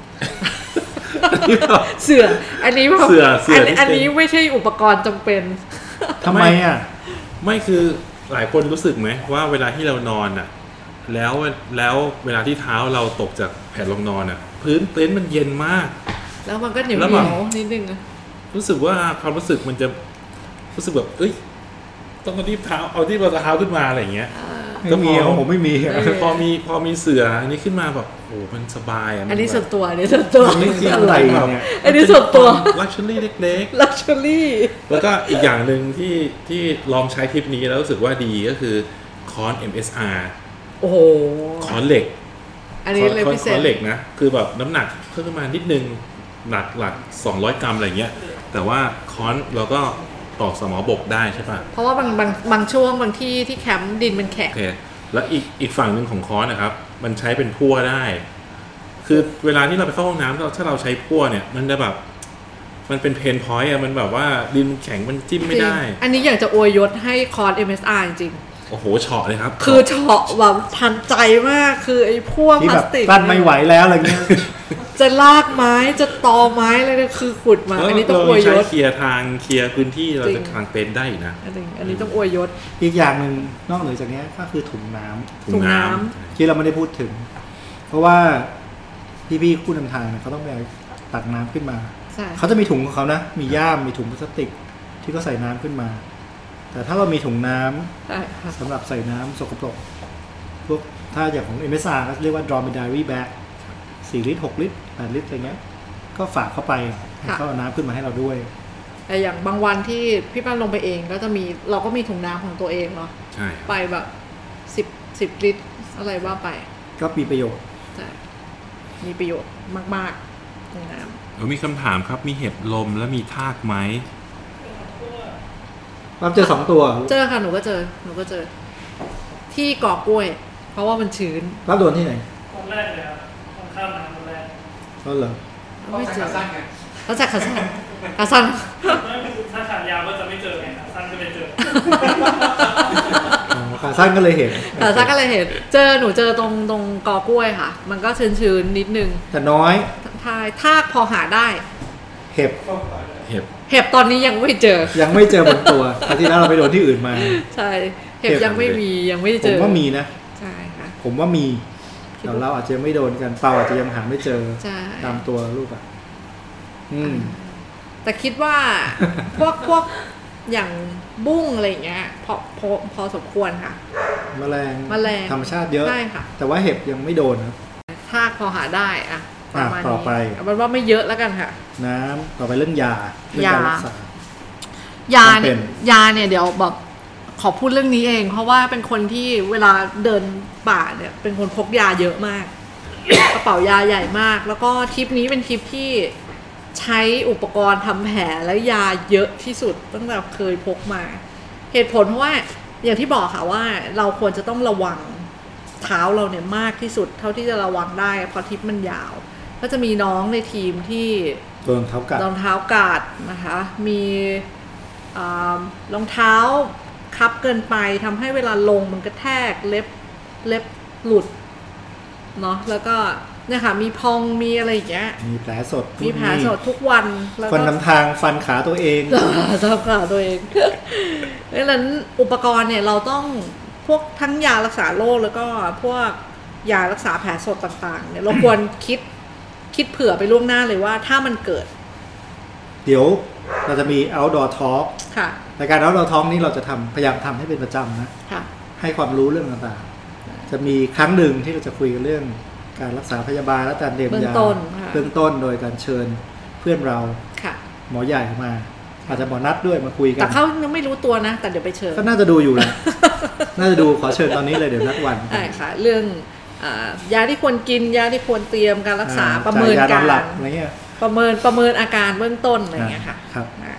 Speaker 2: เสืออันนี้แบบ
Speaker 3: เสือเสือที่เป็
Speaker 2: น
Speaker 3: น
Speaker 2: อันนี้ไม่ใช่อุปกรณ์จำเป็น
Speaker 1: ทำไมอ่ะ
Speaker 3: ไม่คือหลายคนรู้สึกไหมว่าเวลาที่เรานอนอ่ะ แล้วแล้วเวลาที่เท้าเราตกจากแผ่นรองนอนอ่ะ พื้นเต็นท์มันเย็นมาก
Speaker 2: แล้วมันก็เหนียว
Speaker 3: แล้ว
Speaker 2: เห
Speaker 3: แบบ
Speaker 2: นียวนิดนึงอะ
Speaker 3: รู้สึกว่าความรู้สึกมันจะรู้สึกแบบเอ้ยต้องรีบเท้าเอาที่เราจะเท้าขึ้นมาอะไรอย่างเงี้ย ก็
Speaker 1: ไม่มี
Speaker 3: พอ
Speaker 1: ของผมไม่มีอะ
Speaker 2: เออ
Speaker 3: พอมีพอมีเสืออันนี้ขึ้นมาแบบโอ้โหมันสบายอ่ะมั
Speaker 2: อันนี้
Speaker 3: แบบ
Speaker 2: ส่วนตัวอันนี้ส่วนตัว
Speaker 3: มันไม่จริง
Speaker 1: อะไรเนี่ย
Speaker 2: อันนี้ส่วนตัว
Speaker 3: ลักชัวรี่เล็ก
Speaker 2: ลักชัวรี่
Speaker 3: ๆ แล้วก็อีกอย่างหนึ่งที่ที่ลองใช้ทริปนี้แล้วรู้สึกว่าดีก็คือคอน MSR
Speaker 2: โอ้โห
Speaker 3: คอนเหล็ก
Speaker 2: อันนี้
Speaker 3: ค้อน
Speaker 2: เลย
Speaker 3: ค้อน
Speaker 2: พิเศ
Speaker 3: ค้อ
Speaker 2: ษ
Speaker 3: นเหล็กนะ คือแบบน้ำหนักเพิ่มขึ้นมานิดนึง หนักหลัก 200 กรัมอะไรเงี้ย แต่ว่าคอนเราก็ตอกสมอบกได้ใช่ปะ
Speaker 2: เพราะว่าบางบางบางช่วงบางที่ที่แคมป์ดินมันแข็ง
Speaker 3: โอเค แล้วอีกอีกฝั่งหนึ่งของคอนนะครับ มันใช้เป็นพั่วได้ คือเวลาที่เราไปเข้าห้องน้ำเราถ้าเราใช้พั่วเนี่ย มันจะแบบ มันเป็นเพนพอยต์อะมันแบบว่าดินมันแข็งมันจิ้มไม่ได้
Speaker 2: จริงอันนี้อยากจะอวยยศให้คอร์ส MSR จริง
Speaker 3: โอ้โหเฉาะเลยครับ
Speaker 2: ๆคือเฉาะแบบทันใจมาก คือไอ้พวก
Speaker 1: ที่
Speaker 2: พ
Speaker 1: แบ
Speaker 2: ลาส
Speaker 1: บ
Speaker 2: ติก
Speaker 1: ต้านไม่ไหวแล้วอะไรเงี้ย
Speaker 2: จะลากไม้จะตอไม้อะไรเนี่ยคือขุดมา
Speaker 3: แล้ว
Speaker 2: อันนี้ต้องอวย
Speaker 3: เรา
Speaker 2: ย
Speaker 3: ใช้
Speaker 2: ศ
Speaker 3: เคลียร์ทางเคลียร์พื้นที่เรา
Speaker 2: จริง
Speaker 3: จะกางเต็นท์ได้อีกนะ
Speaker 2: อันนี้อันนี้ต้องอวยยศ
Speaker 1: อีกอย่างหนึ่งนอกเหนือจากเนี้ยก็คือถุงน้ำ
Speaker 2: ถุงน้ำ
Speaker 1: ที่เราไม่ได้พูดถึง เพราะว่าพี่ๆคู่นำทางเนี่ยเขาต้องไปตักน้ำขึ้นมา
Speaker 2: ใช่
Speaker 1: เขาจะมีถุงของเขานะ มีย่ามมีถุงพลาสติกที่เขาใส่น้ำขึ้นมา แต่ถ้าเรามีถุงน้ำ
Speaker 2: ใช่ค่ะ
Speaker 1: สำหรับใส่น้ำสกปรกพวกถ้าอย่างของ MSR ก็เรียกว่า dromedary bag สี่ลิตรหกลิตรแปดลิตรอะไรเงี้ย ก็ฝากเข้าไปให้เขาเอาน้ำขึ้นมาให้เราด้วย
Speaker 2: แต่อย่างบางวันที่พี่ป้านลงไปเองก็จะมีเราก็มีถุงน้ำของตัวเองเนาะ
Speaker 3: ใช่ครับ
Speaker 2: ไปแบบสิบสิบลิตรอะไรว่าไป
Speaker 1: ก็มีประโยชน์
Speaker 2: ใช่มีประโยชน์มากๆถุงน้
Speaker 3: เออมีคำถามครับมีเห็บลมและมีทากไหม
Speaker 1: รับเจอสองตัว
Speaker 2: ำเจอค่ะหนูก็เจอหนูก็เจอ ที่เกอกล้วย เพราะว่ามันชื้น
Speaker 1: รับโดนที่ไหน
Speaker 5: คนแรกเลยครับคนข้ามน้ำคนแรก
Speaker 1: รถเหรอ
Speaker 2: ไม่เจอเขาจากขาสั้นขาสั้น
Speaker 5: ไม่คือถ้าขายาวก็จะไม่เจอไงครับสั้นก็เลยเจอ
Speaker 1: อ๋อขาสั้นก็เลยเห็น
Speaker 2: ขาสั้นก็เลยเห็นเจอหนูเจอตรงตรงเกอกล้วยค่ะ มันก็ชื้นชื้นๆนิดนึง
Speaker 1: แต่น้อย
Speaker 2: ทายทากพอหาได้
Speaker 1: เห็บ
Speaker 3: เห็บ
Speaker 2: เห็บตอนนี้ยังไม่เจอ
Speaker 1: ยังไม่เจอบนตัวคราวที่แล้วเราไปโดนที่อื่นมา
Speaker 2: ใช่เห็บยังไม่มียังไม่
Speaker 1: ผ
Speaker 2: เจ
Speaker 1: ม
Speaker 2: อ
Speaker 1: ว่ามีนะ
Speaker 2: ใช่ค่ะ
Speaker 1: ผมว่ามีแต่เราอาจจะไม่โดนกันเปาอาจจะยังหาไม่เจอ
Speaker 2: ใช่
Speaker 1: ตามตัวลูกอ่ะ อืม
Speaker 2: แต่คิด
Speaker 1: [laughs]
Speaker 2: ว่า พวกพวกอย่างบุ้งอะไรอย่างเงี้ยพอพอพอสมควรค่ะ
Speaker 1: แมลง
Speaker 2: แมลง
Speaker 1: ธรรมชาติเยอะ
Speaker 2: ใช่ค่ะ
Speaker 1: แต่ว่าเห็บยังไม่โดนครับ
Speaker 2: ทากพอหาได้อะประมาณ
Speaker 1: อ่ะต่อ
Speaker 2: นี้
Speaker 1: ไป
Speaker 2: เอาเป็นว่าไม่เยอะแล้วกันค่ะ
Speaker 1: น้ำต่อไปเรื่องยาเรื่องการ
Speaker 2: ยา
Speaker 1: รักษา
Speaker 2: ยาเนี่ย
Speaker 1: จำเป็น
Speaker 2: ยาเนี่ยเดี๋ยวแบบขอพูดเรื่องนี้เอง เพราะว่าเป็นคนที่เวลาเดินป่าเนี่ย เป็นคนพกยาเยอะมาก [coughs] กระเป๋ายาใหญ่มาก แล้วก็ทริปนี้เป็นทริปที่ใช้อุปกรณ์ทำแผลและยาเยอะที่สุดตั้งแต่เคยพกมา เหตุผลเพราะว่าอย่างที่บอกค่ะว่าเราควรจะต้องระวังเท้าเราเนี่ยมากที่สุด เท่าที่จะระวังได้เพราะทริปมันยาว ก็จะมีน้องในทีมที่
Speaker 1: โดนเท้ากัด
Speaker 2: รองเท้ากาดนะคะ มีอ่ารองเท้าคับเกินไปทำให้เวลาลงมันกระแทกเล็บ เล็บหลุดเนาะแล้วก็เนี่ยค่ะ มีพองมีอะไรอย่างเงี้ย
Speaker 1: มีแผลสด
Speaker 2: มีแผลสดทุกวันแล้ว
Speaker 1: คน
Speaker 2: ก็
Speaker 1: นำทางฟันขาตัวเอง
Speaker 2: ทราบข่าวตัวเอง [laughs] ดังนั้นอุปกรณ์เนี่ยเราต้องพวกทั้งยารักษาโรคแล้วก็พวกยารักษาแผลสดต่างๆเนี่ยเราควรคิดคิดเผื่อไปล่วงหน้าเลยว่าถ้ามันเกิด
Speaker 1: เดี๋ยวเราจะมี outdoor talk
Speaker 2: ค่ะ
Speaker 1: รายการ outdoor talk นี้เราจะทำพยายามทำให้เป็นประจำนะ
Speaker 2: ค่ะ
Speaker 1: ให้ความรู้เรื่องต่างๆ จะมีครั้งหนึ่งที่เราจะคุยกันเรื่องการรักษาพยาบาลและการเตรียม
Speaker 2: เบื้
Speaker 1: ยา
Speaker 2: องต้นค่ะ
Speaker 1: เบื้องต้นโดยการเชิญเพื่อนเรา
Speaker 2: ค่ะ
Speaker 1: หมอใหญ่มา อาจจะหมอนัดด้วยมาคุยกั
Speaker 2: แต่
Speaker 1: น
Speaker 2: เขายังไม่รู้ตัวนะ แต่เดี๋ยวไปเชิญ
Speaker 1: ก็น่าจะดูอยู่แหละ น่าจะดูขอเชิญตอนนี้เลยเดี๋ยวนัดวัน
Speaker 2: ได้ค่ะ เรื่องอายาที่ควรกินยาที่ควรเตรียมการรักษา
Speaker 1: อ่
Speaker 2: ประเมิน
Speaker 1: จ่ยย
Speaker 2: กา
Speaker 1: อน
Speaker 2: น ร
Speaker 1: หลับอะไรเงี้ย
Speaker 2: ประเมินประเมินอาการเบื้องต้นอะไรอย่างเงี้ยค่ะ
Speaker 1: ครับ
Speaker 2: อ่า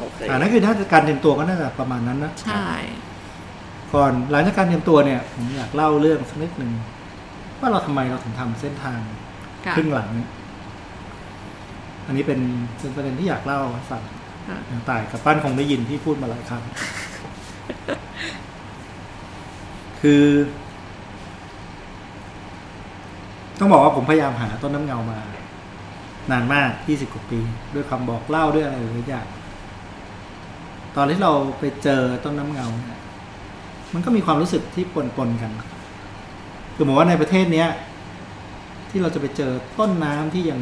Speaker 2: โอเค
Speaker 1: อ่านั่นคือน่าจะการเตรียมตัวก็น่าจะประมาณนั้นนะ
Speaker 2: ใช่
Speaker 1: ก่อนหลังจากการเตรียมตัวเนี่ยผมอยากเล่าเรื่องสักนิดหนึ่งว่าเราทำไมเราถึงทำเส้นทาง
Speaker 2: ค่ะ
Speaker 1: ครึ่งหลังเนี่ยอันนี้เป็นเป็นประเด็นที่อยากเล่าให้ฟัง
Speaker 2: ค่ะ
Speaker 1: อย่างต่ายกับป้านคงได้ยินพี่พูดมาหลาย
Speaker 2: [laughs]
Speaker 1: ครั้ง คือ ต้องบอกว่าผมพยายามหาต้นน้ำเงามานานมาก 20 กว่าปี ด้วยคำบอกเล่าด้วยอะไรหลายอย่าง ตอนที่เราไปเจอต้นน้ำเงาเนี่ยมันก็มีความรู้สึกที่ปนๆกัน คือเหมอนว่าในประเทศเนี้ย ที่เราจะไปเจอต้นน้ำที่ยัง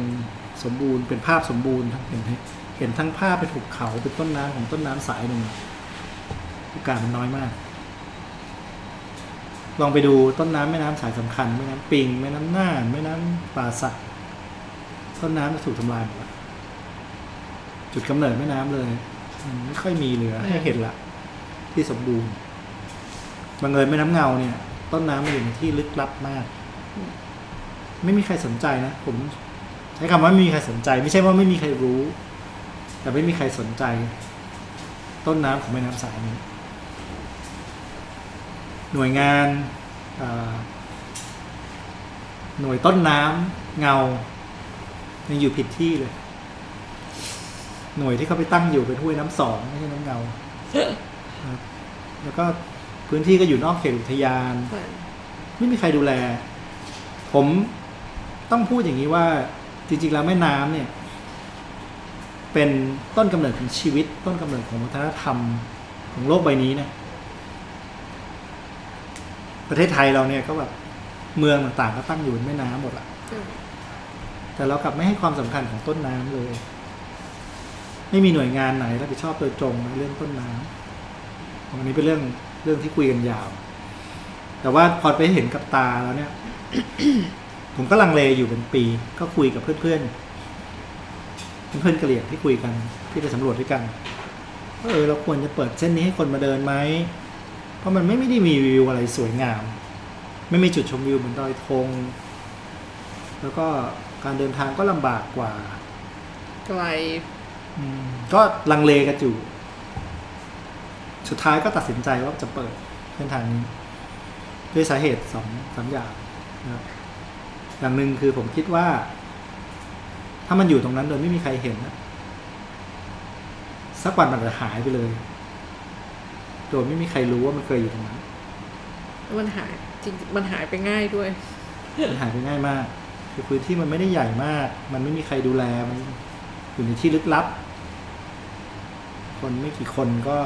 Speaker 1: สมบูรณ์เป็นภาพสมบูรณ์ทั้งเห็นไหมเห็นทั้งภาพเป็นภูเขาเป็นต้นน้ำของต้นน้ำสายหนึ่งโอกาสมันน้อยมาก ลองไปดูต้นน้ำแม่น้ำสายสำคัญแม่น้ำปิงแม่น้ำน่านแม่น้ำป่าสักต้นน้ำจะถูกทำลายหมดละจุดกำเนิดแม่น้ำเลยมันไม่ค่อยมีเหลือให้เห็นละ ที่สมบูรณ์บังเอิญแม่น้ำเงาเนี่ย ต้นน้ำมันอยู่ในที่ลึกลับมาก ไม่มีใครสนใจนะ ผม ใช้คำว่าไม่มีใครสนใจ ไม่ใช่ว่าไม่มีใครรู้ แต่ไม่มีใครสนใจ ต้นน้ำของแม่น้ำสายนี้ หน่วยงานเอ่อหน่วยต้นน้ำเงายังอยู่ผิดที่เลย หน่วยที่เขาไปตั้งอยู่เป็นห้วยน้ำสองไม่ใช่น้ำเงาครับแล้วก็พื้นที่ก็อยู่นอกเขตอุทยาน ไม่มีใครดูแล ผมต้องพูดอย่างนี้ว่า จริง ๆ แล้วแม่น้ำเนี่ย เป็นต้นกำเนิดของชีวิต ต้นกำเนิดของวัฒนธรรมของโลกใบนี้นะ ประเทศไทยเราเนี่ยก็แบบเมืองต่างๆ ก็ตั้งอยู่บนแม่น้ำหมดอะ
Speaker 2: อืม
Speaker 1: แต่เรากลับไม่ให้ความสำคัญของต้นน้ำเลย ไม่มีหน่วยงานไหนรับผิดชอบโดยตรงในเรื่องต้นน้ำอันนี้เป็นเรื่องเรื่องที่คุยกันยาว แต่ว่าพอไปเห็นกับตาแล้วเนี่ย ผมก็ลังเลอยู่เป็นปี ก็คุยกับเพื่อนๆ เพื่อนๆกะเหรี่ยงที่คุยกันที่ไปสำรวจด้วยกันว่าเออเราควรจะเปิดเส้นนี้ให้คนมาเดินไหม เพราะมันไม่ไม่ได้มีวิวอะไรสวยงาม ไม่มีจุดชมวิวเหมือนดอยธง แล้วก็การเดินทางก็ลำบากกว่า
Speaker 2: ไกล
Speaker 1: อืมก็ลังเลกันอยู่ สุดท้ายก็ตัดสินใจว่าจะเปิดเส้นทางนี้ ด้วยสาเหตุสองสามอย่างนะครับอย่างหนึ่งคือผมคิดว่า ถ้ามันอยู่ตรงนั้นโดยไม่มีใครเห็นนะสักวันมันจะหายไปเลย โดยไม่มีใครรู้ว่ามันเคยอยู่ตรงนั้น
Speaker 2: มันหายจริงมันหายไปง่ายด้วย
Speaker 1: มันหายไปง่ายมาก คือพื้นที่มันไม่ได้ใหญ่มาก มันไม่มีใครดูแล มันอยู่ในที่ลึกลับ คนไม่กี่คนก็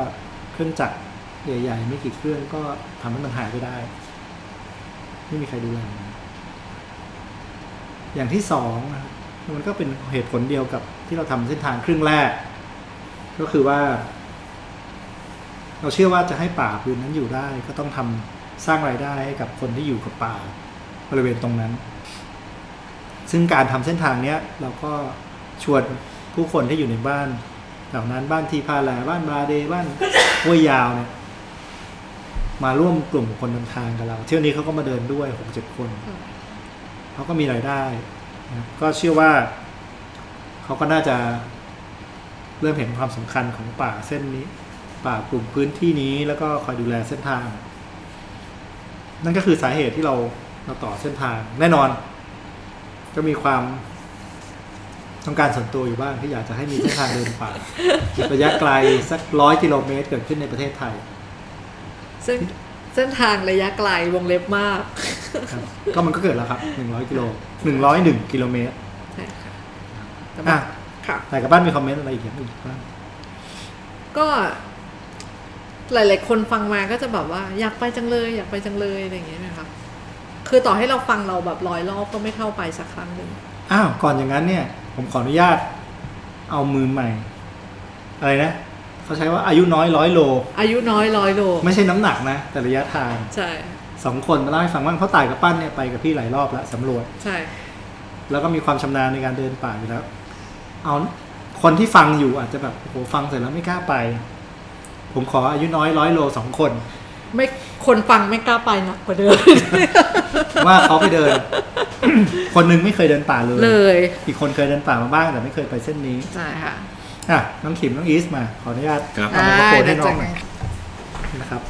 Speaker 1: เครื่องจักรใหญ่ๆไม่กี่เครื่องก็ทำให้มันหายไปได้ ไม่มีใครดูแลมันอย่างที่สองนะครับมันก็เป็นเหตุผลเดียวกับที่เราทำเส้นทางครึ่งแรก ก็คือว่า เราเชื่อว่าจะให้ป่าพื้นนั้นอยู่ได้ ก็ต้องทำสร้างรายได้ให้กับคนที่อยู่กับป่า บริเวณตรงนั้น ซึ่งการทำเส้นทางเนี้ย เราก็ชวนผู้คนที่อยู่ในบ้านเหล่านั้นบ้านทีพาแลบ้านบราเดบ้าน ห้วยยาวเนี่ย มาร่วมกลุ่มคนเดินทางกับเรา เที่ยวนี้เขาก็มาเดินด้วยหกเจ็ดคน
Speaker 2: อืม
Speaker 1: เขาก็มีรายได้นะครับก็เชื่อว่า เขาก็น่าจะเริ่มเห็นความสำคัญของป่าเส้นนี้ ป่ากลุ่มพื้นที่นี้แล้วก็คอยดูแลเส้นทาง นั่นก็คือสาเหตุที่เราเราต่อเส้นทาง แน่นอน ก็มีความต้องการส่วนตัวอยู่บ้างที่อยากจะให้มีเส้นทางเดินป่า ระยะไกลสักร้อยกิโลเมตรเกิดขึ้นในประเทศไทย
Speaker 2: ซึ่ง เส้นทางระยะไกลวงเล็บมาก
Speaker 1: ครับก็มันก็เกิดแล้วครับหนึ่งร้อยกิโลหนึ่งร้อยหนึ่งกิโลเมตร
Speaker 2: ใช่ค่ะแต่
Speaker 1: อ่ะ
Speaker 2: ว่าค่ะ
Speaker 1: แต่กับบ้านมีคอมเมนต์อะไรอีกอย่างอื่นบ้าง
Speaker 2: ก็หลาย ๆ คนฟังมาก็จะแบบว่า อยากไปจังเลย อยากไปจังเลยอะไรอย่างเงี้ยนะครับ คือต่อให้เราฟังเราแบบร้อยรอบก็ไม่เท่าไปสักครั้งหนึ่ง
Speaker 1: อ้าวก่อนอย่างนั้นเนี่ย ผมขออนุญาตเอามือใหม่ อะไรนะเขาใช้ว่าอายุน้อยร้อยโล
Speaker 2: อายุน้อยร้อยโล
Speaker 1: ไม่ใช่น้ำหนักนะ แต่ระยะทาง
Speaker 2: ใช่
Speaker 1: สองคนมาเล่าให้ฟังบ้างเพราะต่ายกับปั้นเนี่ยไปกับพี่หลายรอบแล้วสำรวจ
Speaker 2: ใช่
Speaker 1: แล้วก็มีความชำนาญในการเดินป่าอยู่แล้ว เอาคนที่ฟังอยู่อาจจะแบบโอ้โหฟังเสร็จแล้วไม่กล้าไป ผมขออายุน้อยร้อยโลสองคน
Speaker 2: ไม่คนฟังไม่กล้าไปหนักกว่าเดิม
Speaker 1: [laughs] ว่าเขาไปเดิน [coughs] คนหนึงไม่เคยเดินป่าเลย
Speaker 2: เลย
Speaker 1: อีกคนเคยเดินป่ามาบ้างแต่ไม่เคยไปเส้นนี้
Speaker 2: ใช่ค่ะ
Speaker 1: อ่ะ น้องขิมน้องอีสมา ขออนุญาต
Speaker 3: ครับ
Speaker 1: ทำไมโค
Speaker 2: ได้
Speaker 1: ให้
Speaker 2: เดี๋ยว
Speaker 1: น้
Speaker 2: เจ
Speaker 1: อง
Speaker 2: อ
Speaker 1: ห
Speaker 2: กั
Speaker 1: น่อน ยนะครับ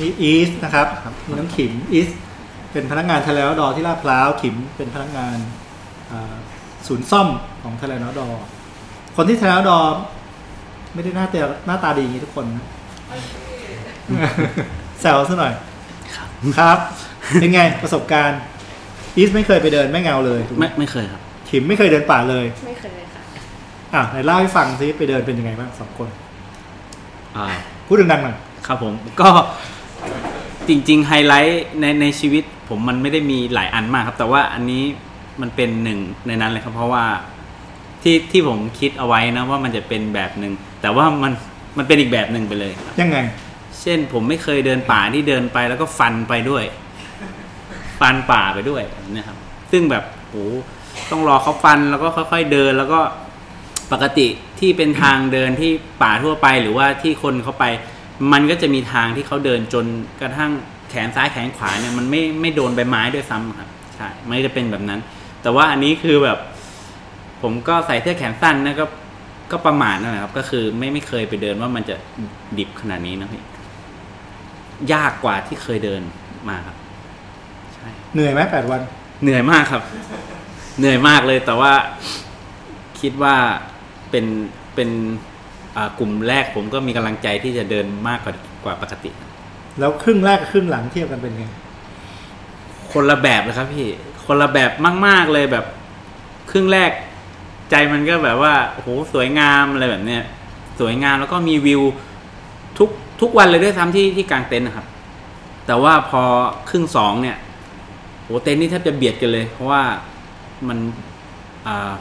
Speaker 1: นี่อีสนะครับนี่น้องขิมอีสเป็นพนักงานทะเลดอที่ลาดพร้าวขิมเป็นพนักงานอ่าศูนย์ซ่อมของทะเลดอ คนที่ทะเลดอ ไม่ได้หน้าตาหน้าตาดีอย่างนี้ทุกคนนะ แซวซะหน่อย ครับ เป็นไงประสบการณ์อีสไม่เคยไปเดินแม่เงาเลยถูกไหม
Speaker 6: ไม่ไม่เคยครับ
Speaker 1: ขิมไม่เคยเดินป่าเลย
Speaker 7: ไม่เคยเลยค่ะ
Speaker 1: อ่ะไหนเล่าให้ฟังซิไปเดินเป็นยังไงบ้างสองคน
Speaker 6: อ่า
Speaker 1: พูดดังๆหน่อย
Speaker 6: ครับผมก็จริงๆไฮไลท์ในในชีวิตผมมันไม่ได้มีหลายอันมากครับ แต่ว่าอันนี้มันเป็นหนึ่งในนั้นเลยครับ เพราะว่าที่ที่ผมคิดเอาไว้นะว่ามันจะเป็นแบบหนึ่งแต่ว่ามันมันเป็นอีกแบบหนึ่งไปเลยครับ
Speaker 1: ยังไง
Speaker 6: เช่นผมไม่เคยเดินป่าที่เดินไปแล้วก็ฟันไปด้วย ฟันป่าไปด้วยแบบเนะครับ ซึ่งแบบโอ้ต้องรอเขาฟันแล้วก็ค่อย ๆเดินแล้วก็ปกติที่เป็นทางเดินที่ป่าทั่วไปหรือว่าที่คนเขาไป มันก็จะมีทางที่เขาเดินจนกระทั่งแขนซ้ายแขนขวาเนี่ยมันไม่ไม่โดนใบไม้ด้วยซ้ำครับใช่ไม่จะเป็นแบบนั้น แต่ว่าอันนี้คือแบบ ผมก็ใส่เสื้อแขนสั้นนะก็ก็ประมาทนั่นแหละครับ ก็คือไม่ไม่เคยไปเดินว่ามันจะดิบขนาดนี้นะพี่ ยากกว่าที่เคยเดินมาครับ ใช่
Speaker 1: เหนื่อยไหมแปดวัน
Speaker 6: เหนื่อยมากครับ เหนื่อยมากเลยแต่ว่าคิดว่าเป็นเป็นอ่ากลุ่มแรกผมก็มีกำลังใจที่จะเดินมากกว่ากว่าปกติ
Speaker 1: แล้วครึ่งแรกกับครึ่งหลังเทียบกันเป็นไง
Speaker 6: คนละแบบเลยครับพี่ คนละแบบมาก ๆ เลยแบบ ครึ่งแรกใจมันก็แบบว่าโอ้โหสวยงามอะไรแบบเนี้ยสวยงามแล้วก็มีวิวทุกทุกวันเลยด้วยซ้ำที่ที่กลางเต็นท์นะครับ แต่ว่าพอครึ่งสองเนี่ยโอ้เต็นท์นี่แทบจะเบียดกันเลย เพราะว่ามันอ่า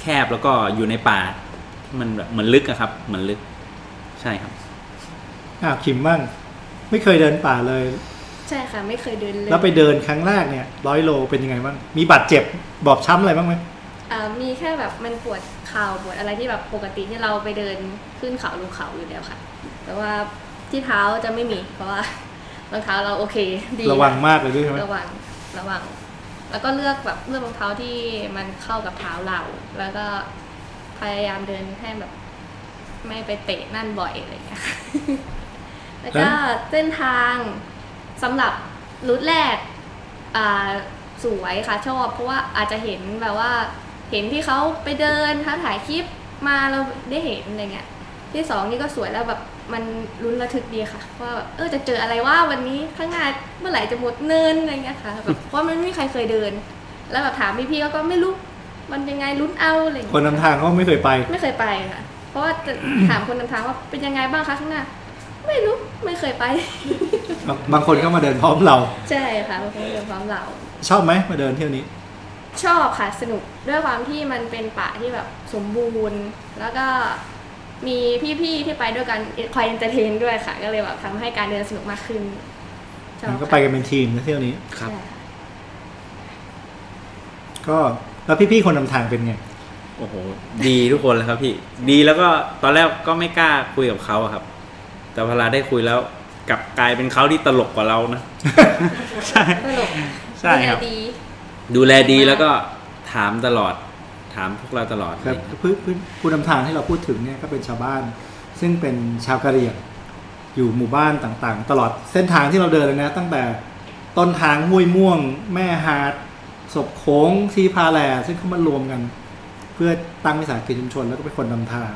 Speaker 6: แคบแล้วก็อยู่ในป่าที่มันแบบเหมือนลึกอะครับ เหมือนลึก ใช่ครับ
Speaker 1: อ่ะขิมบ้างไม่เคยเดินป่าเลย
Speaker 8: ใช่ค่ะ ไม่เคยเดินเลย
Speaker 1: แล้วไปเดินครั้งแรกเนี่ยร้อยโลเป็นยังไงบ้าง มีบาดเจ็บ บอบช้ำอะไรบ้างไหม
Speaker 8: อ่ามีแค่แบบมันปวดเข่าปวดอะไรที่แบบปกติที่เราไปเดินขึ้นเขาลงเขาอยู่แล้วค่ะ แต่ว่าที่เท้าจะไม่มี เพราะว่ารองเท้าเราโอเค ดี
Speaker 1: ระวังมากเลยด้วยใช่ไหม
Speaker 8: ระวังระวัง แล้วก็เลือกแบบเลือกรองเท้าที่มันเข้ากับเท้าเรา แล้วก็พยายามเดินให้แบบ ไม่ไปเตะนั่นบ่อยอะไรอย่างเงี้ย [laughs] ค่ะแล้วก็เส้นทางสำหรับรูทแรก อ่าสวยค่ะชอบเพราะว่าอาจจะเห็นแบบว่า เห็นที่เขาไปเดินเขาถ่ายคลิปมาเราได้เห็นอะไรเงี้ยที่สองนี่ก็สวยแล้วแบบมันลุ้นระทึกดีค่ะว่าแบบเออจะเจออะไรว่าวันนี้ข้างหน้าเมื่อไหร่จะหมดเนินอะไรเงี้ยค่ะแบบเพราะมันไม่มีใครเคยเดิน แล้วแบบถามพี่ๆเขาก็ไม่รู้มันยังไงลุ้นเอาอะไรเงี้ย
Speaker 1: คนนำทางเขาไม่เคยไป
Speaker 8: ไม่เคยไปค่ะ เพราะว่าจะ ถามคนนำทางว่าเป็นยังไงบ้างคะข้างหน้า ไม่รู้ไม่เคยไป [laughs]
Speaker 1: บางคนก็มาเดินพร้อมเรา
Speaker 8: ใช่ค่ะมันคงเป็นความเรา
Speaker 1: ชอบไหมมาเดินเที่ยวนี้
Speaker 8: ชอบค่ะสนุกด้วยความที่มันเป็นป่าที่แบบสมบูรณ์ แล้วก็มีพี่ๆที่ไปด้วยกันคอยเอนเตอร์เทนด้วยค่ะ ก็เลยแบบทำให้การเดินสนุกมากขึ้นชอบ
Speaker 1: มันก็
Speaker 8: ค่ะ
Speaker 1: ไปกันเป็นทีมนะเที่ยวนี้
Speaker 6: ครับ
Speaker 8: ใช่ค่ะ
Speaker 1: ก็แล้วพี่ๆคนนำทางเป็นไง
Speaker 6: โอ้โห ดีทุกคนเลยครับพี่ ดีแล้วก็ตอนแรกก็ไม่กล้าคุยกับเขาอะครับ แต่เวลาได้คุยแล้วกลับกลายเป็นเขาที่ตลกกว่าเรานะ ใช่
Speaker 8: ตลก
Speaker 6: ใช่ครับ
Speaker 8: ดูแลดี
Speaker 6: ดูแลดีแล้วก็ถามตลอด ถามพวกเราตลอด
Speaker 1: ครับผู้ผู้ผู้นำทางที่เราพูดถึงเนี่ยก็เป็นชาวบ้าน ซึ่งเป็นชาวกะเหรี่ยงอยู่หมู่บ้านต่างๆ ตลอดเส้นทางที่เราเดินเลยนะ ตั้งแต่ต้นทางห้วยม่วง แม่หาดศพโค้งซีพาแลซึ่งเขามารวมกัน เพื่อตั้งวิสาหกิจชุมชนแล้วก็เป็นคนนำทาง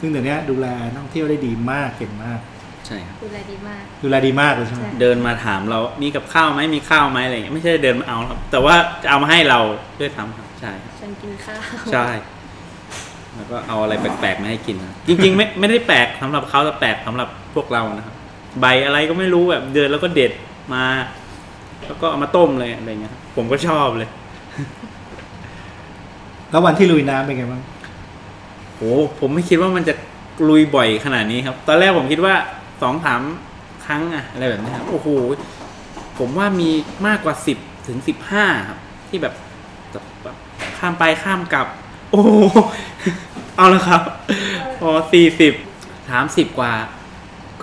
Speaker 1: ซึ่งเดี๋ยวนี้ดูแลนักท่องเที่ยวได้ดีมากเก่งมาก
Speaker 6: ใช่ครับ
Speaker 8: ดูแลดีมาก
Speaker 1: ดูแลดีมากเลยใช่ไหม
Speaker 8: ใช่
Speaker 6: เดินมาถามเรามีกับข้าวไหมมีข้าวไหมอะไรอย่างเงี้ยไม่ใช่เดินมาเอาครับ แต่ว่าจะเอามาให้เราด้วยทำครับใช่ครับ
Speaker 8: ชวนกินข้าว [laughs]
Speaker 6: ใช่ แล้วก็เอาอะไรแปลกๆมาให้กินนะจริงๆ ไม่ไม่ได้แปลกสำหรับเขาแต่แปลกสำหรับพวกเรานะครับ ใบอะไรก็ไม่รู้แบบเดินแล้วก็เด็ดมา แล้วก็เอามาต้มเลยอะไรเงี้ยครับผมก็ชอบเลย
Speaker 1: แล้ววันที่ลุยน้ำเป็นไงบ้าง
Speaker 6: โอ้ผมไม่คิดว่ามันจะลุยบ่อยขนาดนี้ครับ ตอนแรกผมคิดว่าสองสามครั้งอะอะไรแบบนี้ครับ โอ้โห ผมว่ามีมากกว่าสิบถึงสิบห้าครับ ที่แบบแบบข้ามไปข้ามกลับ โอ้โห เอาละครับ พอสี่สิบสามสิบกว่า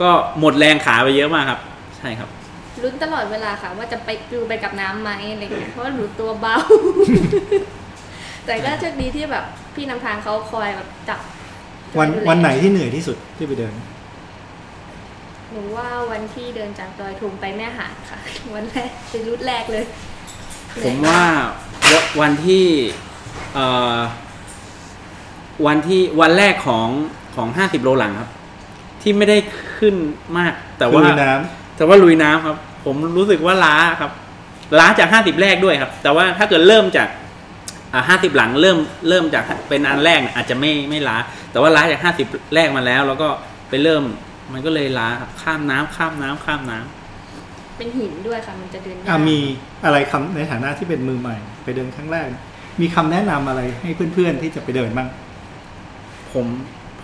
Speaker 6: ก็หมดแรงขาไปเยอะมากครับ ใช่ครับ
Speaker 8: ลุ้นตลอดเวลาค่ะ ว่าจะไปปลิวไปกับน้ำไหมอะไรเงี้ยเพราะว่าหนูตัว
Speaker 1: [laughs]
Speaker 8: เบา แต่ก็โชคดีที่แบบพี่นำทางเขาคอยแบบจับ
Speaker 1: วัน
Speaker 8: ดูแล
Speaker 1: วันไหนที่เหนื่อยที่สุดที่ไปเดิน
Speaker 8: หนูว่าวันที่เดินจากดอยทุงไปแม่หาดค่ะ [laughs] วันแรกเป็นรุดแรกเลย
Speaker 6: ผมว่าวันวันที่เอ่อวันที่วันแรกของของห้าสิบโลหลังครับ ที่ไม่ได้ขึ้นมาก แต่ว่า
Speaker 1: ลุยน้ำ
Speaker 6: แต่ว่าลุยน้ำครับ ผมรู้สึกว่าล้าครับ ล้าจากห้าสิบแรกด้วยครับ แต่ว่าถ้าเกิดเริ่มจากห้าสิบหลังเริ่มเริ่มจากเป็นอันแรกเนี่ยอาจจะไม่ไม่ล้า แต่ว่าล้าจากห้าสิบแรกมาแล้ว แล้วก็ไปเริ่มมันก็เลยล้าครับข้ามน้ำข้ามน้ำข้ามน้ำ
Speaker 8: เป็นหินด้วยค่ะมันจะเดินยาก
Speaker 1: อ่ะมีอะไรคำในฐานะที่เป็นมือใหม่ ไปเดินครั้งแรก มีคำแนะนำอะไรให้เพื่อนๆที่จะไปเดินบ้าง
Speaker 6: ผม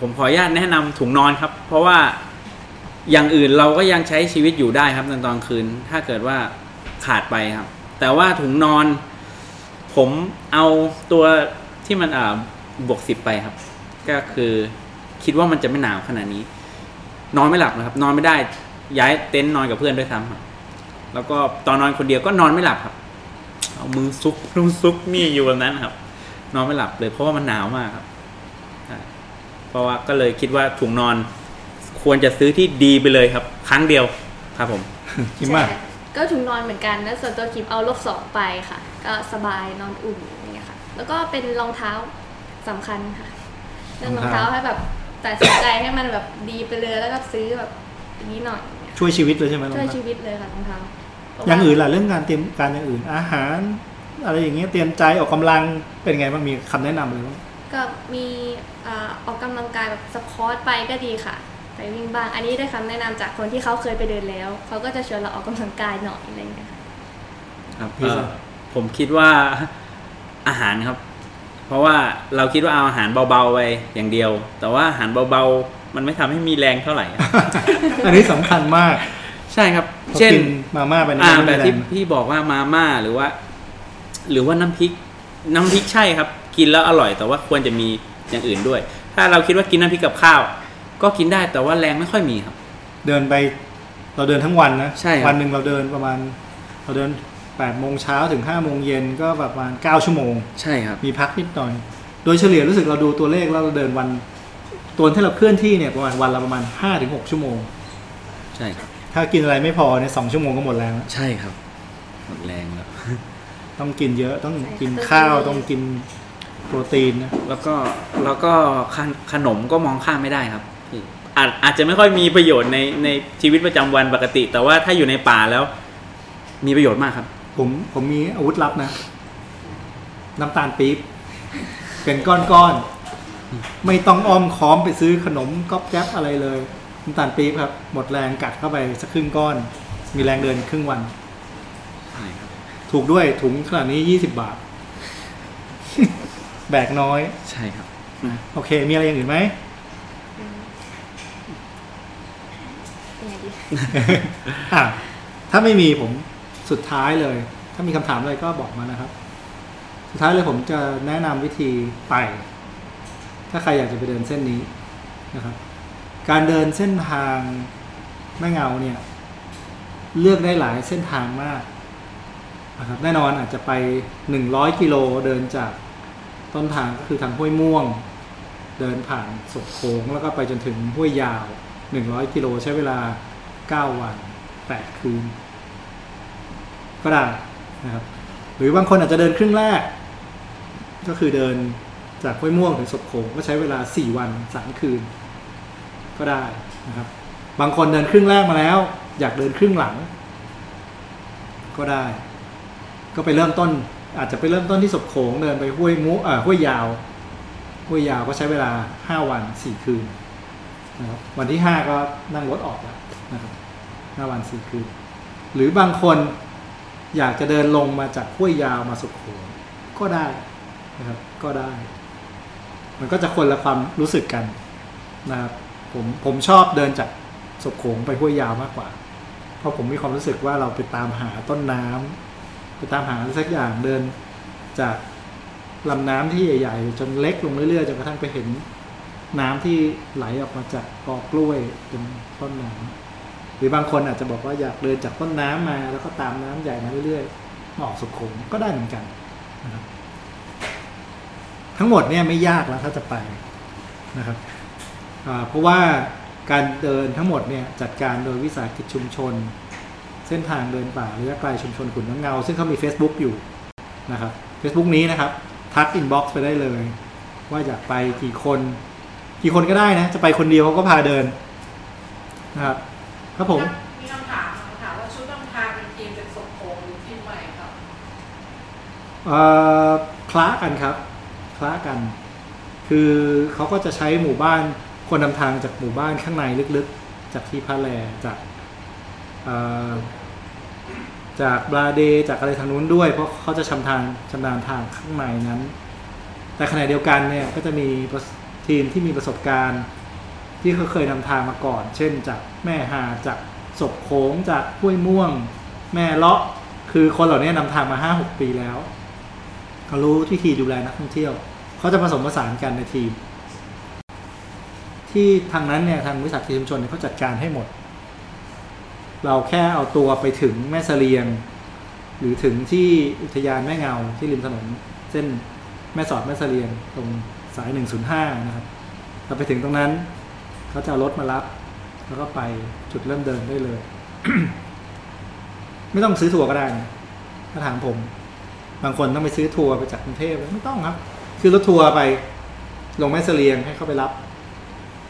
Speaker 6: ผมขออนุญาตแนะนำถุงนอนครับ เพราะว่าอย่างอื่นเราก็ยังใช้ชีวิตอยู่ได้ครับในตอนคืน ถ้าเกิดว่าขาดไปครับ แต่ว่าถุงนอน ผมเอาตัวที่มันอ่าบวกสิบไปครับ ก็คือคิดว่ามันจะไม่หนาวขนาดนี้ นอนไม่หลับนะครับ นอนไม่ได้ย้ายเต็นท์นอนกับเพื่อนด้วยซ้ำครับแล้วก็ตอนนอนคนเดียวก็นอนไม่หลับครับ เอามือซุก [laughs] นุ่มซุกนี่อยู่แบบนั้นครับ นอนไม่หลับเลยเพราะว่ามันหนาวมากครับ เพราะว่าก็เลยคิดว่าถุงนอนควรจะซื้อที่ดีไปเลยครับ ครั้งเดียวครับผม
Speaker 1: คิดว่า
Speaker 8: ใช่ก็ถุงนอนเหมือนกันแล้วส่วนตัวกิมเอาลบสองไปค่ะ ก็สบายนอนอุ่นอย่างเงี้ยค่ะ แล้วก็เป็นรองเท้าสำคัญค่ะ เรื่องร
Speaker 1: ร
Speaker 8: อ
Speaker 1: อง
Speaker 8: ง
Speaker 1: เท้า
Speaker 8: เท้าให้แบบตัดสินใจให้มันแบบดีไปเลยแล้วก็ซื้อแบบอย่างนี้หน่อยอย่างเงี้ย
Speaker 1: ช่วยชีวิตเลยใช่ไหมลอง
Speaker 8: ช่วย
Speaker 1: ทำ
Speaker 8: ชีวิตเลยค่ะรองเท้า
Speaker 1: อย่างอื่นล่ะเรื่องการเตรียมการอย่างอื่น อาหาร อะไรอย่างเงี้ยเตรียมใจออกกำลังเป็นไงบ้างมีคำแนะนำอะไรบ้าง [laughs]
Speaker 8: ก็มีเอ่อออกกำลังกายแบบสควอตไปก็ดีค่ะไปวิ่งบ้างอันนี้ได้คำแนะนำจากคนที่เขาเคยไปเดินแล้วเขาก็จะชวนเราออกกำลังกายหน่อยอะไรอย่างเงี้ยค่ะ
Speaker 6: ครับเอ่อผมคิดว่าอาหารครับ เพราะว่าเราคิดว่าเอาอาหารเบาๆไปอย่างเดียว แต่ว่าอาหารเบาๆ มันไม่ทำให้มีแรงเท่าไหร่ครับ
Speaker 1: อันนี้สำคัญมาก
Speaker 6: ใช่ครับ
Speaker 1: พอ
Speaker 6: เช่น
Speaker 1: กินมาม่าไปใน
Speaker 6: อ่า
Speaker 1: น้ำ
Speaker 6: แบ
Speaker 1: ไม่
Speaker 6: บ
Speaker 1: ได้
Speaker 6: ที่พี่บอกว่ามาม่าหรือว่า หรือว่าน้ำพริก น้ำพริกใช่ครับ กินแล้วอร่อย แต่ว่าควรจะมีอย่างอื่นด้วย ถ้าเราคิดว่ากินน้ำพริกกับข้าว ก็กินได้แต่ว่าแรงไม่ค่อยมีครับ
Speaker 1: เดินไปเราเดินทั้งวันนะ
Speaker 6: ใช่ครับ
Speaker 1: วันหนึ่งเราเดินประมาณ เราเดิน8ปดโมงเช้าถึง5้าโมงเย็นก็ประมาณ 9 ชั่วโมง
Speaker 6: ใช่ครับ
Speaker 1: มีพักนิดหน่อย โดยเฉลี่ยรู้สึกเราดูตัวเลขแล้วเราเดินวันตัวที่เราเคลื่อนที่เนี่ยประมาณวันละประมาณ5-6ถึงชั่วโมง
Speaker 6: ใช่ครับ
Speaker 1: ถ้ากินอะไรไม่พอเนี่ยสองชั่วโมงก็หมดแล้ว
Speaker 6: ใช่ครับหมดแรงแล้ว
Speaker 1: ต้องกินเยอะต้อง
Speaker 8: ใช่
Speaker 1: กิน
Speaker 8: ต้องกิน
Speaker 1: ข้าว
Speaker 8: เยอะ
Speaker 1: ต้องกินโปรตีนนะ
Speaker 6: แล้วก็แล้วก็ขนขนมก็มองข้ามไม่ได้ครับพี่อาจอาจจะไม่ค่อยมีประโยชน์ในในชีวิตประจำวันปกติ แต่ว่าถ้าอยู่ในป่าแล้ว มีประโยชน์มากครับ
Speaker 1: ผมผมมีอาวุธลับนะ น้ำตาลปี๊บเป็นก้อนๆไม่ต้องอ้อมค้อมไปซื้อขนมก๊อบแก๊บอะไรเลย น้ำตาลปี๊บครับ หมดแรงกัดเข้าไปสักครึ่งก้อน มีแรงเดินครึ่งวัน
Speaker 6: ใช่ครับ
Speaker 1: ถูกด้วยถุงขนาดนี้ 20 บาท แบกน้อย
Speaker 6: ใช่ครับ
Speaker 1: โอเค มีอะไรอย่างอื่นไหม
Speaker 8: เป็นไงดี
Speaker 1: [laughs] อ่ะถ้าไม่มีผมสุดท้ายเลย ถ้ามีคำถามอะไรก็บอกมานะครับ สุดท้ายเลยผมจะแนะนำวิธีไป ถ้าใครอยากจะไปเดินเส้นนี้นะครับ การเดินเส้นทางแม่เงาเนี่ย เลือกได้หลายเส้นทางมากนะครับแน่นอนอาจจะไป 100 กิโลเดินจากต้นทางก็คือทางห้วยม่วง เดินผ่านสกโค้งแล้วก็ไปจนถึงห้วยยาว 100 กิโลใช้เวลา 9 วัน 8 คืน ก็ได้นะครับ หรือบางคนอาจจะเดินครึ่งแรก ก็คือเดินจากห้วยม่วงถึงสกโขงก็ใช้เวลา 4 วัน 3 คืน ก็ได้นะครับ ห บางคนเดินครึ่งแรกมาแล้ว อยากเดินครึ่งหลัง ก็ได้ ก็ไปเริ่มต้น อาจจะไปเริ่มต้นที่ศพโขงเดินไปห้วยมุเอ่อห้วยยาว ห้วยยาวก็ใช้เวลาห้าวันสี่คืนนะครับวันที่ห้าก็นั่งรถออกแล้วนะครับห้าวันสี่คืน หรือบางคนอยากจะเดินลงมาจากห้วยยาวมาสุดโขงก็ได้นะครับก็ได้ มันก็จะคนละความรู้สึกกันนะครับผมผมชอบเดินจากสบโขงไปห้วยยาวมากกว่า เพราะผมมีความรู้สึกว่าเราไปตามหาต้นน้ำไปตามหาอะไรสักอย่างเดินจากลำน้ำที่ใหญ่ๆ จนเล็กลงเรื่อยๆจนกระทั่งไปเห็นน้ำที่ไหลออกมาจากกอกล้วยจนต้นน้ำ หรือบางคนอาจจะบอกว่าอยากเดินจากต้นน้ำมาแล้วก็ตามน้ำใหญ่มาเรื่อยๆมาออกสุขุมก็ได้เหมือนกันนะครับทั้งหมดเนี่ยไม่ยากแล้วถ้าจะไปนะครับอ่าเพราะว่าการเดินทั้งหมดเนี่ยจัดการโดยวิสาหกิจชุมชน เส้นทางเดินป่าระยะไกลชุมชนขุนน้ำเงา ซึ่งเขามี Facebook อยู่นะครับ Facebook นี้นะครับ ทักอินบ็อกซ์ไปได้เลย ว่าอยากไปกี่คน กี่คนก็ได้นะ จะไปคนเดียวเขาก็พาเดินนะครับครับผม
Speaker 4: มีคำถามคำถามว่าชุดนำทางเป็นทีมจากสมโพงหรือทีมใหม่ครับ
Speaker 1: เอ่อคละกันครับคละกัน คือเขาก็จะใช้หมู่บ้านคนนำทางจากหมู่บ้านข้างในลึกๆ จากที่พะแลจากเอ่อจากบลาเดจากอะไรทางนู้นด้วย เพราะเขาจะชำทางชำนาญทางข้างในนั้น แต่ขณะเดียวกันเนี่ยก็จะมีประสทีมที่มีประสบการณ์ ที่เขาเคยนำทางมาก่อน เช่น จากแม่หาดจากศพโขงจากห้วยม่วง แม่เลาะคือคนเหล่านี้นำทางมาห้าหกปีแล้ว เขารู้วิธีดูแลนักท่องเที่ยว เขาจะผสมผสานกันในทีม ที่ทางนั้นเนี่ยทางวิสาหกิจชุมชนเนี่ยเขาจัดการให้หมด เราแค่เอาตัวไปถึงแม่เสลียง หรือถึงที่อุทยานแม่เงาที่ริมถนน เส้นแม่สอดแม่เสลียง ตรงสาย 105 นะครับเราไปถึงตรงนั้น เขาจะเอารถมารับ แล้วก็ไปจุดเริ่มเดินได้เลย [coughs] ไม่ต้องซื้อตั๋วก็ได้นะถ้าถามผม บางคนต้องไปซื้อทัวร์ไปจากกรุงเทพไม่ต้องครับ คือรถทัวร์ไปลงแม่เสลียงให้เขาไปรับ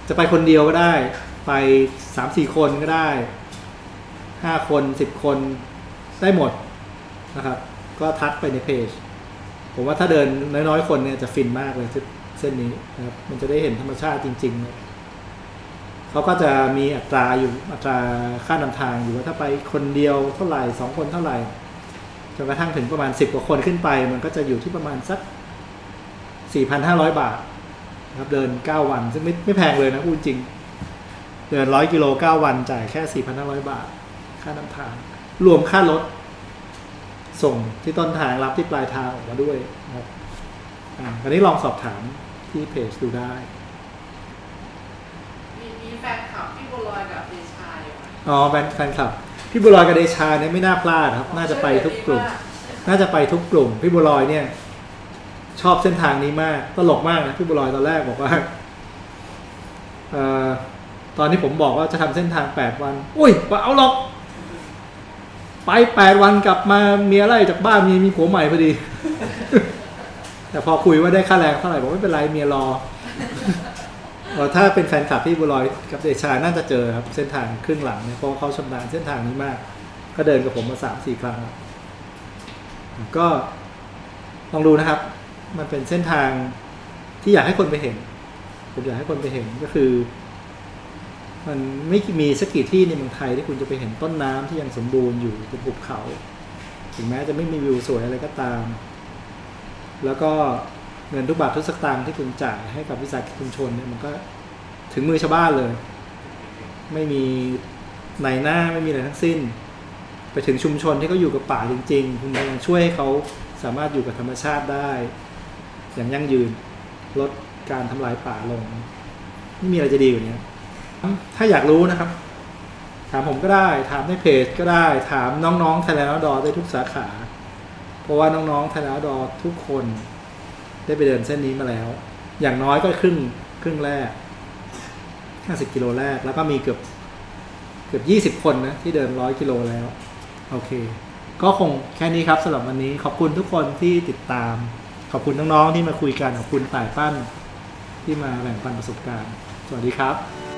Speaker 1: จะไปคนเดียวก็ได้ ไปสามสี่คนก็ได้ห้าคนสิบคนได้หมดนะครับ ก็ทักไปในเพจ ผมว่าถ้าเดินน้อยๆคนเนี่ยจะฟินมากเลยเส้นนี้นะครับ มันจะได้เห็นธรรมชาติจริงๆเลยเขาก็จะมีอัตราอยู่อัตราค่านำทางอยู่ว่าถ้าไปคนเดียวเท่าไหร่สองคนเท่าไหร่ จนกระทั่งถึงประมาณ 10 กว่าคนขึ้นไป มันก็จะอยู่ที่ประมาณสัก 4,500 บาทนะครับเดิน 9 วัน ซึ่งไม่ไม่แพงเลยนะพูดจริง เดิน 100 กิโล 9 วันจ่ายแค่ 4,500 บาท ค่าน้ำทางรวมค่ารถ ส่งที่ต้นทางรับที่ปลายทางออกมาด้วยนะครับอ่าอันนี้ลองสอบถามที่เพจดูได้
Speaker 4: มีมีแฟนคลับพี่บัวลอยกับเดชาอยู่ไหม
Speaker 1: อ๋อแฟนแฟนคลับ พี่บัวลอยกับเดชาเนี่ยไม่น่าพลาดครับ น่าจะไปทุกกลุ่ม น่าจะไปทุกกลุ่ม พี่บัวลอยเนี่ย ชอบเส้นทางนี้มากตลกมากนะพี่บัวลอยตอนแรกบอกว่าเอ่อตอนที่ผมบอกว่าจะทำเส้นทางแปดวัน อุ้ยเปล่าหรอก ไปแปดวันกลับมาเมียไล่จากบ้านมีมีผัวใหม่พอดี [laughs] แต่พอคุยว่าได้ค่าแรงเท่าไหร่บอกไม่เป็นไรเมียรอ เอ่อถ้าเป็นแฟนคลับพี่บัวลอยกับเดชาน่าจะเจอครับเส้นทางครึ่งหลังเนี่ยเพราะว่าเขาชำนาญเส้นทางนี้มาก ก็เดินกับผมมาสามสี่ครั้งแล้วก็ลองดูนะครับ มันเป็นเส้นทางที่อยากให้คนไปเห็น ผมอยากให้คนไปเห็นก็คือ มันไม่มีสักกี่ที่ในเมืองไทยที่คุณจะไปเห็นต้นน้ำที่ยังสมบูรณ์อยู่บนภูเขา ถึงแม้จะไม่มีวิวสวยอะไรก็ตาม แล้วก็เงินทุกบาททุกสตางค์ที่คุณจ่ายให้กับวิสาหกิจชุมชนเนี่ยมันก็ถึงมือชาวบ้านเลย ไม่มีนายหน้าไม่มีอะไรทั้งสิ้น ไปถึงชุมชนที่เขาอยู่กับป่าจริง ๆ คุณยังช่วยให้เขาสามารถอยู่กับธรรมชาติได้ อย่างยั่งยืนลดการทำลายป่าลง ไม่มีอะไรจะดีอยู่านี้ถ้าอยากรู้นะครับ ถามผมก็ได้ ถามในเพจก็ได้ ถามน้องๆไทยแลนด์ดอได้ทุกสาขา เพราะว่าน้องๆไทยแลนด์ดอทุกคน ได้ไปเดินเส้นนี้มาแล้ว อย่างน้อยก็ครึ่งครึ่งแรก 50 กิโลแรก แล้วก็มีเกือบเกือบ20 คนนะ ที่เดิน 100 กิโลแล้ว โอเค ก็คงแค่นี้ครับสำหรับวันนี้ ขอบคุณทุกคนที่ติดตาม ขอบคุณน้องๆที่มาคุยกัน ขอบคุณต่ายปั้น ที่มาแบ่งปันประสบการณ์ สวัสดีครับ